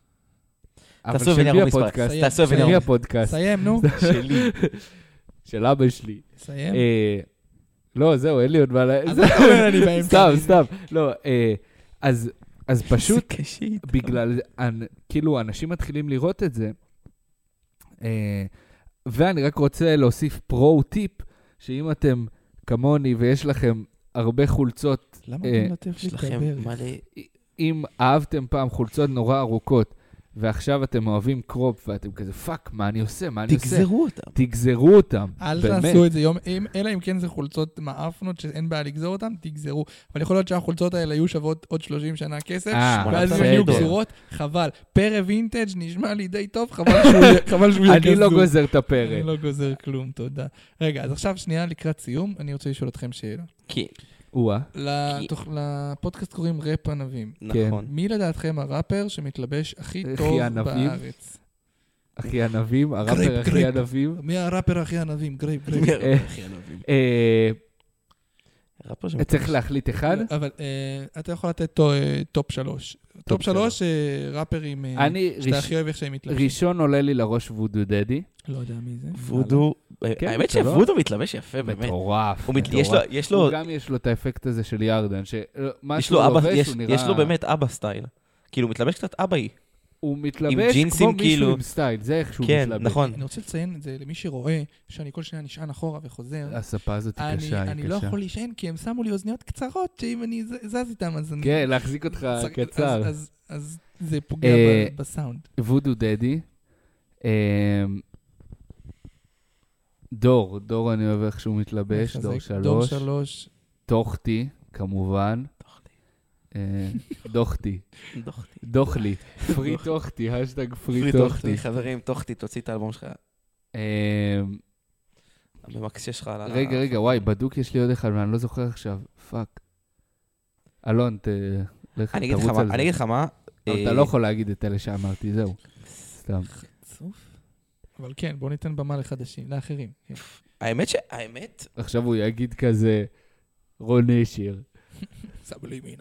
[SPEAKER 2] אבל
[SPEAKER 1] תעשו
[SPEAKER 2] של
[SPEAKER 1] אבן
[SPEAKER 2] מי
[SPEAKER 1] ירום מספר.
[SPEAKER 2] הפודקאסט?
[SPEAKER 3] סיים,
[SPEAKER 1] תעשו אבן
[SPEAKER 2] של
[SPEAKER 3] סיים.
[SPEAKER 1] ירום.
[SPEAKER 2] מי הפודקאסט?
[SPEAKER 3] סיים, נו.
[SPEAKER 2] שלי. של אבא שלי.
[SPEAKER 3] סיים.
[SPEAKER 2] אה, לא, זהו, אין לי עוד מה ל...
[SPEAKER 3] כן. אז אתה אומר אני באמצע.
[SPEAKER 2] סתם, סתם. לא, אה, אז אז פשוט
[SPEAKER 1] זה קשה.
[SPEAKER 2] בגלל, אנ- כאילו, אנשים מתחילים לראות את זה. אה, ואני רק רוצה להוסיף פרו-טיפ, שאם אתם כמוני ויש לכם הרבה חולצות,
[SPEAKER 3] למה לא
[SPEAKER 2] אה,
[SPEAKER 3] אתה מלטף
[SPEAKER 1] יש
[SPEAKER 3] לי את
[SPEAKER 1] לכם
[SPEAKER 3] הברך?
[SPEAKER 1] מלא...
[SPEAKER 2] אם אהבתם פעם חולצות נורא ארוכות, ועכשיו אתם אוהבים קרופ ואתם כזה, פאק, מה אני עושה? מה אני עושה?
[SPEAKER 1] תגזרו אותם.
[SPEAKER 2] תגזרו אותם.
[SPEAKER 3] אל
[SPEAKER 2] באמת.
[SPEAKER 3] תעשו את זה יום, אם- אלא אם כן זה חולצות מעפנות שאין בעיה לגזור אותן, תגזרו. אבל יכול להיות שהחולצות האלה יהיו שוות עוד 30 שנה כסף,
[SPEAKER 2] אה,
[SPEAKER 3] ואז אם
[SPEAKER 1] בסדר.
[SPEAKER 3] הן יהיו גזורות, חבל. פרא וינטג' נשמע לי די טוב, חבל שהוא יהיה- חבל שהוא יהיה
[SPEAKER 2] אני לא
[SPEAKER 3] גזור.
[SPEAKER 2] גוזר את הפרק.
[SPEAKER 3] אני לא גוזר כלום, תודה. רגע, אז עכשיו שנייה לקראת סיום, אני רוצה לשאול אתכם שאלה.
[SPEAKER 1] כן,
[SPEAKER 2] או-אה.
[SPEAKER 3] לתוכ- לפודקאסט קוראים ראפ ענבים.
[SPEAKER 2] אה,
[SPEAKER 1] נכון.
[SPEAKER 3] מי לדעתכם הראפר שמתלבש הכי
[SPEAKER 2] הכי
[SPEAKER 3] טוב
[SPEAKER 2] ענבים?
[SPEAKER 3] בארץ?
[SPEAKER 2] הכי ענבים, הראפר
[SPEAKER 3] גריפ,
[SPEAKER 2] הכי
[SPEAKER 3] גריפ.
[SPEAKER 2] ענבים.
[SPEAKER 3] מי הראפר הכי ענבים? גרייפ, גרייפ.
[SPEAKER 1] מי- הכי ענבים.
[SPEAKER 2] אה,
[SPEAKER 1] ראפר שמתלבש.
[SPEAKER 2] צריך להחליט אחד.
[SPEAKER 3] אבל אה, אתה יכול לתת טו- אה, טופ שלוש. טופ שלוש אה, ראפרים אה,
[SPEAKER 2] אני
[SPEAKER 3] שאתה
[SPEAKER 2] ראש-
[SPEAKER 3] הכי אוהב איך שהם מתלבשים.
[SPEAKER 2] ראשון עולה לי לראש וודו דדי.
[SPEAKER 1] אה,
[SPEAKER 3] לא יודע מי זה.
[SPEAKER 1] וודו,
[SPEAKER 2] כן,
[SPEAKER 1] האמת
[SPEAKER 2] שלא?
[SPEAKER 1] שוודו מתלבש יפה, באמת.
[SPEAKER 2] מטורף.
[SPEAKER 1] הוא מת- יש לו-
[SPEAKER 2] מטורף.
[SPEAKER 1] יש לו
[SPEAKER 2] הוא גם יש לו את האפקט הזה של ירדן, שמה
[SPEAKER 1] יש
[SPEAKER 2] שהוא
[SPEAKER 1] לו אבא,
[SPEAKER 2] לובש
[SPEAKER 1] יש,
[SPEAKER 2] הוא
[SPEAKER 1] יש לו
[SPEAKER 2] נראה...
[SPEAKER 1] באמת אבא סטייל. כאילו, הוא מתלבש קצת אבאי.
[SPEAKER 2] הוא
[SPEAKER 1] עם
[SPEAKER 2] מתלבש
[SPEAKER 1] ג'ינסים,
[SPEAKER 2] כמו מישהו
[SPEAKER 1] כאילו.
[SPEAKER 2] עם סטייל, זה איך שהוא
[SPEAKER 1] כן,
[SPEAKER 2] מתלבש.
[SPEAKER 1] נכון.
[SPEAKER 3] אני רוצה לציין את זה למי שרואה שאני כל שניה נשען אחורה וחוזר.
[SPEAKER 2] הספה הזאת היא
[SPEAKER 3] אני,
[SPEAKER 2] קשה, היא קשה.
[SPEAKER 3] אני לא יכול להישען כי הם שמו לי אוזניות קצרות שאם אני ז- זז איתם אז אני...
[SPEAKER 2] כן, להחזיק אותך
[SPEAKER 1] אה,
[SPEAKER 3] צריך-
[SPEAKER 2] קצר.
[SPEAKER 3] אז, אז, אז זה פוגע
[SPEAKER 2] אה,
[SPEAKER 3] ב- בסאונד.
[SPEAKER 2] וודו דדי. אמ, דור, דור אני אוהב איך שהוא מתלבש, דור
[SPEAKER 3] מחזק. דור
[SPEAKER 2] שלוש.
[SPEAKER 3] שלוש.
[SPEAKER 2] דוחתי, כמובן. אה, דוחתי.
[SPEAKER 1] דוחתי.
[SPEAKER 2] דוחלי. פרי טוחתי, השטג פרי טוחתי.
[SPEAKER 1] דוחתי. חברים, תוחתי, תוציא את האלבום שלך.
[SPEAKER 2] אמ,
[SPEAKER 1] הממקסה שלך על ה...
[SPEAKER 2] רגע, רגע, וואי,
[SPEAKER 1] אה.
[SPEAKER 2] בדוק יש לי עוד אחד, ואני לא זוכר עכשיו. פאק. אלון, ת- לך,
[SPEAKER 1] אני אגיד לך
[SPEAKER 2] תרוץ
[SPEAKER 1] מה,
[SPEAKER 2] על זה.
[SPEAKER 1] אני אגיד לך מה.
[SPEAKER 2] אבל
[SPEAKER 1] אה,
[SPEAKER 2] אתה לא יכול להגיד את אלה שאמרתי, זהו. סתם.
[SPEAKER 3] צוף. אבל כן, בואו ניתן במה לחדשים, לאחרים. כן.
[SPEAKER 1] האמת ש... האמת...
[SPEAKER 2] עכשיו הוא יגיד כזה, רון נשיר.
[SPEAKER 1] אה,
[SPEAKER 3] סבלימינל.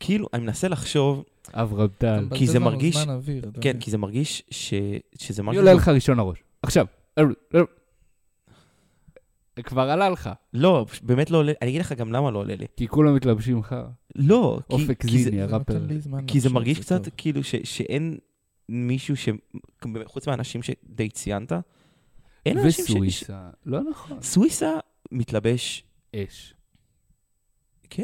[SPEAKER 1] כאילו, אני מנסה לחשוב,
[SPEAKER 2] אברהם
[SPEAKER 3] אתה
[SPEAKER 2] טל.
[SPEAKER 3] מבזבז
[SPEAKER 1] כי זה
[SPEAKER 3] לנו
[SPEAKER 1] מרגיש-
[SPEAKER 3] זמן אוויר, אתה
[SPEAKER 1] כן,
[SPEAKER 3] יודע.
[SPEAKER 1] כי זה מרגיש ש... שזה לא-
[SPEAKER 2] מי
[SPEAKER 1] משהו...
[SPEAKER 2] עולה לך ראשון לראש? עכשיו. כבר עלה לך,
[SPEAKER 1] לא, באמת לא עולה... אני אגיד לך גם למה לא עולה לי.
[SPEAKER 2] כי כולם מתלבשים לך.
[SPEAKER 1] לא, כי...
[SPEAKER 2] אופק
[SPEAKER 1] כי זה-
[SPEAKER 2] זיני,
[SPEAKER 3] זה
[SPEAKER 2] הראפר.
[SPEAKER 3] נותן לי זמן
[SPEAKER 1] כי זה
[SPEAKER 3] לחשוב,
[SPEAKER 1] מרגיש קצת
[SPEAKER 3] טוב.
[SPEAKER 1] כאילו ש- שאין מישהו ש... חוץ מהאנשים שדי ציינת, אין אנשים ש... ש-
[SPEAKER 2] וסוויסה. לא נכון.
[SPEAKER 1] סוויסה מתלבש...
[SPEAKER 2] אש.
[SPEAKER 1] כן.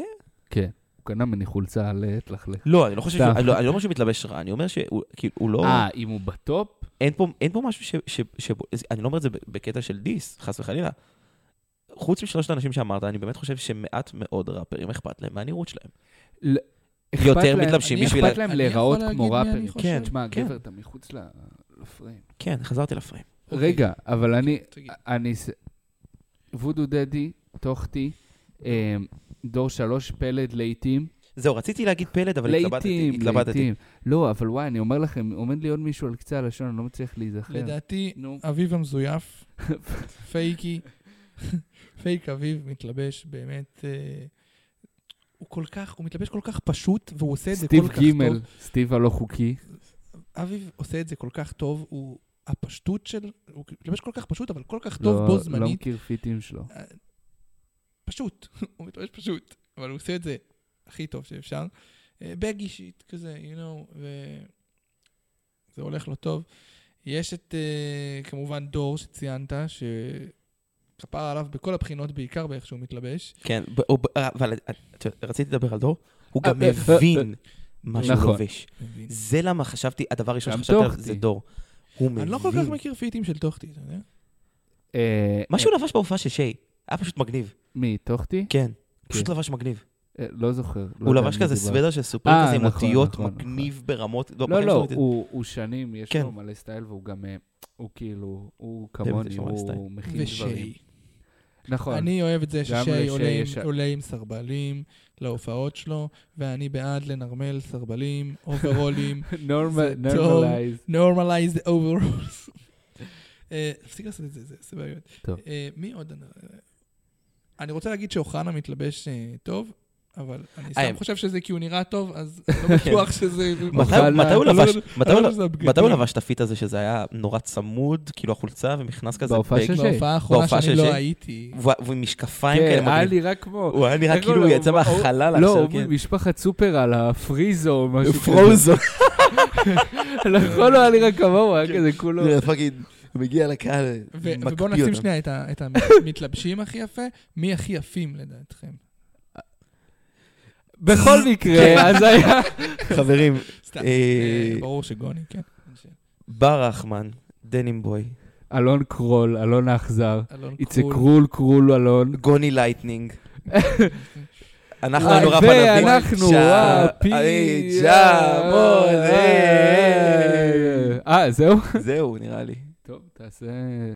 [SPEAKER 2] כן. הוא קנה ממני חולצה על אה, תלכלך.
[SPEAKER 1] לא, אני לא חושב
[SPEAKER 2] סתם.
[SPEAKER 1] שהוא... לא, אני לא אומר שהוא מתלבש רע, אני אומר שהוא כאילו, הוא לא...
[SPEAKER 2] אה, אם הוא בטופ?
[SPEAKER 1] אין פה, אין פה משהו ש, ש, ש... אני לא אומר את זה בקטע של דיס, חס וחלילה. חוץ משלושת האנשים שאמרת, אני באמת חושב שמעט מאוד ראפרים אכפת להם מהנראות שלהם.
[SPEAKER 2] אכפת
[SPEAKER 1] יותר
[SPEAKER 2] להם-
[SPEAKER 1] מתלבשים
[SPEAKER 2] אני
[SPEAKER 1] בשביל ה-
[SPEAKER 2] אכפת להם
[SPEAKER 3] אני יכול
[SPEAKER 2] להיראות
[SPEAKER 3] להגיד
[SPEAKER 2] כמו
[SPEAKER 3] מי אני
[SPEAKER 2] ראפרים.
[SPEAKER 3] חושב? כן,
[SPEAKER 2] תשמע,
[SPEAKER 1] כן.
[SPEAKER 2] גבר, אתה מחוץ ל- לפריים.
[SPEAKER 1] כן, חזרתי לפריים.
[SPEAKER 3] אוקיי.
[SPEAKER 2] רגע, אבל אני...
[SPEAKER 3] תגיד.
[SPEAKER 2] אני... ס- וודו דדי, טוחתי, אה, דור שלוש, פלד, לעיתים.
[SPEAKER 1] זהו, רציתי להגיד פלד, אבל התלבטתי.
[SPEAKER 2] לעיתים,
[SPEAKER 1] התלבטתי.
[SPEAKER 2] לעיתים. לא, אבל וואי, אני אומר לכם, עומד לי עוד מישהו על קצה הלשון, אני לא מצליח להיזכר.
[SPEAKER 3] לדעתי,
[SPEAKER 2] נו.
[SPEAKER 3] אביב המזויף, פייקי, פייק אביב מתלבש באמת, אה, הוא כל כך, הוא מתלבש כל כך פשוט, והוא עושה את זה כל
[SPEAKER 2] סטיב
[SPEAKER 3] כך
[SPEAKER 2] גימל,
[SPEAKER 3] טוב.
[SPEAKER 2] סטיב הלא חוקי.
[SPEAKER 3] אביב עושה את זה כל כך טוב, הוא הפשטות של, הוא מתלבש כל כך פשוט, אבל כל כך
[SPEAKER 2] לא-
[SPEAKER 3] טוב בו
[SPEAKER 2] לא
[SPEAKER 3] זמנית,
[SPEAKER 2] מכיר פיטים שלו.
[SPEAKER 3] פשוט, הוא מתלבש פשוט, אבל הוא עושה את זה הכי טוב שאפשר. אה, בגי שיט כזה, you know, וזה הולך לו טוב. יש את, אה, כמובן, דור שציינת, שכפר עליו בכל הבחינות, בעיקר באיך שהוא מתלבש.
[SPEAKER 1] כן, ב- הוא- ב- אבל אה, את יודעת, רציתי לדבר על דור, הוא גם
[SPEAKER 2] אה, אה, אה,
[SPEAKER 1] מבין מה שהוא
[SPEAKER 2] נכון.
[SPEAKER 1] לובש.
[SPEAKER 3] מבין.
[SPEAKER 1] זה למה חשבתי, הדבר הראשון
[SPEAKER 2] גם
[SPEAKER 1] שחשבתי עליו
[SPEAKER 2] טוחתי.
[SPEAKER 1] זה דור. הוא מבין.
[SPEAKER 3] אני לא כל כך מכיר פיטים של טוחטי, אתה יודע?
[SPEAKER 2] אה,
[SPEAKER 1] מה שהוא לבש בהופעה של שיי, היה פשוט מגניב.
[SPEAKER 2] מי, טוחתי?
[SPEAKER 1] כן, פשוט
[SPEAKER 2] כן.
[SPEAKER 1] לבש מגניב.
[SPEAKER 2] אה, לא זוכר. לא
[SPEAKER 1] הוא
[SPEAKER 2] יודע
[SPEAKER 1] לבש
[SPEAKER 2] על מי
[SPEAKER 1] כזה
[SPEAKER 2] דיברת.
[SPEAKER 1] סוודר של סופר
[SPEAKER 2] אה,
[SPEAKER 1] כזה עם
[SPEAKER 2] נכון,
[SPEAKER 1] אותיות
[SPEAKER 2] נכון,
[SPEAKER 1] מגניב ברמות.
[SPEAKER 2] לא,
[SPEAKER 1] בחיים
[SPEAKER 2] לא,
[SPEAKER 1] שלי-
[SPEAKER 2] הוא, הוא שנים, יש
[SPEAKER 1] כן.
[SPEAKER 2] לו מלא סטייל, והוא גם, אה, הוא כאילו, הוא
[SPEAKER 1] יש
[SPEAKER 2] כמוני,
[SPEAKER 1] לו מלא סטייל.
[SPEAKER 2] הוא מכין דברים.
[SPEAKER 3] ושיי.
[SPEAKER 2] נכון.
[SPEAKER 3] אני אוהב את זה
[SPEAKER 2] גם
[SPEAKER 3] ששיי
[SPEAKER 2] לשי
[SPEAKER 3] עולה עם-
[SPEAKER 2] יש-
[SPEAKER 3] עולה עם סרבלים להופעות שלו, ואני בעד לנרמל סרבלים, אוברולים,
[SPEAKER 2] נורמל-
[SPEAKER 3] זה טוב.
[SPEAKER 2] נורמלייז.
[SPEAKER 3] normalize the overalls. אה, תפסיק לעשות את זה, זה זה בעיות.
[SPEAKER 2] טוב.
[SPEAKER 3] אה, מי עוד? אני- אני רוצה להגיד שאוחנה מתלבש אה, טוב, אבל אני
[SPEAKER 1] אה,
[SPEAKER 3] סתם חושב שזה כי הוא נראה טוב, אז לא בטוח שזה...
[SPEAKER 1] מתי-
[SPEAKER 2] אבל-
[SPEAKER 1] מתי הוא
[SPEAKER 3] אני לא
[SPEAKER 1] לבש-
[SPEAKER 3] יודע-
[SPEAKER 1] מתי
[SPEAKER 3] אני
[SPEAKER 1] הוא
[SPEAKER 3] לא
[SPEAKER 1] לבש-
[SPEAKER 3] חושב שזה הבגדים.
[SPEAKER 1] מתי הוא לבש את הפיט הזה שזה היה נורא צמוד, כאילו החולצה ומכנס כזה?
[SPEAKER 2] בהופעה
[SPEAKER 1] בג-
[SPEAKER 2] של שי.
[SPEAKER 3] בהופעה האחרונה
[SPEAKER 1] בהופעה
[SPEAKER 3] שאני
[SPEAKER 1] של
[SPEAKER 3] לא
[SPEAKER 1] שי?
[SPEAKER 3] הייתי.
[SPEAKER 1] ו- ומשקפיים כאלה
[SPEAKER 2] כן, היה
[SPEAKER 1] מגניב.
[SPEAKER 2] נראה כמו...
[SPEAKER 1] הוא היה נראה
[SPEAKER 2] איך
[SPEAKER 1] כאילו הוא
[SPEAKER 2] קוראים
[SPEAKER 1] יצא
[SPEAKER 2] לו? הוא-
[SPEAKER 1] מהחלל
[SPEAKER 2] לא,
[SPEAKER 1] עכשיו,
[SPEAKER 2] הוא
[SPEAKER 1] כן.
[SPEAKER 2] ממשפחת סופר על הפריזו או משהו כזה.
[SPEAKER 1] פרוזו. כן.
[SPEAKER 2] נכון, הוא היה נראה כמוהו, היה כזה כולו.
[SPEAKER 1] פאקינג, מגיע לקהל,
[SPEAKER 3] ו- ובואו נשים שנייה את ה- את המתלבשים הכי יפה, מי הכי יפים לדעתכם?
[SPEAKER 2] בכל מקרה, אז היה...
[SPEAKER 1] חברים,
[SPEAKER 3] סתם,
[SPEAKER 1] אה,
[SPEAKER 2] Eh,
[SPEAKER 3] אה, ברור שגוני, כן.
[SPEAKER 1] בר אחמן, דנים בוי,
[SPEAKER 2] אלון קרול, אלון האכזר.
[SPEAKER 3] אלון
[SPEAKER 2] It's a
[SPEAKER 3] קרול.
[SPEAKER 2] קרול קרול אלון.
[SPEAKER 1] גוני לייטנינג. אנחנו
[SPEAKER 2] וואי,
[SPEAKER 1] היינו רב
[SPEAKER 2] זה
[SPEAKER 1] ענבים.
[SPEAKER 2] אנחנו,
[SPEAKER 1] צ'א-
[SPEAKER 2] וואו, אה, פי-
[SPEAKER 1] אה, צ'א- בוא, זה-
[SPEAKER 2] אה, זהו?
[SPEAKER 1] זהו, נראה לי.
[SPEAKER 2] טוב, תעשה...